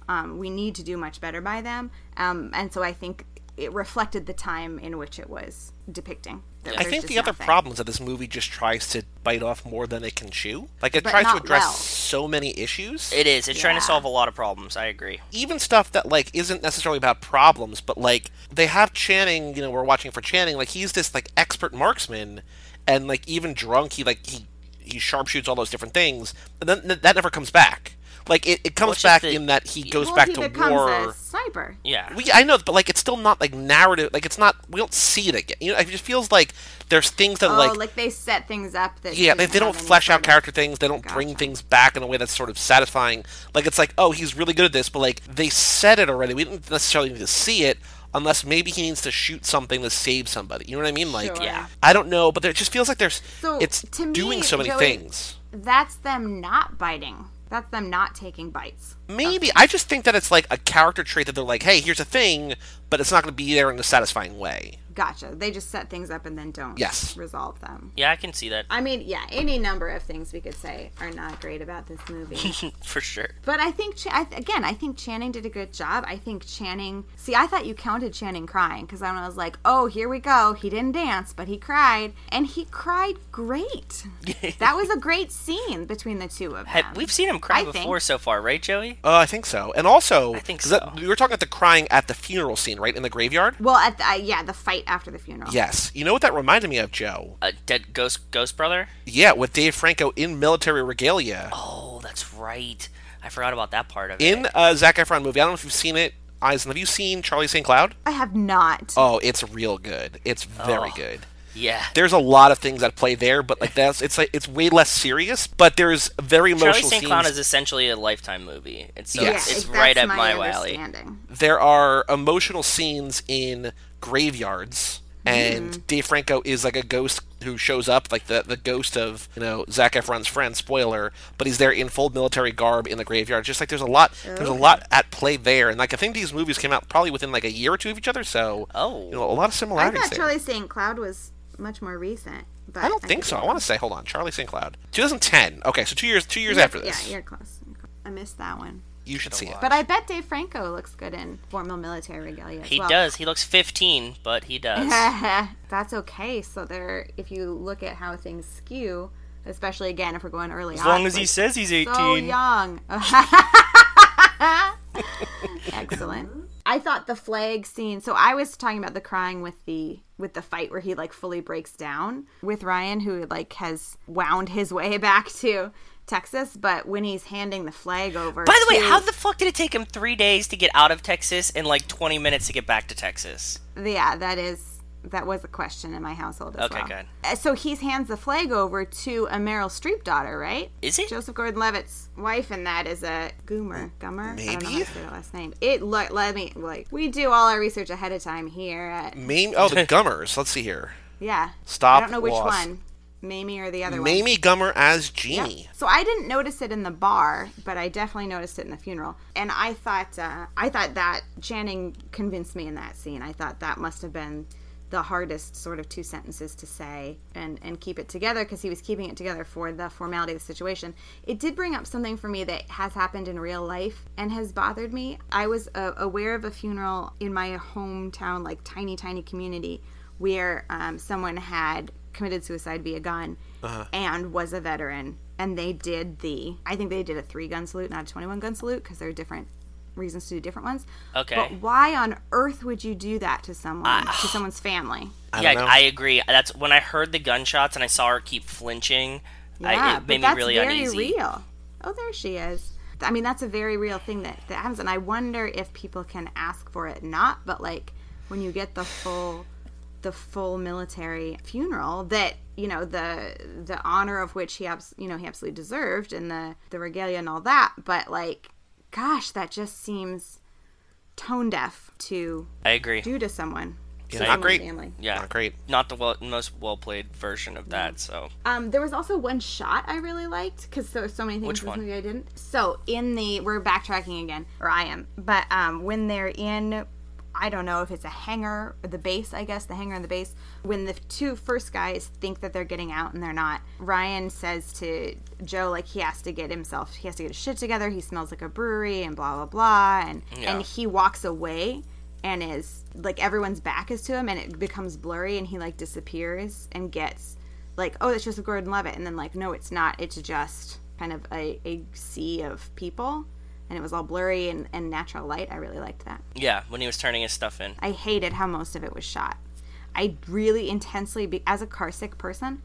Speaker 3: Um, we need to do much better by them, um, and so I think it reflected the time in which it was depicting. There
Speaker 1: I
Speaker 3: was
Speaker 1: think
Speaker 3: just
Speaker 1: the other
Speaker 3: nothing.
Speaker 1: problem is that this movie just tries to bite off more than it can chew. Like it
Speaker 3: But
Speaker 1: tries to
Speaker 3: not
Speaker 1: address
Speaker 3: well.
Speaker 1: so many issues,
Speaker 2: It is. It's trying to
Speaker 3: Yeah.
Speaker 2: solve a lot of problems. I agree.
Speaker 1: even stuff that like isn't necessarily about problems, but like they have Channing. You know, we're watching for Channing. Like he's this like expert marksman, and like even drunk, he like he he sharpshoots all those different things, and then th- that never comes back. Like it, it comes
Speaker 2: it's just
Speaker 1: back
Speaker 2: the-
Speaker 1: in that he goes
Speaker 3: Well,
Speaker 1: back
Speaker 3: he
Speaker 1: to
Speaker 3: becomes
Speaker 1: war.
Speaker 3: a sniper.
Speaker 2: Yeah.
Speaker 1: We, I know, but like it's still not like narrative. Like it's not. We don't see it again. You know, it just feels like there's things that
Speaker 3: Oh,
Speaker 1: like
Speaker 3: like, they set things up that
Speaker 1: yeah, they,
Speaker 3: didn't
Speaker 1: they don't
Speaker 3: have any
Speaker 1: flesh out
Speaker 3: sort of-
Speaker 1: character things. They don't bring
Speaker 3: Gotcha.
Speaker 1: things back in a way that's sort of satisfying. Like it's like, oh, he's really good at this, but like they said it already. We didn't necessarily need to see it unless maybe he needs to shoot something to save somebody. You know what I mean? Like,
Speaker 3: Sure. Yeah.
Speaker 1: I don't know, but there- it just feels like there's
Speaker 3: So,
Speaker 1: it's
Speaker 3: to me,
Speaker 1: doing so many
Speaker 3: Joey-
Speaker 1: things.
Speaker 3: That's them not biting. That's them not taking bites.
Speaker 1: Maybe I just think that it's like a character trait that they're like, hey, here's a thing, but it's not going to be there in a satisfying way.
Speaker 3: Gotcha. They just set things up and then don't
Speaker 1: Yes.
Speaker 3: resolve them.
Speaker 2: Yeah, I can see that [laughs]
Speaker 3: I mean, yeah, any number of things we could say are not great about this
Speaker 2: [laughs]
Speaker 3: movie.
Speaker 2: for sure.
Speaker 3: but I think, Ch- I th- again, I think Channing did a good job. I think Channing, see, I thought you counted Channing crying because I was like, oh, here we go. He didn't dance, but he cried. And he cried
Speaker 2: [laughs]
Speaker 3: great. that was a great scene between the two of them.
Speaker 2: Have- We've seen him cry
Speaker 3: I think-
Speaker 2: before so far, right, Joey?
Speaker 1: Uh, I think so. And also,
Speaker 2: I think
Speaker 1: 'cause that-
Speaker 2: so.
Speaker 1: we were talking about the crying at the funeral scene, right in the graveyard.
Speaker 3: well, at the, uh, yeah, the fight after the funeral.
Speaker 1: Yes. You know what that reminded me of, Joe?
Speaker 2: Uh, dead ghost, ghost brother.
Speaker 1: Yeah, with Dave Franco in military regalia
Speaker 2: Oh, that's right. I forgot about that part of
Speaker 1: in
Speaker 2: it.
Speaker 1: a Zac Efron movie. I don't know if you've seen it, Eisen. Have you seen Charlie St. Cloud?
Speaker 3: I have not.
Speaker 1: Oh, it's real good. It's very
Speaker 2: Oh.
Speaker 1: good.
Speaker 2: Yeah.
Speaker 1: There's a lot of things that play there, but like that's it's like it's way less serious. But there's very emotional
Speaker 2: Charlie St.
Speaker 1: scenes.
Speaker 2: Cloud is essentially a lifetime movie. It's so
Speaker 1: Yes.
Speaker 2: it's, it's
Speaker 3: that's
Speaker 2: right up my,
Speaker 3: my
Speaker 2: alley.
Speaker 3: understanding.
Speaker 1: there are emotional scenes in graveyards and
Speaker 3: Mm-hmm.
Speaker 1: Dave Franco is like a ghost who shows up like the the ghost of you know Zac Efron's friend spoiler but he's there in full military garb in the graveyard just like there's a lot there's
Speaker 3: Oh.
Speaker 1: a lot at play there and like I think these movies came out probably within like a year or two of each other so
Speaker 2: Oh.
Speaker 1: you know a lot of
Speaker 3: I
Speaker 1: similarities
Speaker 3: thought
Speaker 1: there
Speaker 3: Charlie St. Cloud was much more recent, but
Speaker 1: I don't think
Speaker 3: could
Speaker 1: so
Speaker 3: be
Speaker 1: I
Speaker 3: wrong.
Speaker 1: want to say hold on Charlie St Cloud 2010 okay so 2 years 2 years after this
Speaker 3: Yeah, you're close. I missed that one.
Speaker 1: you should see it
Speaker 3: But I bet Dave Franco looks good in formal military regalia. As
Speaker 2: He
Speaker 3: well.
Speaker 2: does. He looks 15, but he does.
Speaker 3: [laughs] That's okay. So there, if you look at how things skew, especially again if we're going early,
Speaker 2: as long as he says he's 18.
Speaker 3: so young. [laughs] Excellent. I thought the flag scene. So I was talking about the crying with the with the fight where he like fully breaks down with Ryan, who like has wound his way [laughs] back to Texas. But when he's handing the flag over,
Speaker 2: By the way,
Speaker 3: to-
Speaker 2: how the fuck did it take him three days to get out of Texas and like 20 minutes to get back to Texas?
Speaker 3: yeah, that is that was a question in my household as
Speaker 2: Okay,
Speaker 3: well.
Speaker 2: good.
Speaker 3: Uh, So he hands the flag over to a Meryl Streep daughter, right?
Speaker 2: Is it?
Speaker 3: [laughs] Joseph Gordon-Levitt's wife, and that is a Goomer, Gummer. I don't know how
Speaker 1: Maybe?
Speaker 3: to say the last name. It look. Let me like. We do all our research ahead of time here. At,
Speaker 1: Mamie oh
Speaker 3: [laughs]
Speaker 1: the Gummers let's see here
Speaker 3: yeah.
Speaker 1: Stop,
Speaker 3: I don't know which
Speaker 1: lost.
Speaker 3: one, Mamie or the other one.
Speaker 1: Mamie Gummer as Jeannie
Speaker 3: So I didn't notice it in the bar, but I definitely noticed it in the funeral. And I thought, uh, I thought that Channing convinced me in that scene. I thought that must have been the hardest sort of two sentences to say and and keep it together because he was keeping it together for the formality of the situation. It did bring up something for me that has happened in real life and has bothered me. I was uh, aware of a funeral in my hometown, like tiny tiny community, where um, someone had committed suicide via gun and was a veteran and they did the i think they did a three gun salute not a 21 gun salute because they're different reasons to do different ones.
Speaker 2: Okay.
Speaker 3: But why on earth would you do that to someone, to someone's family?
Speaker 1: I
Speaker 2: yeah,
Speaker 1: don't know.
Speaker 2: I agree. That's when I heard the gunshots and I saw her keep flinching. I, it
Speaker 3: but
Speaker 2: made me
Speaker 3: that's
Speaker 2: really
Speaker 3: very
Speaker 2: uneasy.
Speaker 3: real. Oh, there she is. I mean, that's a very real thing that, that happens, and I wonder if people can ask for it not. But like when you get the full, the full military funeral that you know the the honor of which he abs- you know he absolutely deserved, and the the regalia and all that. But like, gosh, that just seems tone deaf to
Speaker 2: I agree.
Speaker 3: do to someone.
Speaker 1: Yeah, not great.
Speaker 3: Family.
Speaker 2: Yeah,
Speaker 1: Not great.
Speaker 2: Not the well, most well played version of that. So
Speaker 3: Um, there was also one shot I really liked because there were so many things
Speaker 2: Which
Speaker 3: in this
Speaker 2: one?
Speaker 3: movie I didn't. So in the we're backtracking again, or I am, but um, when they're in, I don't know if it's a hangar or the base, I guess the hangar and the base. When the two first guys think that they're getting out and they're not, Ryan says to Joe like he has to get himself, he has to get his shit together. He smells like a brewery and blah blah blah, and
Speaker 2: Yeah.
Speaker 3: and he walks away and is like everyone's back is to him and it becomes blurry and he like disappears and gets like oh it's Joseph Gordon Levitt and then like no it's not it's just kind of a, a sea of people and it was all blurry and, and natural light I really liked that
Speaker 2: yeah, when he was turning his stuff in,
Speaker 3: I hated how most of it was shot I really intensely be- as a car sick person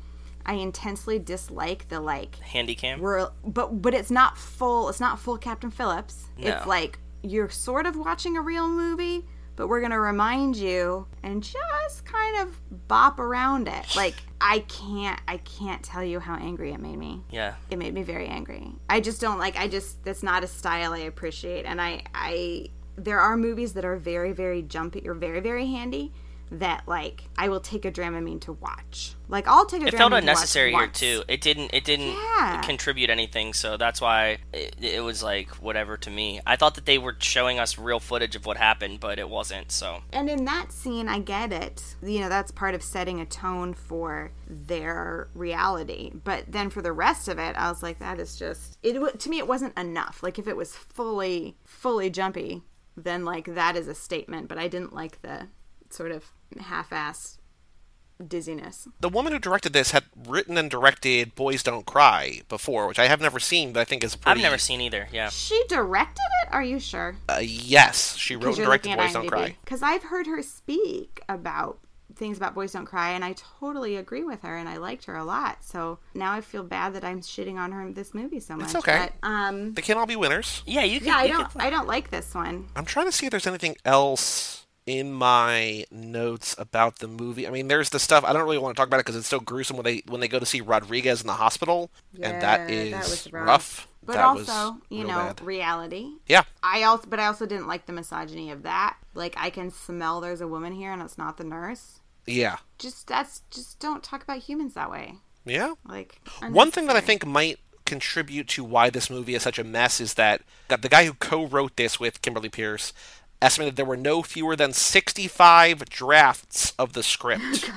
Speaker 3: I intensely dislike the like
Speaker 2: handy cam.
Speaker 3: we're but but it's not full it's not full captain phillips it's
Speaker 2: No.
Speaker 3: like you're sort of watching a real movie but we're gonna remind you and just kind of bop around
Speaker 2: [sighs]
Speaker 3: it like i can't i can't tell you how angry it made me
Speaker 2: Yeah,
Speaker 3: it made me very angry i just don't like i just that's not a style i appreciate and i i there are movies that are very very jumpy or very very handy that like i will take a dramamine to watch like i'll take a
Speaker 2: it felt
Speaker 3: Dramamine to watch
Speaker 2: unnecessary here
Speaker 3: once.
Speaker 2: too. It didn't. It didn't
Speaker 3: Yeah.
Speaker 2: contribute anything. So that's why it, it was like whatever to me. I thought that they were showing us real footage of what happened, but it wasn't. So
Speaker 3: And in that scene, I get it. You know, that's part of setting a tone for their reality. But then for the rest of it, I was like, that is just it. wa- To me, it wasn't enough. Like if it was fully, fully jumpy, then like that is a statement. But I didn't like the sort of half-ass dizziness.
Speaker 1: The woman who directed this had written and directed Boys Don't Cry before, which I have never seen, but I think is a pretty.
Speaker 2: I've never seen either. Yeah,
Speaker 3: She directed it. Are you sure?
Speaker 1: Uh, yes, she wrote
Speaker 3: Because
Speaker 1: and
Speaker 3: you're
Speaker 1: directed
Speaker 3: looking at
Speaker 1: Boys Don't Cry.
Speaker 3: Because I've heard her speak about things about Boys Don't Cry, and I totally agree with her, and I liked her a lot. So now I feel bad that I'm shitting on her in this movie so much.
Speaker 1: okay.
Speaker 3: But,
Speaker 1: [laughs]
Speaker 3: um,
Speaker 1: They can't all be winners.
Speaker 2: yeah. You could.
Speaker 3: yeah, I
Speaker 2: you could-
Speaker 3: don't, I don't like this one.
Speaker 1: I'm trying to see if there's anything else in my notes about the movie. I mean, there's the stuff I don't really want to talk about it because it's so gruesome when they when they go to see Rodriguez in the hospital, and that
Speaker 3: Yeah,
Speaker 1: is
Speaker 3: that was rough.
Speaker 1: rough.
Speaker 3: But
Speaker 1: that was
Speaker 3: also, you
Speaker 1: real
Speaker 3: know,
Speaker 1: bad.
Speaker 3: reality.
Speaker 1: yeah,
Speaker 3: I also, but I also didn't like the misogyny of that. Like, I can smell there's a woman here, and it's not the nurse.
Speaker 1: yeah,
Speaker 3: Just that's just don't talk about humans that way.
Speaker 1: yeah.
Speaker 3: Like
Speaker 1: One thing that I
Speaker 3: unnecessary.
Speaker 1: think might contribute to why this movie is such a mess is that that the guy who co-wrote this with Kimberly Pierce estimated there were no fewer than 65 drafts of the script.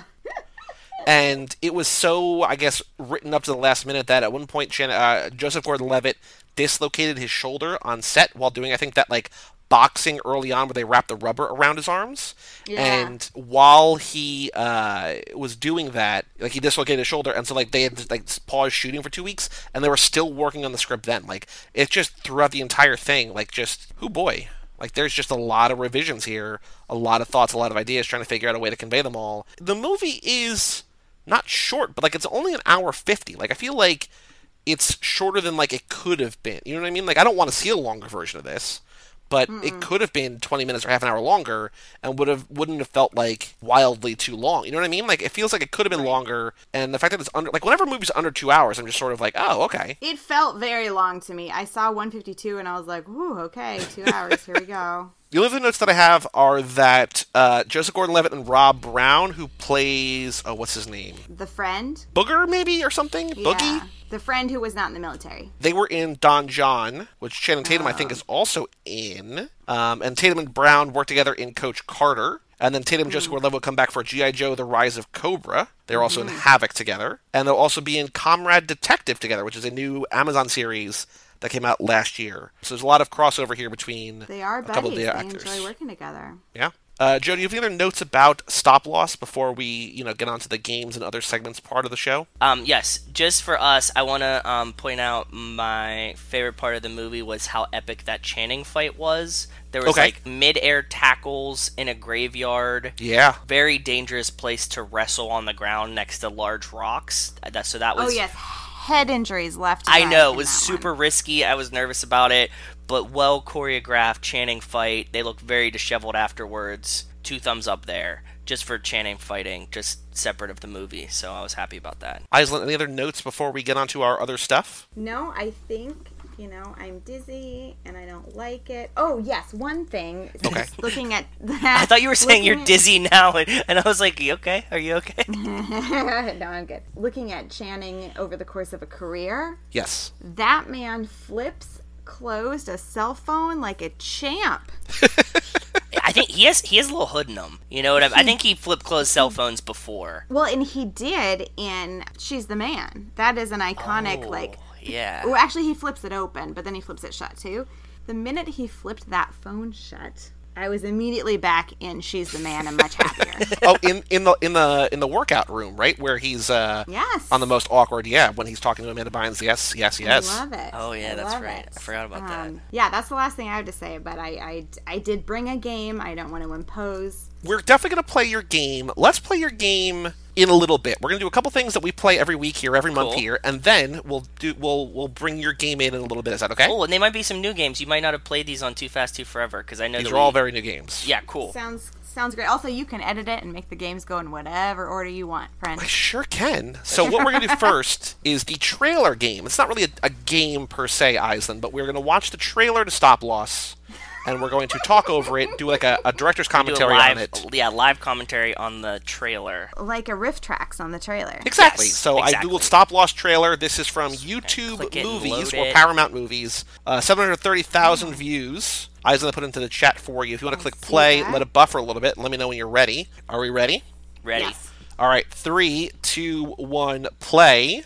Speaker 1: and it was so, I guess, written up to the last minute that at one point Shanna- uh, Joseph Gordon-Levitt dislocated his shoulder on set while doing, I think, that like boxing early on where they wrap the rubber around his arms.
Speaker 3: Yeah.
Speaker 1: And while he uh, was doing that, like he dislocated his shoulder, and so like they had to, like paused shooting for two weeks, and they were still working on the script then. Like it's just throughout the entire thing, like just who boy, like there's just a lot of revisions here, a lot of thoughts, a lot of ideas, trying to figure out a way to convey them all. The movie is not short, but like it's only an hour fifty. Like I feel like it's shorter than like it could have been. You know what I mean? Like I don't want to see a longer version of this, but it could have been 20 minutes or half an hour longer and would have wouldn't have felt like wildly too long. You know what I mean? Like it feels like it could have been longer and the fact that it's under like whenever a movie's under 2 hours I'm just sort of like, "Oh, okay."
Speaker 3: It felt very long to me. I saw 152 and I was like, "Ooh, okay,
Speaker 2: [laughs]
Speaker 3: two hours. Here we go."
Speaker 1: The only other notes that I have are that uh, Joseph Gordon-Levitt and Rob Brown who plays oh what's his name?
Speaker 3: The friend,
Speaker 1: Booger maybe or something? Boogie?
Speaker 3: yeah, the friend who was not in the military.
Speaker 1: They were in Don John, which Channing Tatum, I
Speaker 3: Ah.
Speaker 1: think, is also in. Um, and Tatum and Brown worked together in Coach Carter. And then Tatum and
Speaker 3: Hmm.
Speaker 1: Joseph Gordon Levitt come back for G.I. Joe, The Rise of Cobra. They're also
Speaker 3: Hmm.
Speaker 1: in Havoc together. And they'll also be in Comrade Detective together, which is a new Amazon series that came out last year. So there's a lot of crossover here between
Speaker 3: They are
Speaker 1: a couple
Speaker 3: buddies.
Speaker 1: of
Speaker 3: They
Speaker 1: the actors.
Speaker 3: enjoy working together.
Speaker 1: Yeah. Uh, Joe, do you have any other notes about stop loss before we, you know, get onto the games and other segments part of the show?
Speaker 2: Um, yes, just for us, I want to um, point out my favorite part of the movie was how epic that Channing fight was. There was
Speaker 1: Okay.
Speaker 2: like mid-air tackles in a graveyard.
Speaker 1: Yeah.
Speaker 2: Very dangerous place to wrestle on the ground next to large rocks. That so that
Speaker 3: Oh
Speaker 2: was
Speaker 3: yes, head injuries left. and
Speaker 2: I
Speaker 3: right
Speaker 2: know
Speaker 3: in
Speaker 2: it was
Speaker 3: that
Speaker 2: super
Speaker 3: one.
Speaker 2: risky. I was nervous about it, but well choreographed Channing fight. They looked very disheveled afterwards. Two thumbs up there, just for Channing fighting, just separate of the movie. So I was happy about that.
Speaker 1: Island, any other notes before we get onto our other stuff?
Speaker 3: No, I think you know I'm dizzy and I don't like it. Oh yes, one thing. since
Speaker 1: Okay.
Speaker 3: [laughs] Looking at that,
Speaker 2: I thought
Speaker 3: [laughs]
Speaker 2: you were saying you're
Speaker 3: looking at-
Speaker 2: dizzy now, and, and I was like, "You okay? Are you
Speaker 3: [laughs]
Speaker 2: okay?
Speaker 3: no, I'm good. Looking at Channing over the course of a career,
Speaker 1: Yes.
Speaker 3: that man flips closed a cell phone like a champ.
Speaker 2: I think he has he has a little hood in him. You know what
Speaker 3: [laughs]
Speaker 2: I mean? I think he flipped closed cell phones before.
Speaker 3: Well, and he did in She's the Man. That is an iconic
Speaker 2: Oh,
Speaker 3: like
Speaker 2: yeah.
Speaker 3: Well, actually, he flips it open, but then he flips it shut too. The minute he flipped that phone shut, I was immediately back in She's the Man and much happier.
Speaker 2: [laughs]
Speaker 1: oh, in, in the in the in the workout room, right where he's uh,
Speaker 3: Yes.
Speaker 1: on the most awkward. Yeah, when he's talking to Amanda Bynes. Yes, yes, yes.
Speaker 3: I love it.
Speaker 2: Oh, yeah,
Speaker 3: I
Speaker 2: that's
Speaker 3: love
Speaker 2: right.
Speaker 3: it. Um,
Speaker 2: I forgot about that.
Speaker 3: Yeah, that's the last thing I have to say, but I, I, I did bring a game. I don't want to impose.
Speaker 1: We're definitely gonna play your game. Let's play your game in a little bit. We're gonna do a couple things that we play every week here, every month
Speaker 2: Cool.
Speaker 1: here, and then we'll do we'll we'll bring your game in in a little bit. Is that okay?
Speaker 2: [laughs] Oh, and they might be some new games. You might not have played these on Too Fast Too Forever because I know
Speaker 1: These
Speaker 2: that
Speaker 1: are all
Speaker 2: we-
Speaker 1: very new games.
Speaker 2: yeah cool.
Speaker 3: Sounds sounds great. Also, you can edit it and make the games go in whatever order you want, friend.
Speaker 1: I sure can. So what we're gonna
Speaker 2: [laughs]
Speaker 1: do first is the trailer game. It's not really a, a game per se, Island, but we're gonna watch the trailer to Stop Loss, and we're going to talk over it, do like a, a director's
Speaker 2: Do a
Speaker 1: commentary
Speaker 2: live, oh,
Speaker 1: on it.
Speaker 2: yeah, live commentary on the trailer.
Speaker 3: Like a riff tracks on the trailer.
Speaker 1: Exactly.
Speaker 2: Yes,
Speaker 1: so
Speaker 2: exactly.
Speaker 1: I googled stop loss trailer. This is from YouTube
Speaker 2: click it and
Speaker 1: Movies
Speaker 2: load
Speaker 1: or
Speaker 2: it. Hmm.
Speaker 1: Paramount Movies. Uh, Seven hundred thirty thousand views. I was gonna put into the chat for you. If you want to click
Speaker 3: see
Speaker 1: play,
Speaker 3: that.
Speaker 1: let it buffer a little bit. and Let me know when you're ready. Are we ready?
Speaker 2: Ready?
Speaker 3: Yes.
Speaker 1: All right. Three, two, one, play.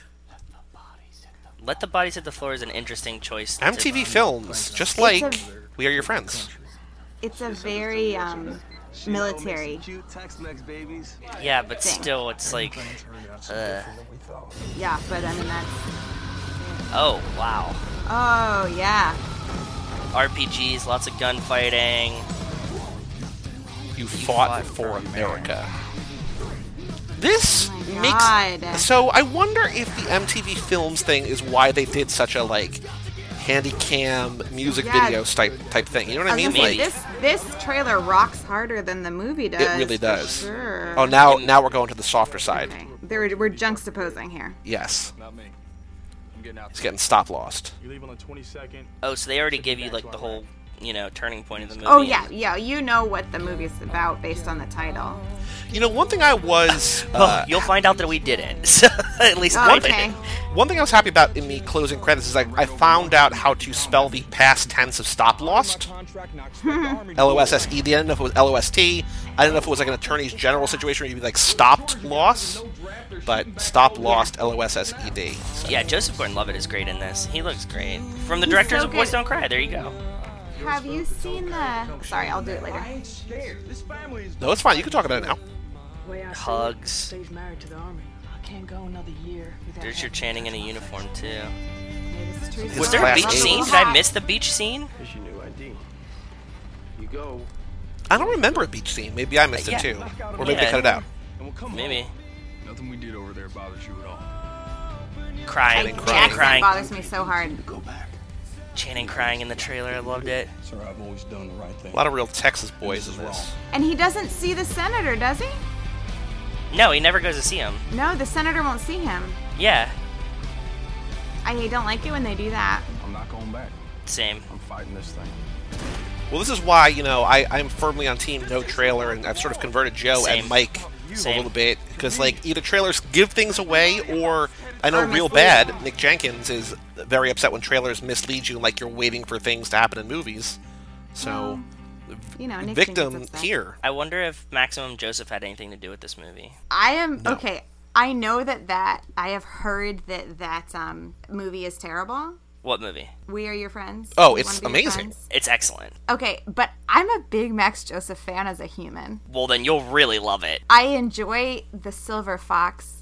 Speaker 2: Let the bodies hit the floor is an interesting choice. to-
Speaker 1: MTV Films, just
Speaker 3: It's
Speaker 1: like
Speaker 3: a-
Speaker 1: We Are Your Friends.
Speaker 3: It's a very um, military.
Speaker 4: Cute text next babies.
Speaker 2: yeah, but
Speaker 3: Thing.
Speaker 2: still, it's like, uh,
Speaker 3: Yeah, but I mean that's.
Speaker 2: oh wow,
Speaker 3: Oh yeah.
Speaker 2: RPGs, lots of gunfighting.
Speaker 1: You fought
Speaker 2: fought
Speaker 1: for
Speaker 2: for
Speaker 1: America. This
Speaker 3: Oh my God.
Speaker 1: makes so. I wonder if the MTV Films thing is why they did such a like handy cam music
Speaker 3: Yeah.
Speaker 1: videos type type thing. You know what I
Speaker 3: I was
Speaker 1: mean?
Speaker 3: gonna say,
Speaker 1: Like
Speaker 3: this this trailer rocks harder than the movie does.
Speaker 1: it really
Speaker 3: for
Speaker 1: does.
Speaker 3: Sure.
Speaker 1: Oh, now now we're going to the softer side.
Speaker 3: Okay. There, we're juxtaposing here.
Speaker 1: Yes,
Speaker 4: Not me. I'm getting out.
Speaker 1: it's getting stop lost.
Speaker 4: You leave on the 22nd.
Speaker 2: Oh, so they already give you like the whole, you know, turning point of the movie.
Speaker 3: Oh yeah, yeah. You know what the movie's about based on the title.
Speaker 1: You know, one thing I
Speaker 3: [laughs]
Speaker 1: was
Speaker 2: Well,
Speaker 1: uh,
Speaker 2: Oh, you'll find out that we didn't. [laughs] So at least
Speaker 3: Oh,
Speaker 2: one
Speaker 3: okay.
Speaker 1: one thing I was happy about in the closing credits is I, I found out how to spell the past tense of stop lost.
Speaker 4: [laughs]
Speaker 1: L O S S E. I didn't know if it was L O S T. I didn't know if it was like an attorney's general situation where you'd be like stopped loss, but stop lost L O S S E D. So,
Speaker 2: Yeah, Joseph Gordon-Levitt is great in this. He looks great. From the
Speaker 3: He's
Speaker 2: directors
Speaker 3: so
Speaker 2: of Boys
Speaker 3: good.
Speaker 2: Don't Cry. There you go.
Speaker 3: Have you seen the? Sorry, I'll do it later.
Speaker 4: ain't scared. This family is.
Speaker 1: no, it's fine. You can talk about it now.
Speaker 5: way I see it,
Speaker 2: Hugs.
Speaker 5: Steve's married to the army. I can't go another year without.
Speaker 2: There's your
Speaker 5: having
Speaker 2: Channing in a uniform too.
Speaker 3: It's true
Speaker 2: Was
Speaker 1: His
Speaker 2: there a
Speaker 1: class
Speaker 2: beach
Speaker 1: is-
Speaker 2: scene? Did I miss the beach scene?
Speaker 4: Here's your new ID. You go,
Speaker 1: I don't remember a beach scene. Maybe I missed
Speaker 2: Yeah.
Speaker 1: it too, or maybe they
Speaker 2: Yeah.
Speaker 1: cut it out.
Speaker 4: and we'll come.
Speaker 2: Maybe.
Speaker 4: Nothing we did over there bothers you at all.
Speaker 2: Crying,
Speaker 1: Channing
Speaker 2: Channing
Speaker 1: crying.
Speaker 3: That
Speaker 2: crying,
Speaker 3: bothers me so hard.
Speaker 4: Go back.
Speaker 2: Channing crying in the trailer. I loved it.
Speaker 4: Sir, I've always done the right thing.
Speaker 1: A lot of real Texas boys in this.
Speaker 3: And he doesn't see the senator, does he?
Speaker 2: No, he never goes to see him.
Speaker 3: No, the senator won't see him.
Speaker 2: Yeah,
Speaker 3: I don't like it when they do that.
Speaker 4: I'm not going back.
Speaker 2: same.
Speaker 4: I'm fighting this thing.
Speaker 1: Well, this is why you know I I'm firmly on team no trailer, and I've sort of converted Joe
Speaker 2: Same.
Speaker 1: and Mike
Speaker 2: Same.
Speaker 1: a little bit because like either trailers give things away, or I know
Speaker 3: Or
Speaker 1: real
Speaker 3: mislead.
Speaker 1: bad Nick Jenkins is very upset when trailers mislead you, like you're waiting for things to happen in movies. So
Speaker 3: You know, Nick
Speaker 1: victim
Speaker 3: Jenkins upset.
Speaker 1: here.
Speaker 2: I wonder if Maximum Joseph had anything to do with this movie.
Speaker 3: I am okay. I know that that I have heard that that um, movie is terrible,
Speaker 2: What movie?
Speaker 3: We Are Your Friends.
Speaker 1: Oh,
Speaker 3: Wanna
Speaker 1: it's
Speaker 3: Be Your
Speaker 1: amazing.
Speaker 3: Friends?
Speaker 2: It's excellent.
Speaker 3: Okay, but I'm a big Max Joseph fan as a human.
Speaker 2: Well, then you'll really love it.
Speaker 3: I enjoy the Silver Fox.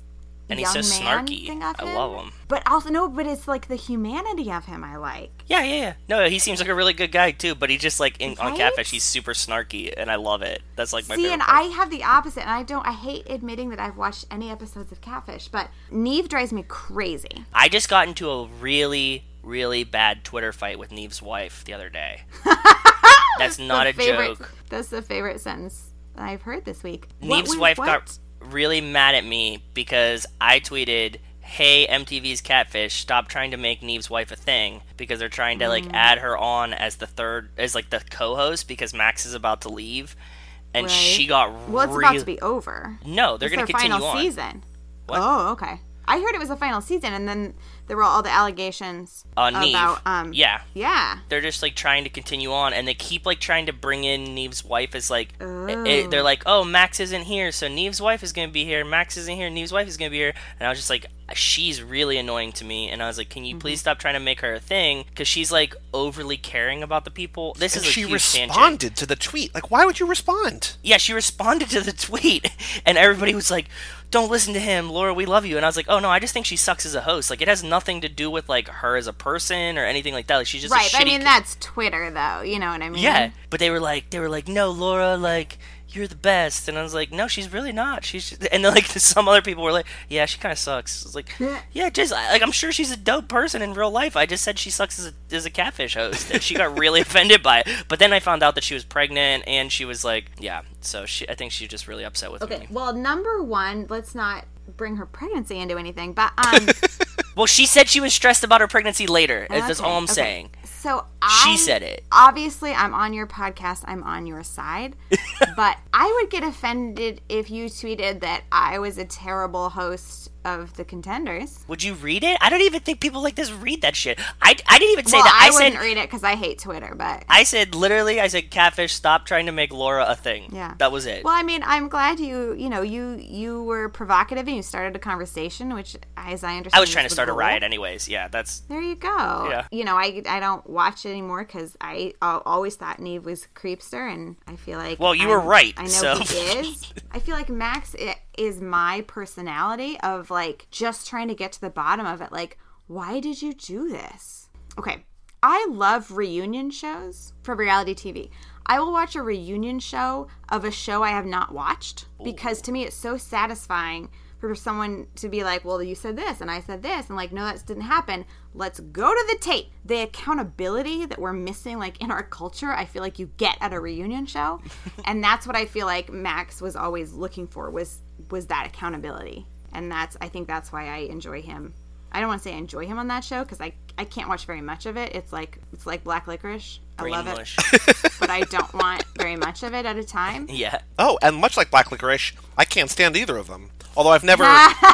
Speaker 2: And he's
Speaker 3: young
Speaker 2: so
Speaker 3: man
Speaker 2: snarky.
Speaker 3: Thing of
Speaker 2: I
Speaker 3: him.
Speaker 2: love him.
Speaker 3: But also no, but it's like the humanity of him I like.
Speaker 2: Yeah, yeah, yeah. No, he seems like a really good guy too. But he just like in, on
Speaker 3: Right?
Speaker 2: Catfish, he's super snarky, and I love it. That's like my
Speaker 3: See,
Speaker 2: favorite.
Speaker 3: and
Speaker 2: part.
Speaker 3: I have the opposite, and I don't. I hate admitting that I've watched any episodes of Catfish, but Neve drives me crazy.
Speaker 2: I just got into a really, really bad Twitter fight with Neve's wife the other
Speaker 3: [laughs]
Speaker 2: day. That's not
Speaker 3: The
Speaker 2: a
Speaker 3: favorite-
Speaker 2: joke.
Speaker 3: That's the favorite sentence I've heard this week. What
Speaker 2: Neve's
Speaker 3: was
Speaker 2: wife
Speaker 3: what?
Speaker 2: got really mad at me because I tweeted, "Hey MTV's Catfish, stop trying to make Neve's wife a thing because they're trying to
Speaker 3: Mm.
Speaker 2: like add her on as the third as like the co-host because Max is about to leave." And
Speaker 3: Right.
Speaker 2: she got
Speaker 3: Well, it's
Speaker 2: really
Speaker 3: about to be over.
Speaker 2: No, they're
Speaker 3: It's
Speaker 2: going
Speaker 3: their
Speaker 2: to continue
Speaker 3: final
Speaker 2: on.
Speaker 3: season.
Speaker 2: What?
Speaker 3: Oh, okay. I heard it was the final season, and then there were all the allegations
Speaker 2: On Neve.
Speaker 3: about um
Speaker 2: yeah.
Speaker 3: yeah
Speaker 2: they're just like trying to continue on and they keep like trying to bring in Neve's wife as like i- i- they're like oh Max isn't here so Neve's wife is going to be here Max isn't here Neve's wife is going to be here and I was just like she's really annoying to me and I was like
Speaker 3: Mm-hmm.
Speaker 2: can you please stop trying to make her a thing cuz she's like overly caring about the people this
Speaker 1: And
Speaker 2: is a
Speaker 1: she
Speaker 2: huge
Speaker 1: responded
Speaker 2: tangent
Speaker 1: to the tweet. Like, why would you respond?
Speaker 2: yeah she responded to the tweet [laughs] and everybody was like don't listen to him Laura we love you and I was like oh no I just think she sucks as a host like it has nothing to do with like her as a person or anything like that like she's just a
Speaker 3: right. But I
Speaker 2: shitty
Speaker 3: mean, that's Twitter, though. You know what I mean?
Speaker 2: Yeah, but they were like, they were like, no, Laura, like you're the best, and I was like, no, she's really not. She's just... [laughs] and then, like some other people were like, yeah, she kind of sucks. It's like, yeah, just I- like I'm sure she's a dope person in real life. I just said she sucks as a, as a catfish host, and she got
Speaker 3: [laughs]
Speaker 2: really offended by it. But then I found out that she was pregnant, and she was like, yeah, so she, I think she's just really upset with
Speaker 3: Okay.
Speaker 2: me.
Speaker 3: Well, number one, let's not bring her pregnancy into anything. But
Speaker 2: [laughs]
Speaker 3: um,
Speaker 2: Well, she said she was stressed about her pregnancy later. That's
Speaker 3: Oh, Okay,
Speaker 2: all I'm
Speaker 3: okay.
Speaker 2: saying.
Speaker 3: so I
Speaker 2: She said it.
Speaker 3: Obviously, I'm on your podcast. I'm on
Speaker 2: [laughs]
Speaker 3: your side. but I would get offended if you tweeted that I was a terrible host of the contenders.
Speaker 2: Would you read it? I don't even think people like this read that shit. I, I didn't even say
Speaker 3: well,
Speaker 2: that.
Speaker 3: I,
Speaker 2: said
Speaker 3: wouldn't read it because I hate Twitter, but.
Speaker 2: I said literally, I said catfish. Stop trying to make Laura a thing.
Speaker 3: Yeah.
Speaker 2: that was it.
Speaker 3: Well, I mean, I'm glad you, you know, you you were provocative and you started a conversation, which, as I understand,
Speaker 2: I was
Speaker 3: is
Speaker 2: trying to
Speaker 3: the
Speaker 2: start a
Speaker 3: goal.
Speaker 2: riot, anyways. Yeah, that's
Speaker 3: There you go.
Speaker 2: Yeah.
Speaker 3: You know, I, I don't watch it anymore because I al- always thought Neve was a creepster, and I feel like
Speaker 2: Well, you were right,
Speaker 3: I know
Speaker 2: so-
Speaker 3: he is. I feel like Max i- is my personality of like just trying to get to the bottom of it. Like, why did you do this? Okay, I love reunion shows for reality TV. I will watch a reunion show of a show I have not watched because to me it's so satisfying for someone to be like, well, you said this and I said this, and like, no, that didn't happen. Let's go to the tape. The accountability that we're missing, like in our culture, I feel like you get at a
Speaker 2: [laughs]
Speaker 3: reunion show, and that's what I feel like Max was always looking for was was that accountability, and that's I think that's why I enjoy him. I don't want to say I enjoy him on that show because I I can't watch very much of it. It's like it's like black licorice. I
Speaker 2: brain
Speaker 3: love
Speaker 2: mush.
Speaker 3: it, but I don't want very much of it at a time.
Speaker 2: [laughs] yeah,
Speaker 1: Oh, and much like Black Licorice, I can't stand either of them. Although I've
Speaker 3: [laughs]
Speaker 1: never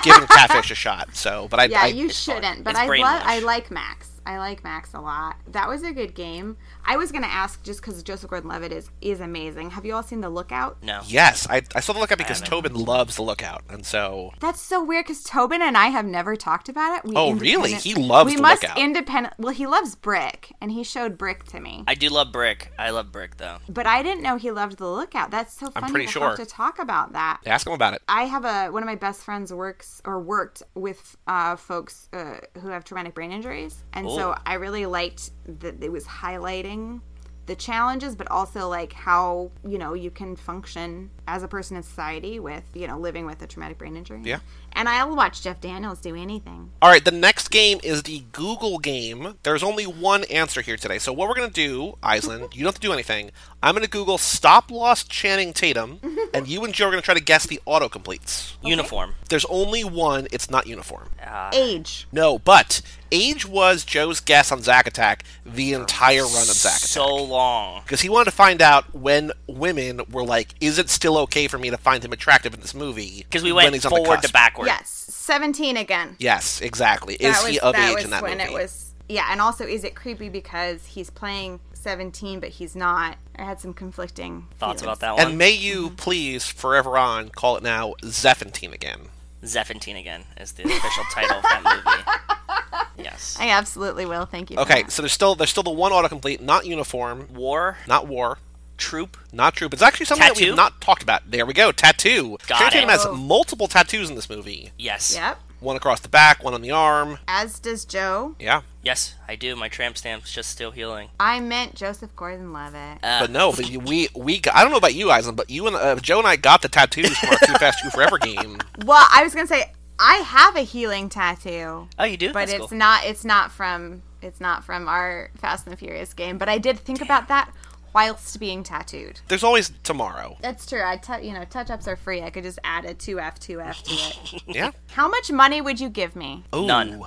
Speaker 1: given Catfish a shot, so but I,
Speaker 3: Yeah,
Speaker 1: I
Speaker 3: you
Speaker 2: fine.
Speaker 3: shouldn't. But
Speaker 2: It's
Speaker 3: I
Speaker 2: brain
Speaker 3: love.
Speaker 2: mush.
Speaker 3: I like Max. I like Max a lot. That was a good game. I was gonna ask just because Joseph Gordon-Levitt is is amazing. Have you all seen The Lookout?
Speaker 2: no.
Speaker 1: yes, I, I saw the lookout because Tobin loves the lookout, and so
Speaker 3: That's so weird because Tobin and I have never talked about it. We
Speaker 1: Oh, really?
Speaker 3: independent-
Speaker 1: He loves
Speaker 3: We
Speaker 1: The
Speaker 3: must
Speaker 1: Lookout.
Speaker 3: independent. Well, he loves Brick, and he showed Brick to me.
Speaker 2: I do love brick. I love brick though.
Speaker 3: But I didn't know he loved The Lookout. That's so funny.
Speaker 1: pretty
Speaker 3: to
Speaker 1: sure.
Speaker 3: have to talk about that.
Speaker 1: ask him about it.
Speaker 3: I have a one of my best friends works or worked with uh, folks uh, who have traumatic brain injuries, and
Speaker 2: Ooh.
Speaker 3: so
Speaker 1: Oh.
Speaker 3: I really liked that it was highlighting the challenges, but also like how you know you can function as a person in society with you know living with a traumatic brain injury.
Speaker 1: Yeah.
Speaker 3: and I'll watch Jeff Daniels do anything.
Speaker 1: All right, the next game is the Google game. There's only one answer here today. So what we're gonna do, Island, you don't have to do anything. I'm gonna Google stop loss Channing
Speaker 3: [laughs]
Speaker 1: Tatum, and you and Joe are gonna try to guess the autocompletes.
Speaker 2: Uniform.
Speaker 1: There's only one. It's not uniform.
Speaker 3: Age.
Speaker 1: No, but age was Joe's guess on Zack Attack the
Speaker 3: Oh,
Speaker 1: entire run of Zack Attack.
Speaker 2: So long.
Speaker 1: because he wanted to find out when women were like, is it still okay for me to find him attractive in this movie?
Speaker 2: Because we
Speaker 1: when
Speaker 2: went
Speaker 1: he's on the
Speaker 2: forward to
Speaker 1: cusp?
Speaker 2: backward.
Speaker 3: Yes, seventeen again.
Speaker 1: Yes, exactly. Is
Speaker 3: That
Speaker 1: he
Speaker 3: was-
Speaker 1: of
Speaker 3: that
Speaker 1: age
Speaker 3: was
Speaker 1: in that
Speaker 3: when
Speaker 1: movie?
Speaker 3: It was, yeah, and also is it creepy because he's playing seventeen but he's not? I had some conflicting
Speaker 2: Thoughts
Speaker 3: feelings.
Speaker 2: about that one?
Speaker 1: and may you
Speaker 2: Mm-hmm.
Speaker 1: please, forever on, call it now Zephantine again.
Speaker 2: Zephantine again is the official title of that movie.
Speaker 3: [laughs]
Speaker 2: Yes.
Speaker 3: I absolutely will. Thank you. for
Speaker 1: Okay,
Speaker 3: that.
Speaker 1: so there's still there's still the one autocomplete, not uniform,
Speaker 2: War
Speaker 1: not war,
Speaker 2: troop.
Speaker 1: not troop. It's actually something that
Speaker 2: Tattoo?
Speaker 1: we've not talked about. There we go, tattoo.
Speaker 2: Got
Speaker 1: Sharon
Speaker 2: it.
Speaker 1: Tatum has
Speaker 3: Oh.
Speaker 1: multiple tattoos in this movie.
Speaker 2: Yes.
Speaker 3: Yep.
Speaker 1: One across the back, one on the arm.
Speaker 3: As does Joe.
Speaker 1: Yeah,
Speaker 2: Yes, I do. My tramp stamp's just still healing.
Speaker 3: I meant Joseph Gordon-Levitt.
Speaker 2: Uh.
Speaker 1: but no, but you- we we got, I don't know about you, Eisen, but you and uh, Joe and I got the tattoos from our Too Fast Too Forever
Speaker 2: [laughs]
Speaker 1: game.
Speaker 3: well, I was gonna say I have a
Speaker 1: [laughs]
Speaker 3: healing tattoo,
Speaker 2: Oh, you do?
Speaker 3: but
Speaker 2: That's
Speaker 3: it's
Speaker 2: cool.
Speaker 3: not. It's not from. It's not from our Fast and the Furious game. But I did think about that whilst being tattooed.
Speaker 1: There's always tomorrow.
Speaker 3: That's true. I t- you know touch ups are free. I could just add a two F two F to it.
Speaker 1: Yeah.
Speaker 3: [laughs] How much money would you give me?
Speaker 1: Ooh.
Speaker 2: None.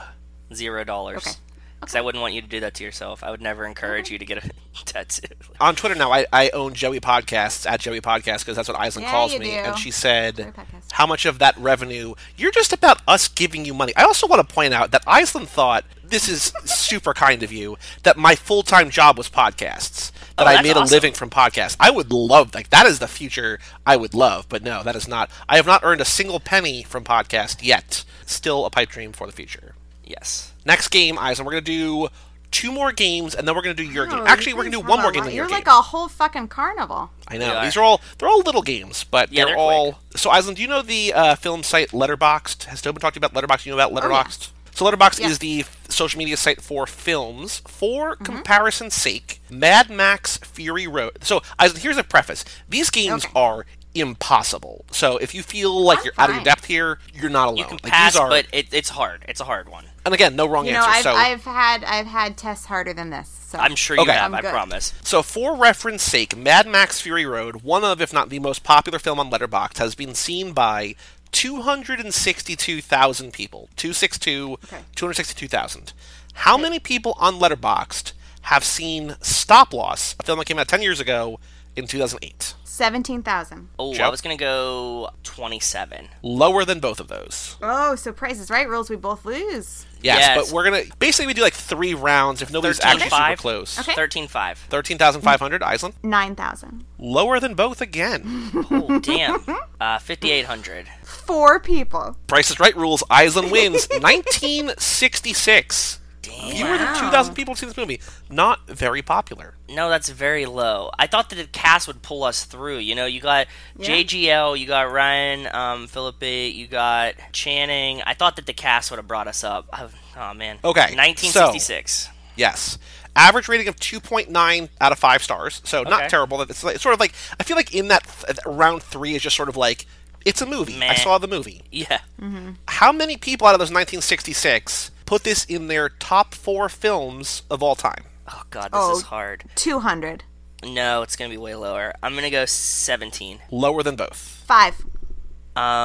Speaker 2: Zero dollars.
Speaker 3: Okay.
Speaker 2: Because I wouldn't want you to do that to yourself. I would never encourage you to get a [laughs] tattoo.
Speaker 1: On Twitter now, I, I own Joey Podcasts at Joey Podcasts because that's what Eisen
Speaker 3: Yeah,
Speaker 1: calls
Speaker 3: you
Speaker 1: me.
Speaker 3: do.
Speaker 1: And she said,
Speaker 3: Joey Podcast.
Speaker 1: How much of that revenue? You're just about us giving you money. I also want to point out that Iceland thought, This is [laughs] super kind of you, that my full time job was podcasts, that
Speaker 2: Oh,
Speaker 1: I
Speaker 2: that's
Speaker 1: made a
Speaker 2: awesome.
Speaker 1: living from podcasts. I would love, like, that is the future I would love, but no, that is not. I have not earned a single penny from podcast yet. Still a pipe dream for the future.
Speaker 2: yes.
Speaker 1: Next game, Eisen, we're going to do two more games and then we're going to do your
Speaker 3: Oh,
Speaker 1: game.
Speaker 3: you
Speaker 1: Actually, we're
Speaker 3: guys
Speaker 1: going to do
Speaker 3: have
Speaker 1: one
Speaker 3: a
Speaker 1: more game
Speaker 3: lot-
Speaker 1: than your
Speaker 3: You're
Speaker 1: game.
Speaker 3: like a whole fucking carnival.
Speaker 1: I know.
Speaker 2: They
Speaker 1: These
Speaker 2: are.
Speaker 1: are all they're all little games, but
Speaker 2: Yeah,
Speaker 1: they're,
Speaker 2: they're
Speaker 1: all
Speaker 2: quick.
Speaker 1: so Island, do you know the uh, film site Letterboxd? Has Tobin talked to you about Letterboxd? You know
Speaker 2: Oh,
Speaker 1: about Letterboxd? So Letterboxd
Speaker 3: Yeah.
Speaker 1: is the f- social media site for films. For
Speaker 2: Mm-hmm.
Speaker 1: comparison's sake, Mad Max Fury Road. So Island, here's a preface. These games
Speaker 3: Okay.
Speaker 1: are impossible. So if you feel like
Speaker 3: I'm
Speaker 1: you're out of your
Speaker 3: fine.
Speaker 1: depth here, you're not alone.
Speaker 2: You can
Speaker 1: like
Speaker 2: pass,
Speaker 1: these are
Speaker 2: but it, it's hard. It's a hard one.
Speaker 1: and again, no wrong
Speaker 3: You know,
Speaker 1: answer.
Speaker 3: I've,
Speaker 1: so
Speaker 3: I've had I've had tests harder than this. So
Speaker 2: I'm sure you
Speaker 1: Okay.
Speaker 2: have,
Speaker 3: I'm
Speaker 2: I
Speaker 3: good.
Speaker 2: promise.
Speaker 1: So, for reference sake, Mad Max Fury Road, one of, if not the most popular film on Letterboxd, has been seen by 262,000 people. 262,
Speaker 3: Okay.
Speaker 1: 262,000. How many people on Letterboxd have seen Stop Loss, a film that came out 10 years ago in 2008?
Speaker 3: seventeen thousand.
Speaker 2: Oh,
Speaker 1: Joe?
Speaker 2: I was going to go 27.
Speaker 1: Lower than both of those.
Speaker 3: Oh, so Price is Right rules. We both lose.
Speaker 1: Yes,
Speaker 2: Yes.
Speaker 1: but we're going to basically we do like three rounds if nobody's actually
Speaker 2: 13,500.
Speaker 1: super close.
Speaker 3: Okay.
Speaker 2: 13.5.
Speaker 1: 13,500, Iceland.
Speaker 3: Nine thousand.
Speaker 1: Lower than both again.
Speaker 2: Oh,
Speaker 3: [laughs]
Speaker 2: damn. Uh, 5,800.
Speaker 3: Four people.
Speaker 1: Price is Right rules. Iceland
Speaker 2: [laughs]
Speaker 1: wins 1966.
Speaker 2: Damn.
Speaker 1: Fewer than 2,000 people have seen this movie. Not very popular.
Speaker 2: No, that's very low. I thought that the cast would pull us through. You know, you got JGL, you got Ryan um, Phillippe, you got Channing. I thought that the cast would have brought us up. Oh, oh, man.
Speaker 1: Okay,
Speaker 2: 1966.
Speaker 1: Yes. Average rating of 2.9 out of 5 stars. So not
Speaker 2: Okay.
Speaker 1: terrible. It's, like, it's sort of like, I feel like in that th- round 3 is just sort of like, it's a movie. I
Speaker 2: Meh.
Speaker 1: saw the movie.
Speaker 2: Yeah.
Speaker 3: Mm.
Speaker 1: How many people out of those 1966 put this in their top 4 films of all time?
Speaker 2: Oh god, this
Speaker 3: Oh.
Speaker 2: is hard.
Speaker 3: Two hundred.
Speaker 2: No, it's gonna be way lower. I'm gonna go 17.
Speaker 1: Lower than both.
Speaker 3: Five.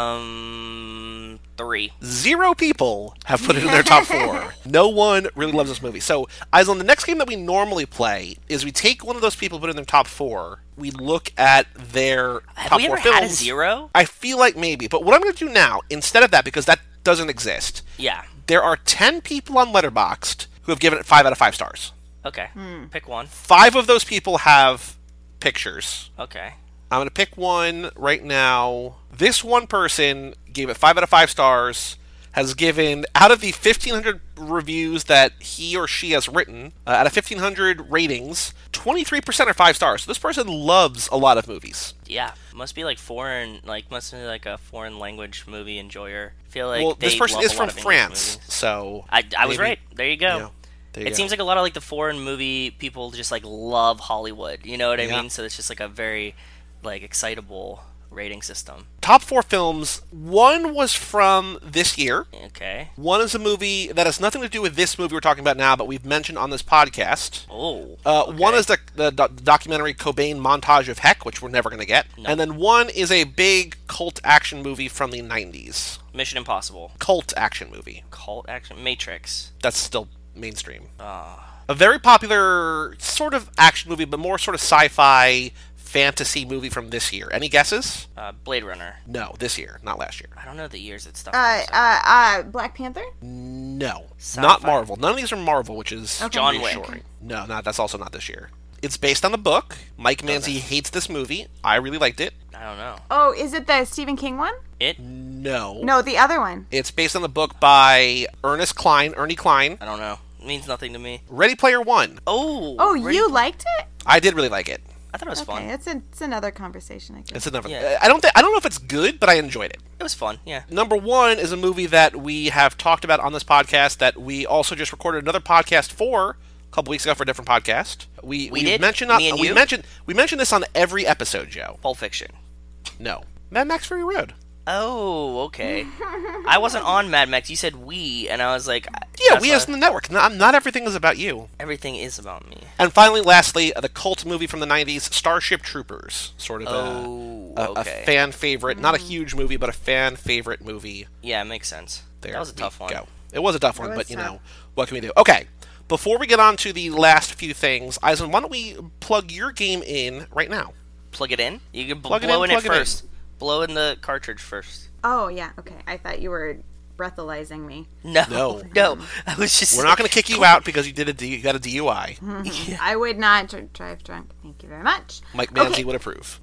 Speaker 2: Um, three.
Speaker 1: Zero people have put it in their top
Speaker 2: [laughs]
Speaker 1: four. No one really loves this movie. So, Island, the next game that we normally play is we take one of those people put in their top four. We look at their
Speaker 2: Have
Speaker 1: top
Speaker 2: we
Speaker 1: four
Speaker 2: ever had a
Speaker 1: films.
Speaker 2: zero?
Speaker 1: I feel like maybe, but what I'm going to do now, instead of that, because that doesn't exist,
Speaker 2: Yeah.
Speaker 1: there are ten people on Letterboxd who have given it five out of five stars.
Speaker 2: Okay. Pick one.
Speaker 1: Five of those people have pictures.
Speaker 2: Okay.
Speaker 1: I'm going to pick one right now. This one person gave it five out of five stars, has given, out of the 1,500 reviews that he or she has written, uh, out of 1,500 ratings, 23% are five stars. So this person loves a lot of movies.
Speaker 2: Yeah. Must be like foreign, like must be like a foreign language movie enjoyer. I feel like
Speaker 1: well, this
Speaker 2: they
Speaker 1: person
Speaker 2: love
Speaker 1: is
Speaker 2: a lot
Speaker 1: from
Speaker 2: of English
Speaker 1: France,
Speaker 2: movies.
Speaker 1: so.
Speaker 2: I, I was
Speaker 1: maybe-
Speaker 2: right. There you go.
Speaker 1: Yeah. There you
Speaker 2: it
Speaker 1: go.
Speaker 2: seems like a lot of like the foreign movie people just like love Hollywood. You know what I
Speaker 1: Yeah.
Speaker 2: mean? So it's just like a very like excitable rating system.
Speaker 1: Top four films. One was from this year.
Speaker 2: Okay.
Speaker 1: One is a movie that has nothing to do with this movie we're talking about now, but we've mentioned on this podcast.
Speaker 2: Oh.
Speaker 1: Uh, One
Speaker 2: okay.
Speaker 1: is the, the doc- documentary Cobain Montage of Heck, which we're never going to get. And then one is a big cult action movie from the 90s.
Speaker 2: Mission Impossible.
Speaker 1: Cult action movie.
Speaker 2: Cult action Matrix.
Speaker 1: That's still mainstream.
Speaker 2: Ah.
Speaker 1: A very popular sort of action movie, but more sort of sci fi fantasy movie from this year. Any guesses?
Speaker 2: Uh, Blade Runner.
Speaker 1: No, this year, not last year.
Speaker 2: I don't know the years that stuff.
Speaker 3: Uh,
Speaker 2: comes out.
Speaker 3: uh, uh, Black Panther.
Speaker 1: No,
Speaker 2: Sci-fi.
Speaker 1: not Marvel. None of these are Marvel, which is
Speaker 2: John Wick.
Speaker 1: reassuring. No, not that's also not this year. It's based on the book. Mike Manzi hates this movie. I really liked it.
Speaker 2: I don't know.
Speaker 3: Oh, is it the Stephen King one?
Speaker 2: It
Speaker 1: No.
Speaker 3: No, the other one.
Speaker 1: It's based on the book by Ernest Klein, Ernie Klein.
Speaker 2: I don't know. It means nothing to me.
Speaker 1: Ready Player One.
Speaker 2: Oh.
Speaker 3: Oh,
Speaker 2: Ready-
Speaker 3: you liked it?
Speaker 1: I did really like it.
Speaker 2: I thought it was
Speaker 3: Okay,
Speaker 2: fun.
Speaker 3: it's, a, it's another conversation. I guess.
Speaker 1: It's another.
Speaker 2: Yeah.
Speaker 1: I don't. Th- I don't know if it's good, but I enjoyed it.
Speaker 2: It was fun. Yeah.
Speaker 1: Number one is a movie that we have talked about on this podcast that we also just recorded another podcast for a couple weeks ago for a different podcast. We
Speaker 2: We did?
Speaker 1: mentioned on-
Speaker 2: Me and
Speaker 1: we
Speaker 2: you?
Speaker 1: mentioned we mentioned this on every episode, Joe.
Speaker 2: Pulp Fiction.
Speaker 1: No, Mad Max Fury Road. [laughs]
Speaker 2: Oh, okay. I wasn't on Mad Max. You said we, and I was like, I-
Speaker 1: Yeah,
Speaker 2: that's
Speaker 1: we
Speaker 2: why-
Speaker 1: as in the network. Not, not everything is about you.
Speaker 2: everything is about me.
Speaker 1: And finally, lastly, uh, the cult movie from the '90s, Starship Troopers. Sort of a-
Speaker 2: Oh,
Speaker 1: a, a
Speaker 2: okay.
Speaker 1: fan favorite. Not a
Speaker 3: Hmm.
Speaker 1: huge movie, but a fan favorite movie.
Speaker 2: Yeah, it makes sense.
Speaker 1: There
Speaker 2: that was a
Speaker 1: we
Speaker 2: tough one.
Speaker 1: Go. It was a tough one,
Speaker 3: was
Speaker 1: but you
Speaker 3: tough.
Speaker 1: know what can we do? Okay, before we get on to the last few things, Eisen, why don't we plug your game in right now?
Speaker 2: Plug it in. You can bl-
Speaker 1: Plug it
Speaker 2: blow
Speaker 1: in,
Speaker 2: in, it
Speaker 1: plug it in.
Speaker 2: first. Blow in the cartridge first. [laughs]
Speaker 3: Oh, yeah. Okay. I thought you were breathalyzing me.
Speaker 2: No,
Speaker 1: No.
Speaker 2: no, I was just.
Speaker 1: We're not going to kick you out because you did a D- you got a
Speaker 3: Mm-hmm.
Speaker 1: DUI.
Speaker 3: I would not dr- drive drunk. Thank you very much.
Speaker 1: Mike
Speaker 3: Okay,
Speaker 1: Manzi would approve.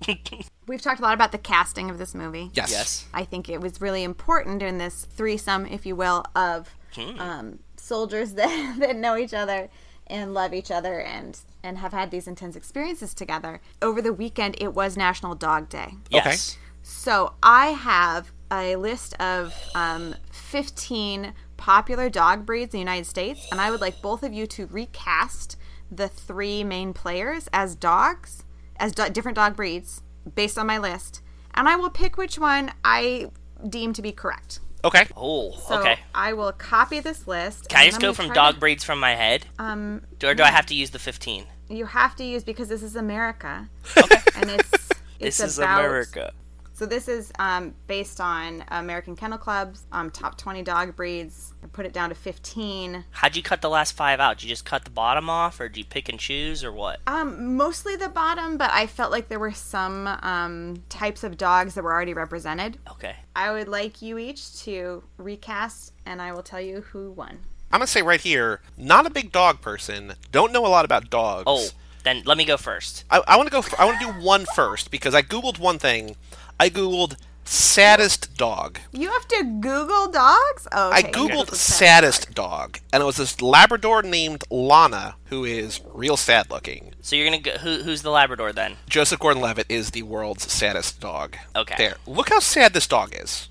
Speaker 3: We've talked a lot about the casting of this movie.
Speaker 1: Yes.
Speaker 2: [laughs] Yes.
Speaker 3: I think it was really important in this threesome, if you will, of um, soldiers [laughs] that, that know each other and love each other and and have had these intense experiences together. Over the weekend, it was National Dog Day.
Speaker 2: Yes.
Speaker 3: So I have a list of um, 15 popular dog breeds in the United States, and I would like both of you to recast the three main players as dogs, as do- different dog breeds based on my list, and I will pick which one I deem to be correct.
Speaker 1: Okay.
Speaker 2: Oh,
Speaker 3: So
Speaker 2: okay.
Speaker 3: I will copy this list.
Speaker 2: Can I
Speaker 3: and
Speaker 2: just
Speaker 3: I'm
Speaker 2: go
Speaker 3: gonna
Speaker 2: from
Speaker 3: try
Speaker 2: dog
Speaker 3: to-
Speaker 2: breeds from my head? Um, do, or do I have to use the 15?
Speaker 3: You have to use because this is America,
Speaker 2: Okay.
Speaker 3: and it's.
Speaker 2: [laughs] this
Speaker 3: it's
Speaker 2: is
Speaker 3: about-
Speaker 2: America.
Speaker 3: So this is um, based on American Kennel Club's um, top 20 dog breeds. I put it down to 15.
Speaker 2: How'd you cut the last five out? Did you just cut the bottom off, or did you pick and choose, or what?
Speaker 3: Um, mostly the bottom, but I felt like there were some um, types of dogs that were already represented.
Speaker 2: Okay.
Speaker 3: I would like you each to recast, and I will tell you who won.
Speaker 1: I'm going to say right here, not a big dog person, don't know a lot about dogs.
Speaker 2: Oh, then let me go first.
Speaker 1: I, I want to go. f I I want to do one first because I googled one thing. I googled saddest dog.
Speaker 3: You have to Google dogs. Oh,
Speaker 1: I
Speaker 3: okay, you
Speaker 1: googled
Speaker 3: Googled
Speaker 1: saddest dog, and it was this Labrador named Lana, who is real sad looking.
Speaker 2: So you're gonna go. Who, who's the Labrador then?
Speaker 1: Joseph Gordon-Levitt is the world's saddest dog.
Speaker 2: Okay.
Speaker 1: There. Look how sad this dog is.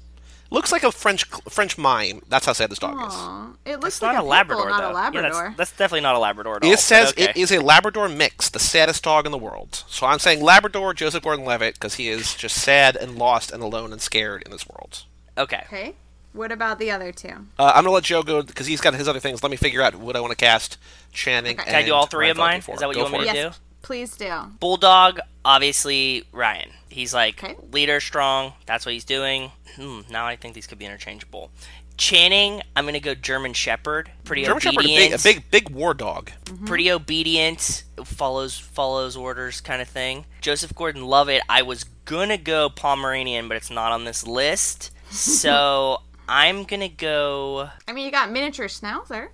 Speaker 1: Looks like a French French mime. That's how sad this dog
Speaker 3: Aw, It looks
Speaker 2: It's
Speaker 3: like
Speaker 2: not a,
Speaker 3: a,
Speaker 2: Labrador,
Speaker 3: pitbull, not
Speaker 2: though.
Speaker 3: a
Speaker 2: Yeah, that's-
Speaker 3: Labrador.
Speaker 2: that's, definitely not a Labrador at all.
Speaker 1: is. It
Speaker 2: but
Speaker 1: says it
Speaker 2: Oh, okay.
Speaker 1: is a Labrador mix, the saddest dog in the world. So I'm saying Labrador Joseph Gordon-Levitt because he is just sad and lost and alone and scared in this world.
Speaker 2: Okay.
Speaker 3: okay. What about the other two?
Speaker 1: Uh, I'm gonna let Joe go because he's got his other things. Let me figure out what I want to cast. Channing.
Speaker 3: Okay.
Speaker 1: And
Speaker 3: Can
Speaker 2: I do all three
Speaker 1: Ryan
Speaker 2: of mine?
Speaker 1: Phillippe
Speaker 2: Is that what
Speaker 1: for.
Speaker 2: you
Speaker 1: Go
Speaker 2: want me
Speaker 1: for
Speaker 2: to
Speaker 1: it.
Speaker 2: do?
Speaker 3: Yes, please do.
Speaker 2: Bulldog, obviously Ryan. He's like
Speaker 3: Okay.
Speaker 2: leader, strong. That's what he's doing. Hmm, now I think these could be interchangeable. Channing, I'm gonna go German Shepherd. Pretty
Speaker 1: German Shepherd, a big,
Speaker 2: obedient.
Speaker 1: a big, big war dog.
Speaker 2: pretty obedient. Follows follows orders kind of thing. Joseph Gordon Levitt. I was gonna go Pomeranian, but it's not on this list.
Speaker 3: [laughs]
Speaker 2: So I'm gonna go.
Speaker 3: I mean, you got miniature schnauzer.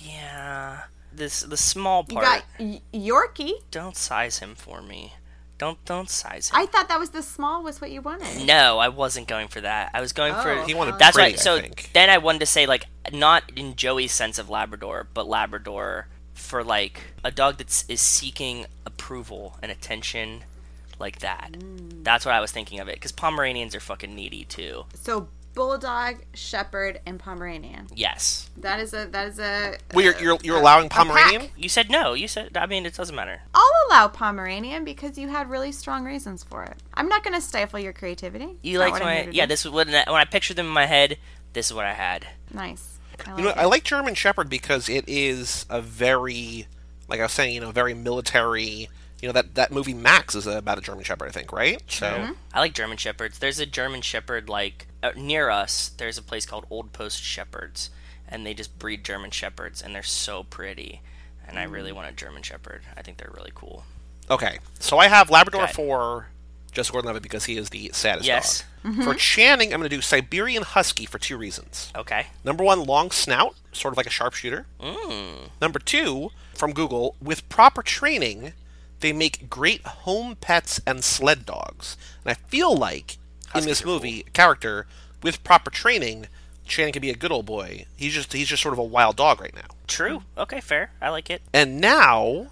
Speaker 2: Yeah, this the small
Speaker 3: You
Speaker 2: part.
Speaker 3: got y- Yorkie.
Speaker 2: Don't size him for me. Don't don't size him.
Speaker 3: I thought that was the small was what you wanted.
Speaker 2: No, I wasn't going for that. I was going
Speaker 3: Oh.
Speaker 2: for
Speaker 1: He wanted
Speaker 2: that's
Speaker 1: pretty,
Speaker 2: right.
Speaker 1: I
Speaker 2: So
Speaker 1: think.
Speaker 2: then I wanted to say like not in Joey's sense of Labrador, but Labrador for like a dog that is seeking approval and attention, like that. That's what I was thinking of it because Pomeranians are fucking needy too.
Speaker 3: So bulldog, shepherd, and pomeranian.
Speaker 2: Yes,
Speaker 3: That is a that is a.
Speaker 1: Well,
Speaker 2: Uh,
Speaker 1: you're, you're, you're allowing Pomeranian.
Speaker 2: you said no. You said I mean it doesn't matter.
Speaker 3: I'll allow pomeranian because you had really strong reasons for it. I'm not going to stifle your creativity.
Speaker 2: You
Speaker 3: It's not
Speaker 2: liked
Speaker 3: what I'm
Speaker 2: my
Speaker 3: here to
Speaker 2: yeah.
Speaker 3: do.
Speaker 2: This was when I, when I pictured them in my head. This is what I had.
Speaker 3: nice. I like
Speaker 1: You know,
Speaker 3: it.
Speaker 1: I like German Shepherd because it is a very, like I was saying, you know, very military. You know that that movie Max is about a German Shepherd, I think, right? So
Speaker 2: I like German Shepherds. There's a German Shepherd like uh, near us. There's a place called Old Post Shepherds, and they just breed German Shepherds, and they're so pretty. And I
Speaker 3: Mm.
Speaker 2: really want a German Shepherd. I think they're really cool.
Speaker 1: okay, so I have Labrador
Speaker 2: Okay.
Speaker 1: for Joseph Gordon-Levitt because he is the saddest
Speaker 2: Yes. Mm-hmm.
Speaker 1: dog. For Channing, I'm going to do Siberian Husky for two reasons.
Speaker 2: Okay.
Speaker 1: Number one, long snout, sort of like a sharpshooter. Number two, from Google, with proper training, they make great home pets and sled dogs. And I feel like in this movie, character with proper training, Channing can be a good old boy. He's just he's just sort of a wild dog right now.
Speaker 2: True.
Speaker 3: Mm.
Speaker 2: Okay, fair. I like it.
Speaker 1: And now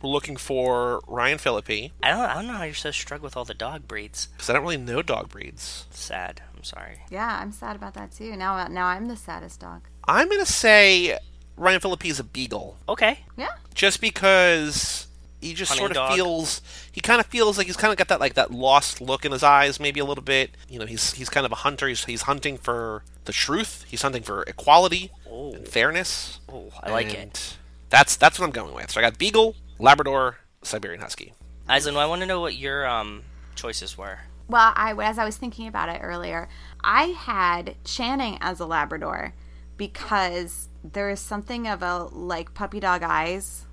Speaker 1: we're looking for Ryan Philippi
Speaker 2: I don't. I don't know how you're so struck with all the dog breeds.
Speaker 1: because I don't really know dog breeds.
Speaker 2: Sad. I'm sorry.
Speaker 3: Yeah, I'm sad about that too. Now, uh, now I'm the saddest dog.
Speaker 1: I'm gonna say Ryan Philippi is a beagle,
Speaker 2: Okay.
Speaker 3: Yeah,
Speaker 1: just because he just
Speaker 2: Hunting
Speaker 1: sort of
Speaker 2: dog.
Speaker 1: feels he kind of feels like he's kind of got that like that lost look in his eyes, maybe a little bit. You know, he's he's kind of a hunter. He's he's hunting for the truth. He's hunting for equality and fairness.
Speaker 2: Oh, I like
Speaker 1: And
Speaker 2: it.
Speaker 1: That's that's what I'm going with. So I got beagle, Labrador, Siberian Husky.
Speaker 2: Aizen, I want to know what your um choices were.
Speaker 3: Well, I as I was thinking about it earlier, I had Channing as a Labrador because there is something of a like puppy dog eyes,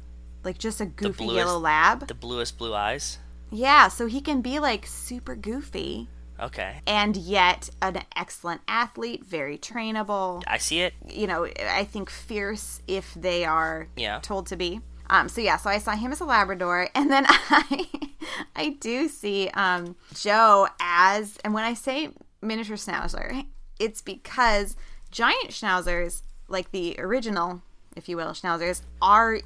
Speaker 3: like just a goofy
Speaker 2: bluest-
Speaker 3: yellow lab.
Speaker 2: The bluest blue eyes.
Speaker 3: Yeah, so he can be like super goofy
Speaker 2: Okay.
Speaker 3: and yet an excellent athlete, very trainable.
Speaker 2: I see it.
Speaker 3: You know, I think fierce if they are
Speaker 2: Yeah.
Speaker 3: told to be. Um, so yeah, so I saw him as a Labrador, [laughs] and then I, I do see um, Joe as, and when I say miniature schnauzer, it's because giant schnauzers, like the original, if you will, schnauzers, are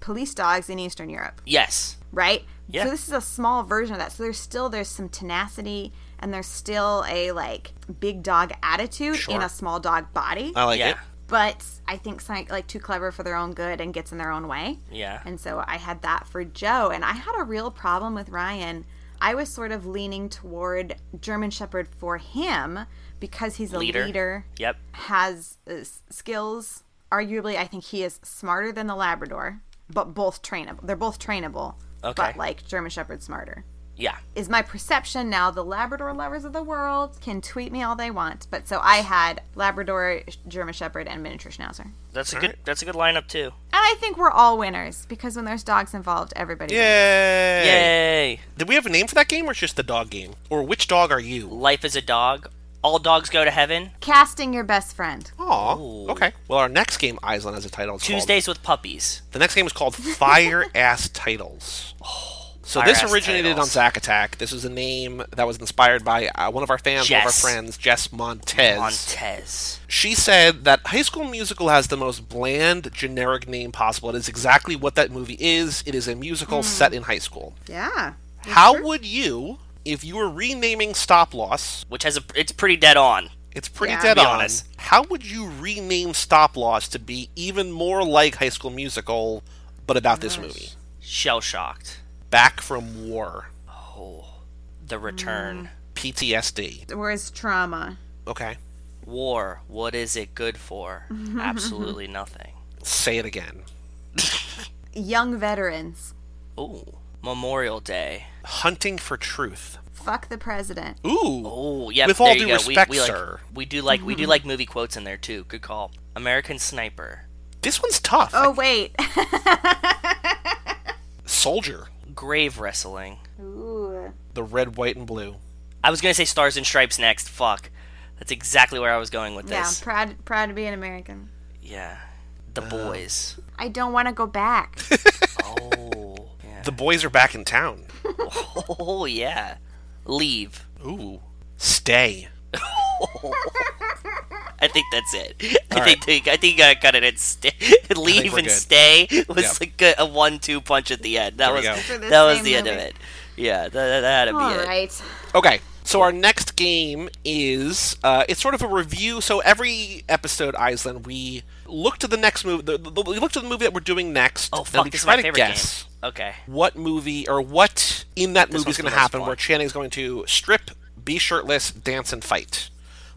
Speaker 3: police dogs in Eastern Europe,
Speaker 2: Yes.
Speaker 3: right?
Speaker 2: Yeah.
Speaker 3: So this is a small version of that. So there's still there's some tenacity, and there's still a like big dog attitude in
Speaker 1: Sure.
Speaker 3: a small dog body
Speaker 1: I like
Speaker 2: yeah.
Speaker 1: it.
Speaker 3: but I think Sonic like too clever for their own good and gets in their own way.
Speaker 2: Yeah.
Speaker 3: And so I had that for Joe, and I had a real problem with Ryan. I was sort of leaning toward German Shepherd for him because he's a
Speaker 2: Leader.
Speaker 3: leader,
Speaker 2: Yep.
Speaker 3: has uh, s- skills. Arguably, I think he is smarter than the Labrador, but both trainable. They're both trainable,
Speaker 2: Okay.
Speaker 3: but like German Shepherd's smarter
Speaker 2: Yeah.
Speaker 3: is my perception now the labrador lovers of the world can tweet me all they want but so i had labrador german shepherd and miniature schnauzer and
Speaker 2: That's a good. That's a good lineup too.
Speaker 3: i think we're all winners because when there's dogs involved everybody wins.
Speaker 1: Yay!
Speaker 2: Yay!
Speaker 1: Did we have a name for that game, or it's just the dog game? Or which dog are you?
Speaker 2: Life is a dog. All dogs go to heaven.
Speaker 3: casting your best friend
Speaker 1: Aw. Okay. Well, our next game, Island, has a title. It's called-
Speaker 2: Tuesdays with puppies.
Speaker 1: The next game is called Fire Ass Titles. So
Speaker 2: Fire
Speaker 1: this
Speaker 2: Ass
Speaker 1: originated
Speaker 2: Titles.
Speaker 1: on Zack Attack. This is a name that was inspired by uh, one of our fans, one of our
Speaker 2: Jess.
Speaker 1: friends, Jess Montez.
Speaker 2: Montez.
Speaker 1: she said that High School Musical has the most bland, generic name possible. It is exactly what that movie is. It is a musical set in high school.
Speaker 3: yeah
Speaker 1: How would you, if you were renaming Stop Loss,
Speaker 2: Which has a. It's pretty dead on.
Speaker 1: it's pretty
Speaker 3: Yeah.
Speaker 1: dead
Speaker 2: Be
Speaker 1: on.
Speaker 2: honest.
Speaker 1: How would you rename Stop Loss to be even more like High School Musical, but about this movie?
Speaker 2: Shell shocked.
Speaker 1: Back from War.
Speaker 2: The return.
Speaker 1: PTSD.
Speaker 3: where's trauma
Speaker 1: Okay.
Speaker 2: War. What is it good
Speaker 1: [laughs]
Speaker 2: for? Absolutely nothing.
Speaker 1: Say it again.
Speaker 3: young veterans
Speaker 2: Ooh. Memorial Day.
Speaker 1: Hunting for truth.
Speaker 3: fuck the president
Speaker 1: Ooh.
Speaker 2: Oh, yeah.
Speaker 1: With all
Speaker 2: there you
Speaker 1: due
Speaker 2: go.
Speaker 1: respect,
Speaker 2: we, we like,
Speaker 1: sir. Mm-hmm.
Speaker 2: We do like we do like movie quotes in there too. Good call. American Sniper.
Speaker 1: This one's tough.
Speaker 3: oh wait
Speaker 1: Soldier.
Speaker 2: Grave wrestling.
Speaker 3: Ooh.
Speaker 1: The red, white, and blue.
Speaker 2: I was gonna say Stars and Stripes next. Fuck. That's exactly where I was going with
Speaker 3: yeah
Speaker 2: this.
Speaker 3: proud proud to be an american
Speaker 2: yeah.
Speaker 1: Uh,
Speaker 2: The boys.
Speaker 3: i don't want to
Speaker 1: [laughs]
Speaker 3: go back
Speaker 2: Oh. Yeah.
Speaker 1: The boys are back in town.
Speaker 2: Oh yeah. Leave.
Speaker 1: Ooh. Stay.
Speaker 2: I think that's it. [laughs] I think I think I got it. And [laughs] sta leave
Speaker 1: we're
Speaker 2: and
Speaker 1: good.
Speaker 2: stay was
Speaker 1: Yep.
Speaker 2: like a, a one-two punch at the end. That
Speaker 1: There we
Speaker 2: was
Speaker 1: go.
Speaker 3: For the
Speaker 2: that was
Speaker 3: same
Speaker 2: the end of
Speaker 3: movie.
Speaker 2: it. Yeah, that, that, that had to be
Speaker 3: all
Speaker 2: it.
Speaker 3: right
Speaker 1: Okay. So our next game is uh, it's sort of a review. So every episode, Iceland, we look to the next movie. The, the- we look to the movie that we're doing next.
Speaker 2: Oh
Speaker 1: and
Speaker 2: fuck!
Speaker 1: we
Speaker 2: This is
Speaker 1: try
Speaker 2: my
Speaker 1: to
Speaker 2: favorite
Speaker 1: guess
Speaker 2: game. Okay.
Speaker 1: what movie or what in that movie is
Speaker 2: one's
Speaker 1: going
Speaker 2: the
Speaker 1: to
Speaker 2: most
Speaker 1: happen
Speaker 2: fun.
Speaker 1: where Channing's going to strip, be shirtless, dance, and fight.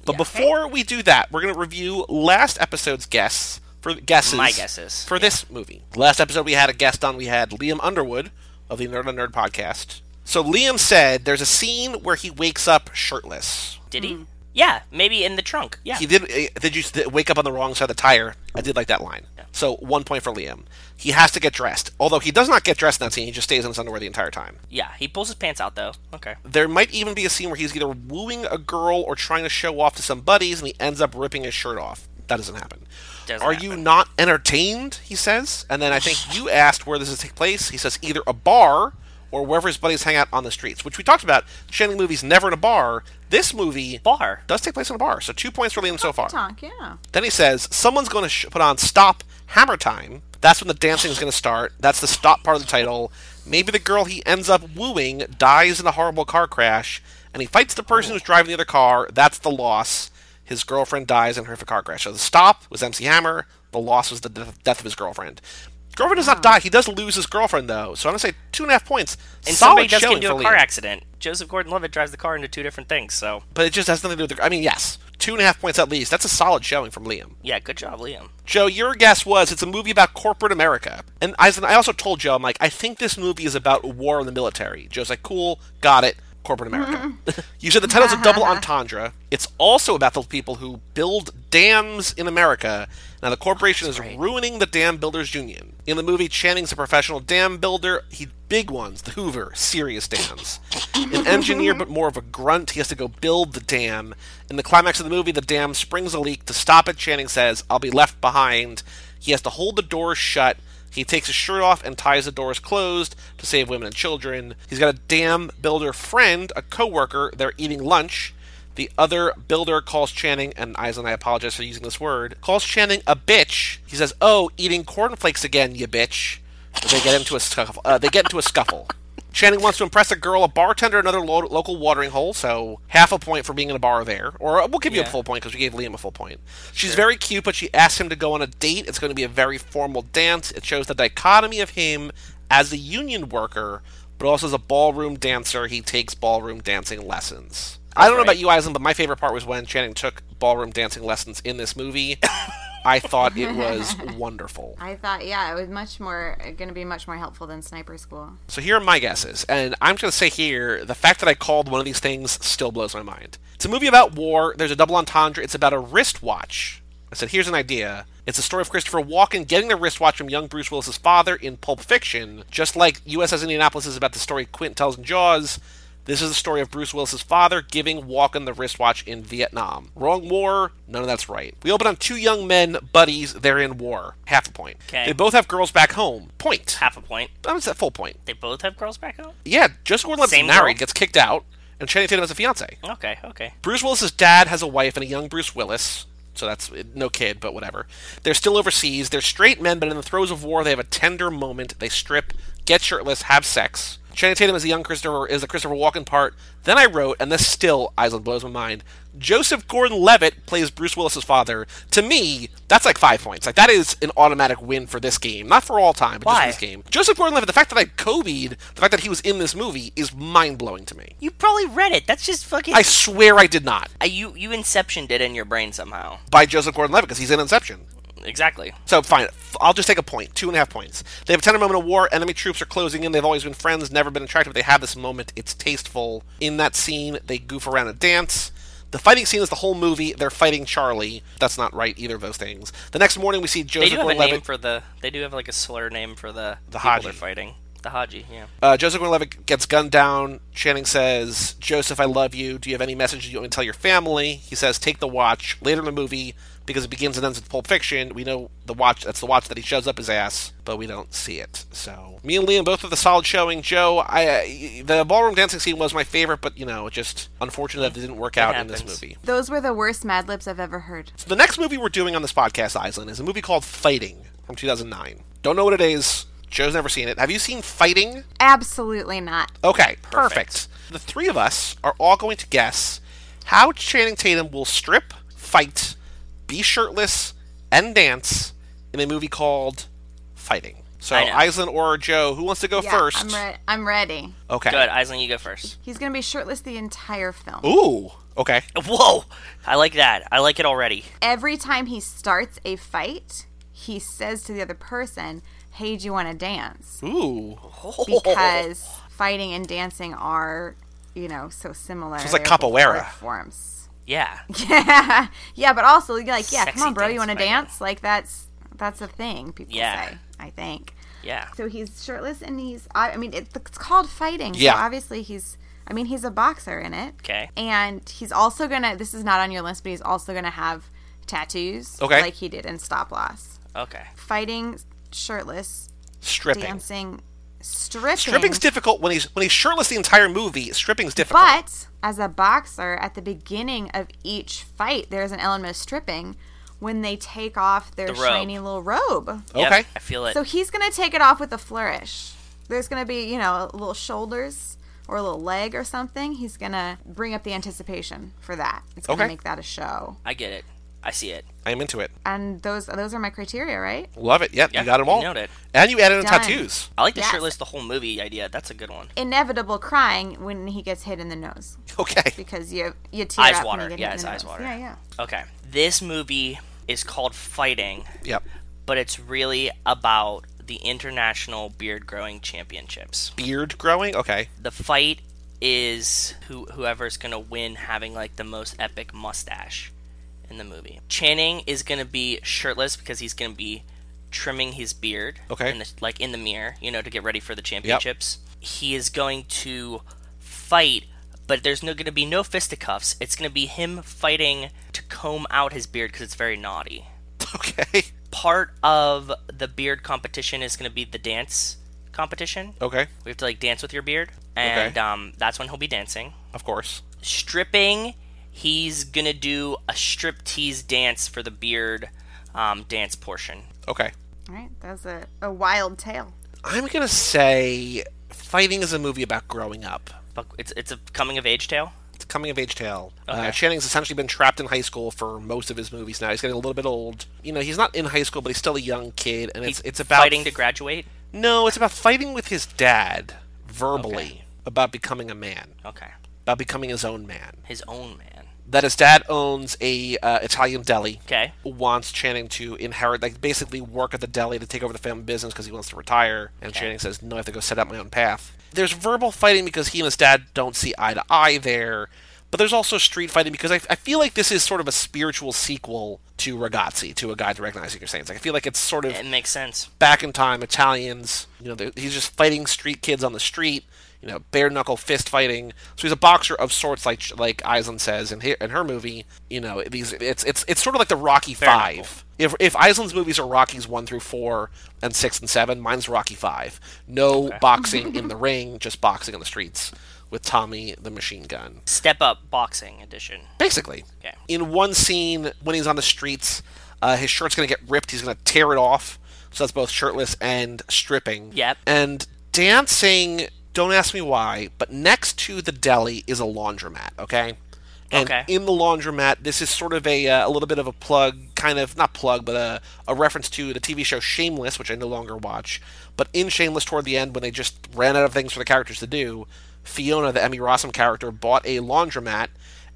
Speaker 1: But before we do that, we're going to review last episode's guests for guesses.
Speaker 2: My guesses,
Speaker 1: for this movie. Last episode we had a guest on. We had Liam Underwood of the Nerd on Nerd podcast. So Liam said there's a scene where he wakes up shirtless.
Speaker 2: Did he?
Speaker 3: Mm-hmm.
Speaker 2: Yeah, maybe in the trunk. Yeah.
Speaker 1: He did. eh, Did you s- did- wake up on the wrong side of the tire? I did like that line. So one point for Liam. He has to get dressed. Although he does not get dressed in that scene, he just stays in his underwear the entire time.
Speaker 2: yeah, he pulls his pants out though. Okay.
Speaker 1: There might even be a scene where he's either wooing a girl or trying to show off to some buddies, and he ends up ripping his shirt off. That doesn't happen.
Speaker 2: Doesn't
Speaker 1: Are you not
Speaker 2: [sighs]
Speaker 1: entertained? He says, and then I think you asked where this is take place. He says either a bar or wherever his buddies hang out on the streets, which we talked about. Channing movies never in a bar. This movie
Speaker 2: Bar.
Speaker 1: does take place in a bar, so two points for Liam so far.
Speaker 3: Tonk, yeah.
Speaker 1: Then he says, someone's going to sh- put on Stop Hammer Time. That's when the dancing is going to start. That's the stop part of the title. Maybe the girl he ends up wooing dies in a horrible car crash, and he fights the person who's driving the other car. That's the loss. His girlfriend dies in a horrific car crash. So the stop was MC Hammer. The loss was the de- death of his girlfriend. Girlfriend
Speaker 2: Ah.
Speaker 1: does not die. He does lose his girlfriend, though. So I'm going to say two and a half points.
Speaker 2: And somebody
Speaker 1: Solid
Speaker 2: does get
Speaker 1: showing
Speaker 2: into
Speaker 1: for
Speaker 2: a car
Speaker 1: Liam.
Speaker 2: accident. Joseph Gordon-Levitt drives the car into two different things. So
Speaker 1: But it just has nothing to do with the. I mean, yes. Two and a half points at least. That's a solid showing from Liam.
Speaker 2: yeah, good job, Liam.
Speaker 1: Joe, your guess was it's a movie about corporate America. And I, I also told Joe, I'm like, I think this movie is about war in the military. Joe's like, cool, got it, corporate America. [laughs] you said the title's a double entendre. It's also about the people who build dams in America. Now, the corporation is ruining the dam builders union. In the movie, Channing's a professional dam builder. He big ones, the Hoover, serious dams. An engineer, but more of a grunt. He has to go build the dam. In the climax of the movie, the dam springs a leak. To stop it, Channing says, I'll be left behind. He has to hold the doors shut. He takes his shirt off and ties the doors closed to save women and children. He's got a dam builder friend, a coworker. They're eating lunch. The other builder calls Channing, and Eyes and I apologize for using this word, calls Channing a bitch. He says, "Oh, eating cornflakes again, you bitch." They get into a scuffle. Uh, they get into a scuffle. Channing wants to impress a girl, a bartender, another lo- local watering hole, so half a point for being in a bar there. Or uh, we'll give you a
Speaker 2: Yeah.
Speaker 1: full point because we gave Liam a full point. She's very cute, but she asks him to go on a date. It's going to be a very formal dance. It shows the dichotomy of him as a union worker, but also as a ballroom dancer. He takes ballroom dancing lessons. I don't know about you, Eisen, but my favorite part was when Channing took ballroom dancing lessons in this movie. I thought it was wonderful.
Speaker 3: I thought, yeah, it was much more going to be much more helpful than sniper school.
Speaker 1: So here are my guesses, and I'm just gonna say here, the fact that I called one of these things still blows my mind. It's a movie about war. There's a double entendre. It's about a wristwatch. I said, here's an idea. It's the story of Christopher Walken getting the wristwatch from young Bruce Willis's father in Pulp Fiction. Just like USS Indianapolis is about the story Quint tells in Jaws, this is the story of Bruce Willis's father giving Walken the wristwatch in Vietnam. Wrong war. None of that's right. We open on two young men, buddies. They're in war. Half a point.
Speaker 2: Okay.
Speaker 1: They both have girls back home. Point.
Speaker 2: Half a point.
Speaker 1: That was a full point.
Speaker 2: They both have girls back home.
Speaker 1: Yeah, Joseph Gordon-Levitt's
Speaker 2: Same
Speaker 1: married,
Speaker 2: girl?
Speaker 1: gets kicked out, and Channing Tatum has a fiance.
Speaker 2: Okay, okay.
Speaker 1: Bruce Willis's dad has a wife and a young Bruce Willis, so that's no kid, but whatever. They're still overseas. They're straight men, but in the throes of war, they have a tender moment. They strip, get shirtless, have sex. Channing Tatum is the young Christopher is the Christopher Walken part. Then I wrote, and this still Island blows my mind. Joseph Gordon-Levitt plays Bruce Willis's father. To me, that's like five points. Like that is an automatic win for this game, not for all time, but
Speaker 2: Why?
Speaker 1: just for this game. Joseph Gordon-Levitt. The fact that I Kobe'd, the fact that he was in this movie is mind-blowing to me.
Speaker 2: You probably read it. That's just fucking.
Speaker 1: I swear I did not
Speaker 2: Uh, you you inceptioned it in your brain somehow.
Speaker 1: by Joseph Gordon-Levitt because he's in Inception.
Speaker 2: Exactly.
Speaker 1: So fine, f- I'll just take a point, two and a half points. They have a tender moment of war. Enemy troops are closing in. They've always been friends, never been attracted, but they have this moment. It's tasteful. In that scene, they goof around and dance. The fighting scene is the whole movie. They're fighting Charlie. That's not right either of those things. The next morning, we see
Speaker 2: They
Speaker 1: Joseph
Speaker 2: do have a name
Speaker 1: Gordon-Levitt.
Speaker 2: for the. They do have like a slur name for the the
Speaker 1: Haji.
Speaker 2: they're fighting. The Haji, yeah.
Speaker 1: Uh, Joseph Gordon-Levitt gets gunned down. Channing says, "Joseph, I love you. Do you have any messages you want me to tell your family?" He says, "Take the watch." Later in the movie, because it begins and ends with Pulp Fiction, we know the watch—that's the watch that he shoves up his ass, but we don't see it. So, me and Liam both with a solid showing. Joe, I the ballroom dancing scene was my favorite, but you know, just unfortunate that it didn't work out in this
Speaker 2: happens.
Speaker 1: movie.
Speaker 3: Those were the worst Mad Libs I've ever heard.
Speaker 1: So the next movie we're doing on this podcast, Island, is a movie called Fighting from 2009. Don't know what it is. Joe's never seen it. Have you seen Fighting?
Speaker 3: Absolutely not.
Speaker 1: Okay, perfect. The three of us are all going to guess how Channing Tatum will strip, fight, be shirtless, and dance in a movie called Fighting. So,
Speaker 2: I know.
Speaker 1: Island or Joe, who wants to go
Speaker 3: Yeah,
Speaker 1: first?
Speaker 3: I'm, re- I'm ready.
Speaker 1: Okay.
Speaker 2: Good, Island, you go first.
Speaker 3: He's going to be shirtless the entire film.
Speaker 1: Ooh. Okay.
Speaker 2: Whoa! I like that. I like it already.
Speaker 3: Every time he starts a fight, he says to the other person, Hey, do you want to dance?
Speaker 1: Ooh.
Speaker 3: Oh, Because fighting and dancing are, you know, so similar.
Speaker 1: it's like
Speaker 3: They're both
Speaker 1: capoeira.
Speaker 3: art Forms.
Speaker 2: Yeah.
Speaker 3: Yeah. [laughs] yeah, but also, you're like, yeah,
Speaker 2: Sexy
Speaker 3: come on, bro, you
Speaker 2: dance
Speaker 3: want to
Speaker 2: fighting.
Speaker 3: dance? Like, that's that's a thing people
Speaker 2: Yeah.
Speaker 3: say, I think.
Speaker 2: Yeah.
Speaker 3: So he's shirtless and he's, I, I mean, it, it's called fighting.
Speaker 1: Yeah.
Speaker 3: So obviously he's, I mean, he's a boxer in it.
Speaker 2: Okay.
Speaker 3: And he's also going to, this is not on your list, but he's also going to have tattoos.
Speaker 1: Okay.
Speaker 3: Like he did in Stop Loss.
Speaker 2: Okay.
Speaker 3: Fighting shirtless,
Speaker 1: Stripping.
Speaker 3: dancing, stripping.
Speaker 1: Stripping's difficult when he's when he's shirtless the entire movie. Stripping's difficult.
Speaker 3: But as a boxer, at the beginning of each fight, there's an element of stripping when they take off their
Speaker 2: The robe.
Speaker 3: shiny little robe.
Speaker 2: Yep,
Speaker 1: okay.
Speaker 2: I feel it.
Speaker 3: So he's gonna take it off with a flourish. There's gonna be, you know, little shoulders or a little leg or something. He's gonna bring up the anticipation for that. It's gonna
Speaker 1: Okay.
Speaker 3: make that a show.
Speaker 2: I get it. I see it.
Speaker 1: I am into it.
Speaker 3: And those those are my criteria, right?
Speaker 1: Love it. Yep,
Speaker 2: Yeah,
Speaker 1: you got them
Speaker 2: you
Speaker 1: all.
Speaker 2: nailed it.
Speaker 1: And you added in
Speaker 3: Done.
Speaker 1: tattoos. [laughs]
Speaker 2: I like the
Speaker 3: Yes.
Speaker 2: shirtless the whole movie idea. That's a good one.
Speaker 3: Inevitable crying when he gets hit in the nose
Speaker 1: Okay.
Speaker 3: because you you tear
Speaker 2: Eyes
Speaker 3: up when
Speaker 2: water.
Speaker 3: you get
Speaker 2: Yeah,
Speaker 3: hit in
Speaker 2: it's
Speaker 3: the
Speaker 2: eyes
Speaker 3: nose.
Speaker 2: water.
Speaker 3: Yeah, yeah.
Speaker 2: Okay. This movie is called Fighting,
Speaker 1: Yep.
Speaker 2: but it's really about the International Beard Growing Championships.
Speaker 1: Beard growing. Okay. [laughs]
Speaker 2: The fight is who whoever's going to win having like the most epic mustache in the movie. Channing is going to be shirtless because he's going to be trimming his beard
Speaker 1: Okay.
Speaker 2: in the, like in the mirror, you know, to get ready for the championships. He is going to fight but there's no going to be no fisticuffs. It's going to be him fighting to comb out his beard because it's very naughty
Speaker 1: Okay.
Speaker 2: part of the beard competition is going to be the dance competition.
Speaker 1: Okay.
Speaker 2: We have to like dance with your beard, and
Speaker 1: Okay.
Speaker 2: um, that's when he'll be dancing.
Speaker 1: Of course.
Speaker 2: Stripping, he's going to do a strip tease dance for the beard um, dance portion.
Speaker 1: Okay.
Speaker 3: All right, that's a, a wild tale.
Speaker 1: I'm gonna say fighting is a movie about growing up.
Speaker 2: But it's it's a coming of age tale.
Speaker 1: It's a coming of age tale.
Speaker 2: Okay.
Speaker 1: Uh, Channing's essentially been trapped in high school for most of his movies now. He's getting a little bit old. You know, he's not in high school, but he's still a young kid, and it's
Speaker 2: He's
Speaker 1: it's about
Speaker 2: fighting to graduate.
Speaker 1: No, it's about fighting with his dad verbally about becoming a man,
Speaker 2: Okay,
Speaker 1: about becoming his own man.
Speaker 2: his own man.
Speaker 1: That his dad owns a uh, Italian deli.
Speaker 2: Okay.
Speaker 1: Wants Channing to inherit, like basically work at the deli to take over the family business because he wants to retire. And Channing says, "No, I have to go set up my own path." There's verbal fighting because he and his dad don't see eye to eye there. But there's also street fighting because I, I feel like this is sort of a spiritual sequel to Ragazzi, to a guide to recognizing your saints. Like, I feel like it's sort of
Speaker 2: It makes sense.
Speaker 1: back in time Italians. You know, they're- he's just fighting street kids on the street. You know, bare knuckle fist fighting. So he's a boxer of sorts, like like Island says in her, in her movie. You know, these it's it's it's sort of like the Rocky Five.
Speaker 2: knuckle.
Speaker 1: If if Island's movies are Rockies one through four and six and seven, mine's Rocky Five. No boxing in the ring, just boxing on the streets with Tommy the machine gun
Speaker 2: Step up boxing edition.
Speaker 1: basically.
Speaker 2: Okay.
Speaker 1: In one scene, when he's on the streets, uh, his shirt's going to get ripped. He's going to tear it off. So that's both shirtless and stripping.
Speaker 2: Yep.
Speaker 1: And dancing, don't ask me why, but next to the deli is a laundromat, okay? And
Speaker 2: Okay.
Speaker 1: in the laundromat, this is sort of a, uh, a little bit of a plug, kind of, not plug, but a, a reference to the TV show Shameless, which I no longer watch. But in Shameless, toward the end, when they just ran out of things for the characters to do, Fiona, the Emmy Rossum character, bought a laundromat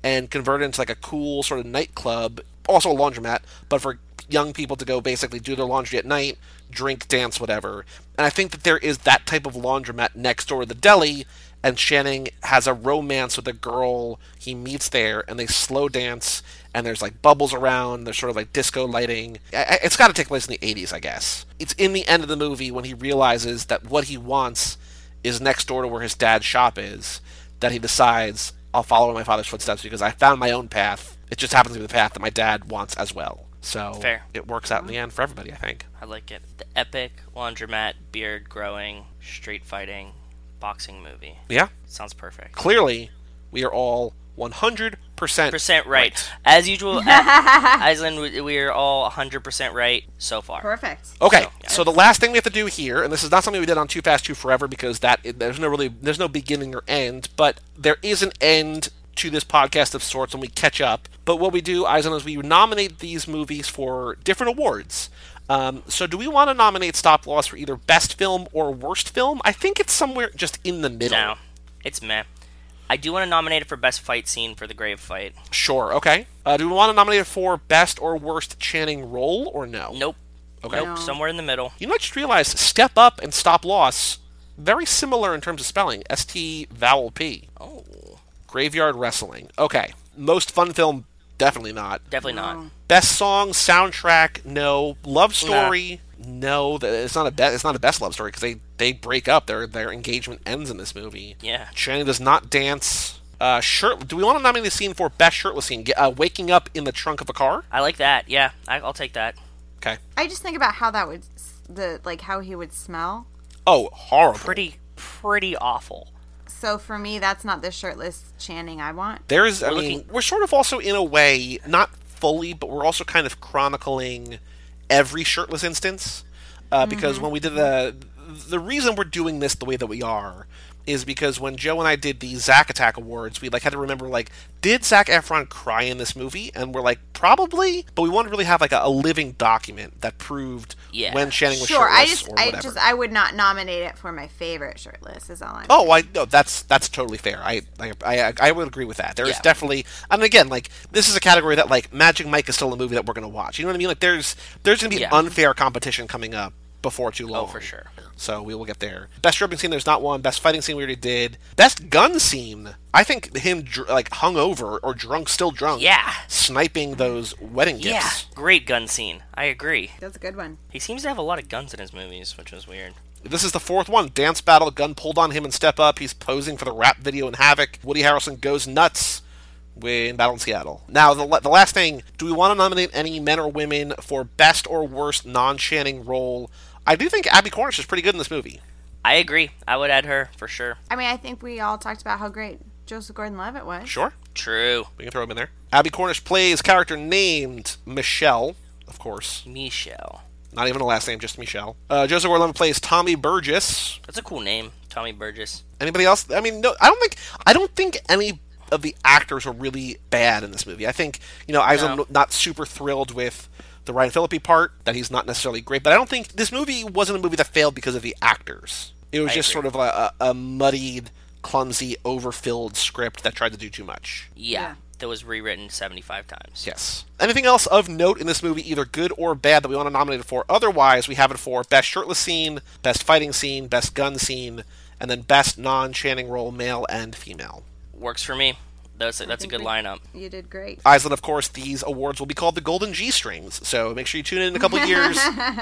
Speaker 1: and converted it into like a cool sort of nightclub, also a laundromat, but for young people to go basically do their laundry at night, drink, dance, whatever. And I think that there is that type of laundromat next door to the deli, and Channing has a romance with a girl he meets there, and they slow dance, and there's like bubbles around, there's sort of like disco lighting. I- I- It's got to take place in the 80s, I guess. It's in the end of the movie when he realizes that what he wants is next door to where his dad's shop is that he decides I'll follow in my father's footsteps because I found my own path. It just happens to be the path that my dad wants as well. So
Speaker 2: Fair. Mm-hmm.
Speaker 1: it works out in the end for everybody, I think.
Speaker 2: I like it. The epic laundromat beard growing street fighting boxing movie.
Speaker 1: Yeah.
Speaker 2: Sounds perfect.
Speaker 1: Clearly, we are all 100%
Speaker 2: percent right. As usual, at Iceland, we- we are all hundred percent right so far.
Speaker 3: Perfect.
Speaker 1: Okay,
Speaker 2: So, yeah.
Speaker 1: so the last thing we have to do here, and this is not something we did on Too Fast Too Forever because that it- there's no really there's no beginning or end, but there is an end to this podcast of sorts when we catch up. But what we do, Eisen, is we nominate these movies for different awards. Um, so do we want to nominate Stop Loss for either best film or worst film? I think it's somewhere just in the middle.
Speaker 2: No, it's meh. I do want to nominate it for best fight scene for the grave fight.
Speaker 1: Sure. Okay. Uh, do we want to nominate it for best or worst Channing role or no?
Speaker 2: Nope.
Speaker 1: Okay.
Speaker 2: Nope. Somewhere in the middle.
Speaker 1: You know, I just realized step up and stop loss, very similar in terms of spelling. ST vowel P.
Speaker 2: Oh,
Speaker 1: Graveyard Wrestling. Okay. Most fun film, definitely not.
Speaker 2: definitely not.
Speaker 1: Best song, soundtrack, no. Love story, no. Th- It's not a be- it's not a best love story because they, they break up. Their their engagement ends in this movie.
Speaker 2: Yeah.
Speaker 1: Channing does not dance. Uh, shirt. Do we want to nominate the scene for best shirtless scene? Ge- Uh, waking up in the trunk of a car.
Speaker 2: I like that. Yeah, I, I'll take that.
Speaker 1: Okay.
Speaker 3: I just think about how that would s- the like how he would smell.
Speaker 1: Oh, horrible.
Speaker 2: Pretty, pretty awful.
Speaker 3: So for me, that's not the shirtless Channing I want.
Speaker 1: There's, I
Speaker 2: We're
Speaker 1: mean,
Speaker 2: looking-
Speaker 1: we're sort of also in a way not fully, but we're also kind of chronicling every shirtless instance uh, because
Speaker 3: Mm-hmm.
Speaker 1: when we did the the reason we're doing this the way that we are is because when Joe and I did the Zack Attack Awards, we like had to remember like, did Zac Efron cry in this movie? And we're like, probably, but we wanted to really have like a, a living document that proved
Speaker 2: Yeah.
Speaker 1: when Channing was
Speaker 3: Sure,
Speaker 1: shirtless
Speaker 3: I just,
Speaker 1: or
Speaker 3: I
Speaker 1: whatever.
Speaker 3: just, I would not nominate it for my favorite shirtless. Is all I'm.
Speaker 1: Oh, I no, that's that's totally fair. I I, I, I would agree with that. There is
Speaker 2: Yeah.
Speaker 1: definitely, and again, like this is a category that like Magic Mike is still a movie that we're gonna watch. You know what I mean? Like there's there's gonna be
Speaker 2: Yeah. Oh,
Speaker 1: unfair competition coming up before too long.
Speaker 2: for sure.
Speaker 1: So we will get there. Best ribbon scene, there's not one. Best fighting scene, we already did. Best gun scene, I think him dr- like hungover or drunk, still drunk.
Speaker 2: Yeah.
Speaker 1: Sniping those wedding
Speaker 2: Yeah,
Speaker 1: gifts.
Speaker 2: great gun scene. I agree.
Speaker 3: That's a good one.
Speaker 2: He seems to have a lot of guns in his movies, which is weird.
Speaker 1: This is the fourth one. Dance battle, gun pulled on him and step up. He's posing for the rap video in Havoc. Woody Harrelson goes nuts in Battle in Seattle. Now, the, la- the last thing do we want to nominate any men or women for best or worst non Channing role? I do think Abby Cornish is pretty good in this movie.
Speaker 2: I agree. I would add her for sure.
Speaker 3: I mean, I think we all talked about how great Joseph Gordon-Levitt was.
Speaker 1: Sure.
Speaker 2: True.
Speaker 1: We can throw him in there. Abby Cornish plays a character named Michelle, of course.
Speaker 2: Michelle.
Speaker 1: Not even a last name, just Michelle. Uh, Joseph Gordon-Levitt plays Tommy Burgess,
Speaker 2: That's a cool name, Tommy Burgess.
Speaker 1: Anybody else? I mean, no. I don't think. I don't think any of the actors were really bad in this movie. I think you know I was
Speaker 2: No.
Speaker 1: not super thrilled with the Ryan Phillippe part that he's not necessarily great, but I don't think this movie wasn't a movie that failed because of the actors. It was
Speaker 2: I
Speaker 1: just
Speaker 2: agree.
Speaker 1: sort of a, a, a muddied, clumsy, overfilled script that tried to do too much.
Speaker 2: Yeah,
Speaker 3: Yeah.
Speaker 2: that was rewritten 75 times.
Speaker 1: Yes. Anything else of note in this movie, either good or bad, that we want to nominate it for? Otherwise, we have it for best shirtless scene, best fighting scene, best gun scene, and then best non-Channing role, male and female.
Speaker 2: Works for me. That's a, that's a
Speaker 3: think
Speaker 2: good
Speaker 3: we-
Speaker 2: lineup.
Speaker 3: You did great.
Speaker 1: Iceland, of course, these awards will be called the Golden G Strings. So make sure you tune in in a couple of years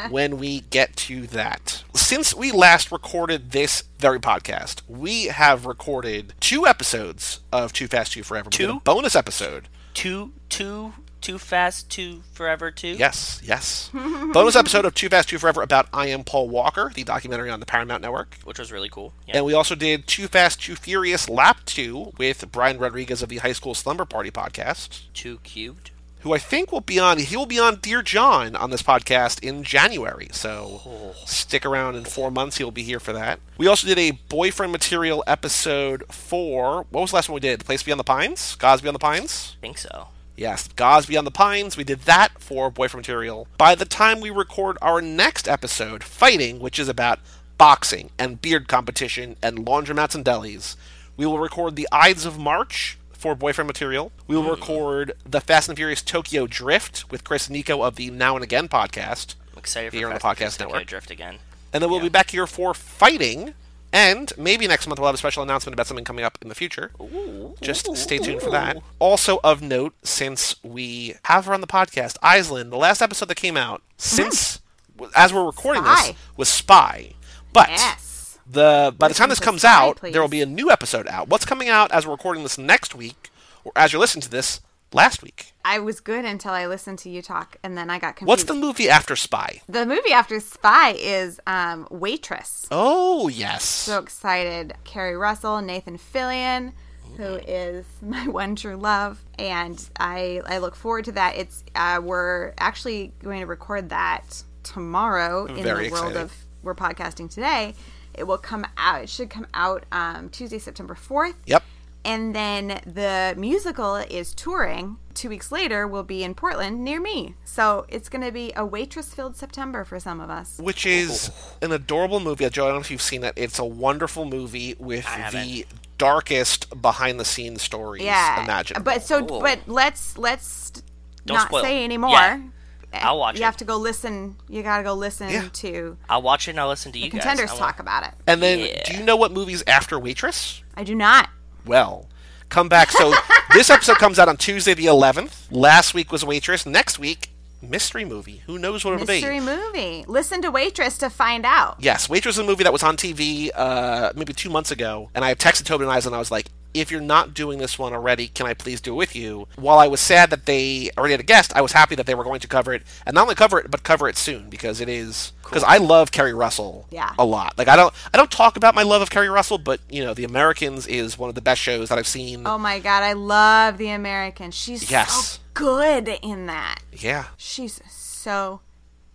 Speaker 1: when we get to that. Since we last recorded this very podcast, we have recorded two episodes of Too Fast, Too Forever. We did a
Speaker 2: Two?
Speaker 1: bonus episode.
Speaker 2: Too, too, too fast, too forever, too.
Speaker 1: Yes, yes. bonus episode of Too Fast, Too Forever about I Am Paul Walker, the documentary on the Paramount Network.
Speaker 2: Which was really cool. Yeah.
Speaker 1: And we also did Too Fast, Too Furious Lap 2 with Brian Rodriguez of the High School Slumber Party podcast.
Speaker 2: too cubed.
Speaker 1: who I think will be on. He will be on Dear John on this podcast in January. So stick around in four months. He'll be here for that. We also did a boyfriend material episode for what was the last one we did? Place Beyond the Pines, God's Beyond the Pines.
Speaker 2: I think so.
Speaker 1: Yes, God's Beyond the Pines. We did that for boyfriend material. By the time we record our next episode, fighting, which is about boxing and beard competition and laundromats and delis, we will record the Ides of March for boyfriend material. We
Speaker 2: Hmm.
Speaker 1: will record the Fast and Furious Tokyo Drift with Chris and Nico of the Now and Again podcast.
Speaker 2: I'm excited for
Speaker 1: Here on the
Speaker 2: Fast
Speaker 1: podcast
Speaker 2: and Furious Tokyo
Speaker 1: network.
Speaker 2: Drift again.
Speaker 1: And then we'll be back here for fighting. And maybe next month we'll have a special announcement about something coming up in the future. Just stay tuned for that. Also of note, since we have her on the podcast, Island, the last episode that came out, since as we're recording this,
Speaker 3: Mm-hmm. Spy.
Speaker 1: was Spy. But
Speaker 3: Yes.
Speaker 1: the by the time this
Speaker 3: to
Speaker 1: comes
Speaker 3: Spy,
Speaker 1: out,
Speaker 3: please.
Speaker 1: there will be a new episode out. What's coming out as we're recording this next week, or as you're listening to this last week?
Speaker 3: I was good until I listened to you talk, and then I got confused.
Speaker 1: What's the movie after Spy?
Speaker 3: the movie after Spy is um, Waitress.
Speaker 1: Oh yes.
Speaker 3: so excited. Carrie Russell, Nathan Fillion, who is [laughs] my one true love, and I I look forward to that. It's uh, we're actually going to record that tomorrow in
Speaker 1: Very
Speaker 3: the world
Speaker 1: exciting.
Speaker 3: of we're podcasting today. It will come out. It should come out um, Tuesday, September fourth.
Speaker 1: Yep.
Speaker 3: And then the musical is touring. Two weeks later, will be in Portland near me. So it's going to be a waitress-filled September for some of us.
Speaker 1: which is an adorable movie. Joe, I don't know if you've seen it. It's a wonderful movie with the darkest behind the scenes stories
Speaker 3: yeah
Speaker 1: imaginable.
Speaker 3: but so
Speaker 2: Cool.
Speaker 3: but let's let's
Speaker 2: Don't
Speaker 3: not
Speaker 2: spoil.
Speaker 3: say anymore
Speaker 2: Yeah. I'll watch
Speaker 3: you
Speaker 2: it.
Speaker 3: have to go listen you gotta go listen
Speaker 1: Yeah.
Speaker 3: to
Speaker 2: I'll watch it and I'll listen to you guys.
Speaker 3: contenders
Speaker 2: I want-
Speaker 3: talk about it
Speaker 1: and then,
Speaker 2: yeah.
Speaker 1: do you know what movies after Waitress?
Speaker 3: i do not
Speaker 1: Well, come back. So [laughs] this episode comes out on Tuesday the 11th. Last week was Waitress. Next week, mystery movie. Who knows what it'll
Speaker 3: mystery
Speaker 1: be?
Speaker 3: movie listen to waitress to find out
Speaker 1: Yes, Waitress is a movie that was on TV uh, maybe two months ago, and I texted Tobin and Eyes, and I was like, if you're not doing this one already, can I please do it with you? While I was sad that they already had a guest, I was happy that they were going to cover it, and not only cover it, but cover it soon because it is because I love Kerry Russell
Speaker 3: Yeah.
Speaker 1: a lot. Like I don't I don't talk about my love of Kerry Russell, but you know, The Americans is one of the best shows that I've seen.
Speaker 3: Oh my god, I love the American. She's
Speaker 1: Yes.
Speaker 3: so good in that.
Speaker 1: Yeah.
Speaker 3: She's so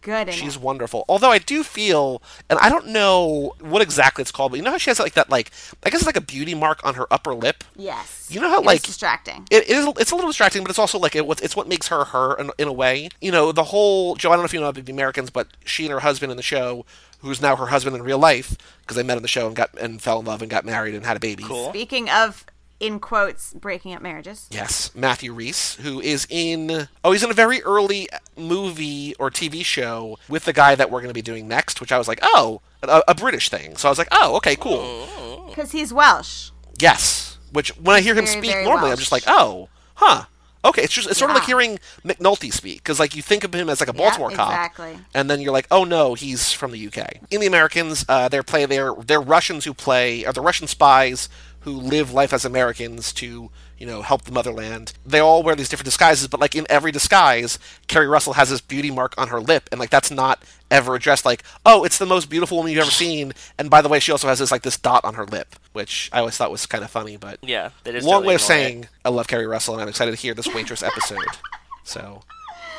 Speaker 3: good in
Speaker 1: She's
Speaker 3: it.
Speaker 1: wonderful. Although I do feel, and I don't know what exactly it's called, but you know how she has like that, like I guess it's like a beauty mark on her upper lip.
Speaker 3: Yes.
Speaker 1: You know how
Speaker 3: It was
Speaker 1: like
Speaker 3: distracting.
Speaker 1: It, it is. It's a little distracting, but it's also like it, what- it's what makes her her in, in a way. You know, the whole Joe. I don't know if you know about the Americans, but she and her husband in the show, who's now her husband in real life, because they met in the show and got and fell in love and got married and had a baby.
Speaker 2: Cool.
Speaker 3: Speaking of in quotes breaking up marriages.
Speaker 1: Yes, Matthew Reese, who is in oh, he's in a very early movie or TV show with the guy that we're going to be doing next, which I was like, oh, a, a British thing. So I was like, oh, okay, cool.
Speaker 3: Cuz he's Welsh.
Speaker 1: Yes, which when I hear him
Speaker 3: Very,
Speaker 1: speak
Speaker 3: very
Speaker 1: normally, I'm
Speaker 3: Welsh.
Speaker 1: just like, oh, huh, okay. It's just it's sort of
Speaker 3: Yeah.
Speaker 1: like hearing McNulty speak because like you think of him as like a
Speaker 3: Yeah,
Speaker 1: Baltimore cop,
Speaker 3: exactly.
Speaker 1: and then you're like, oh no, he's from the UK. In the Americans, uh, they're play they're they're Russians who play are the Russian spies who live life as Americans to you know help the motherland. They all wear these different disguises, but like in every disguise, Carrie Russell has this beauty mark on her lip, and like that's not ever addressed. Like, oh, it's the most beautiful woman you've ever seen, and by the way, she also has this like this dot on her lip, which I always thought was kind of funny, but
Speaker 2: Yeah, that is
Speaker 1: long
Speaker 2: totally
Speaker 1: way of
Speaker 2: ignore
Speaker 1: saying I love Carrie Russell, and I'm excited to hear this waitress episode.
Speaker 3: [laughs]
Speaker 1: So.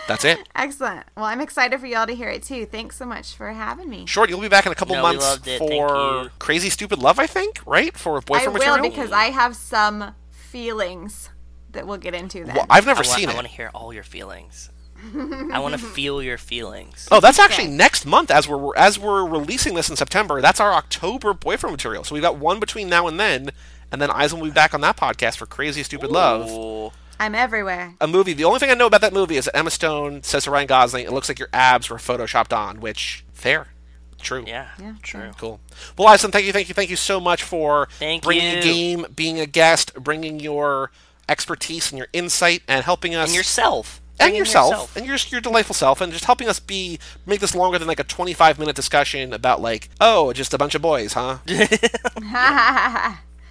Speaker 1: That's it.
Speaker 3: Excellent. Well, I'm excited for y'all to hear it too. Thanks so much for having me.
Speaker 1: Short, you'll be back in a couple
Speaker 2: No, we
Speaker 1: months
Speaker 2: loved it. Thank
Speaker 1: for
Speaker 2: you.
Speaker 1: Crazy Stupid Love, I think, right? For
Speaker 3: I
Speaker 1: boyfriend
Speaker 3: will
Speaker 1: material.
Speaker 3: because I have some feelings that we'll get into then.
Speaker 1: well, I've never
Speaker 2: I wa-
Speaker 1: seen
Speaker 2: I
Speaker 1: it.
Speaker 2: want to hear all your
Speaker 3: [laughs]
Speaker 2: feelings. I want to feel your feelings.
Speaker 1: Oh, that's actually next month as we're as we're releasing this in September. That's our October boyfriend material. So we've got one between now and then, and then Eisen will be back on that podcast for Crazy Stupid Love.
Speaker 2: Ooh.
Speaker 3: I'm everywhere.
Speaker 1: A movie. The only thing I know about that movie is that Emma Stone says to Ryan Gosling, "It looks like your abs were photoshopped on," which fair, true.
Speaker 2: Yeah,
Speaker 3: Yeah,
Speaker 2: true.
Speaker 1: Cool. Well, Eisen, thank you, thank you, thank you so much for
Speaker 2: Thank
Speaker 1: bringing
Speaker 2: you.
Speaker 1: a game, being a guest, bringing your expertise and your insight, and helping us
Speaker 2: And yourself.
Speaker 1: and
Speaker 2: Bringing
Speaker 1: yourself, and your your delightful self, and just helping us be make this longer than like a twenty five minute discussion about like oh just a bunch of boys, huh?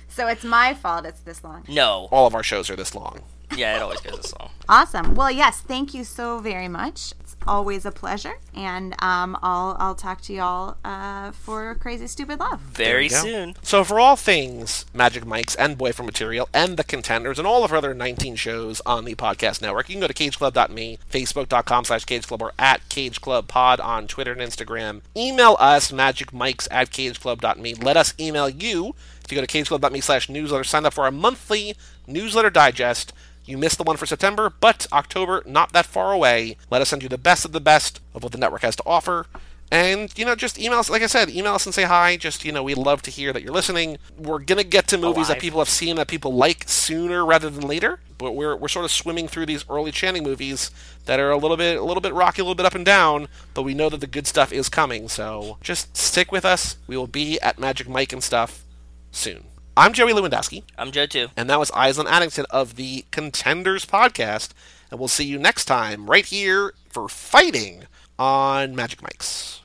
Speaker 3: So it's my fault it's this long.
Speaker 2: No.
Speaker 1: All of our shows are this long.
Speaker 2: Yeah, it always goes this long.
Speaker 3: Awesome. Well, yes, thank you so very much. It's always a pleasure, and um, I'll I'll talk to y'all uh, for crazy stupid love.
Speaker 2: Very
Speaker 1: There you go.
Speaker 2: soon.
Speaker 1: So for all things Magic Mike's and Boyfriend Material and The Contenders and all of our other 19 shows on the podcast network, you can go to cageclub.me, facebook.com slash cageclub, or at cageclubpod on Twitter and Instagram. Email us, magicmikes at cageclub.me. Let us email you. If you go to cageclub.me slash newsletter, sign up for our monthly newsletter digest. You missed the one for September, but October, not that far away. Let us send you the best of the best of what the network has to offer. And, you know, just email us. Like I said, email us and say hi. Just, you know, we love to hear that you're listening. We're going to get to movies that
Speaker 2: Alive.
Speaker 1: people have seen that people like sooner rather than later. But we're, we're sort of swimming through these early Channing movies that are a little bit a little bit rocky, a little bit up and down. But we know that the good stuff is coming. So just stick with us. We will be at Magic Mike and stuff soon. I'm Joey Lewandowski.
Speaker 2: I'm Joe too.
Speaker 1: And that was Island Addington of the Contenders podcast. And we'll see you next time right here for fighting on Magic Mics.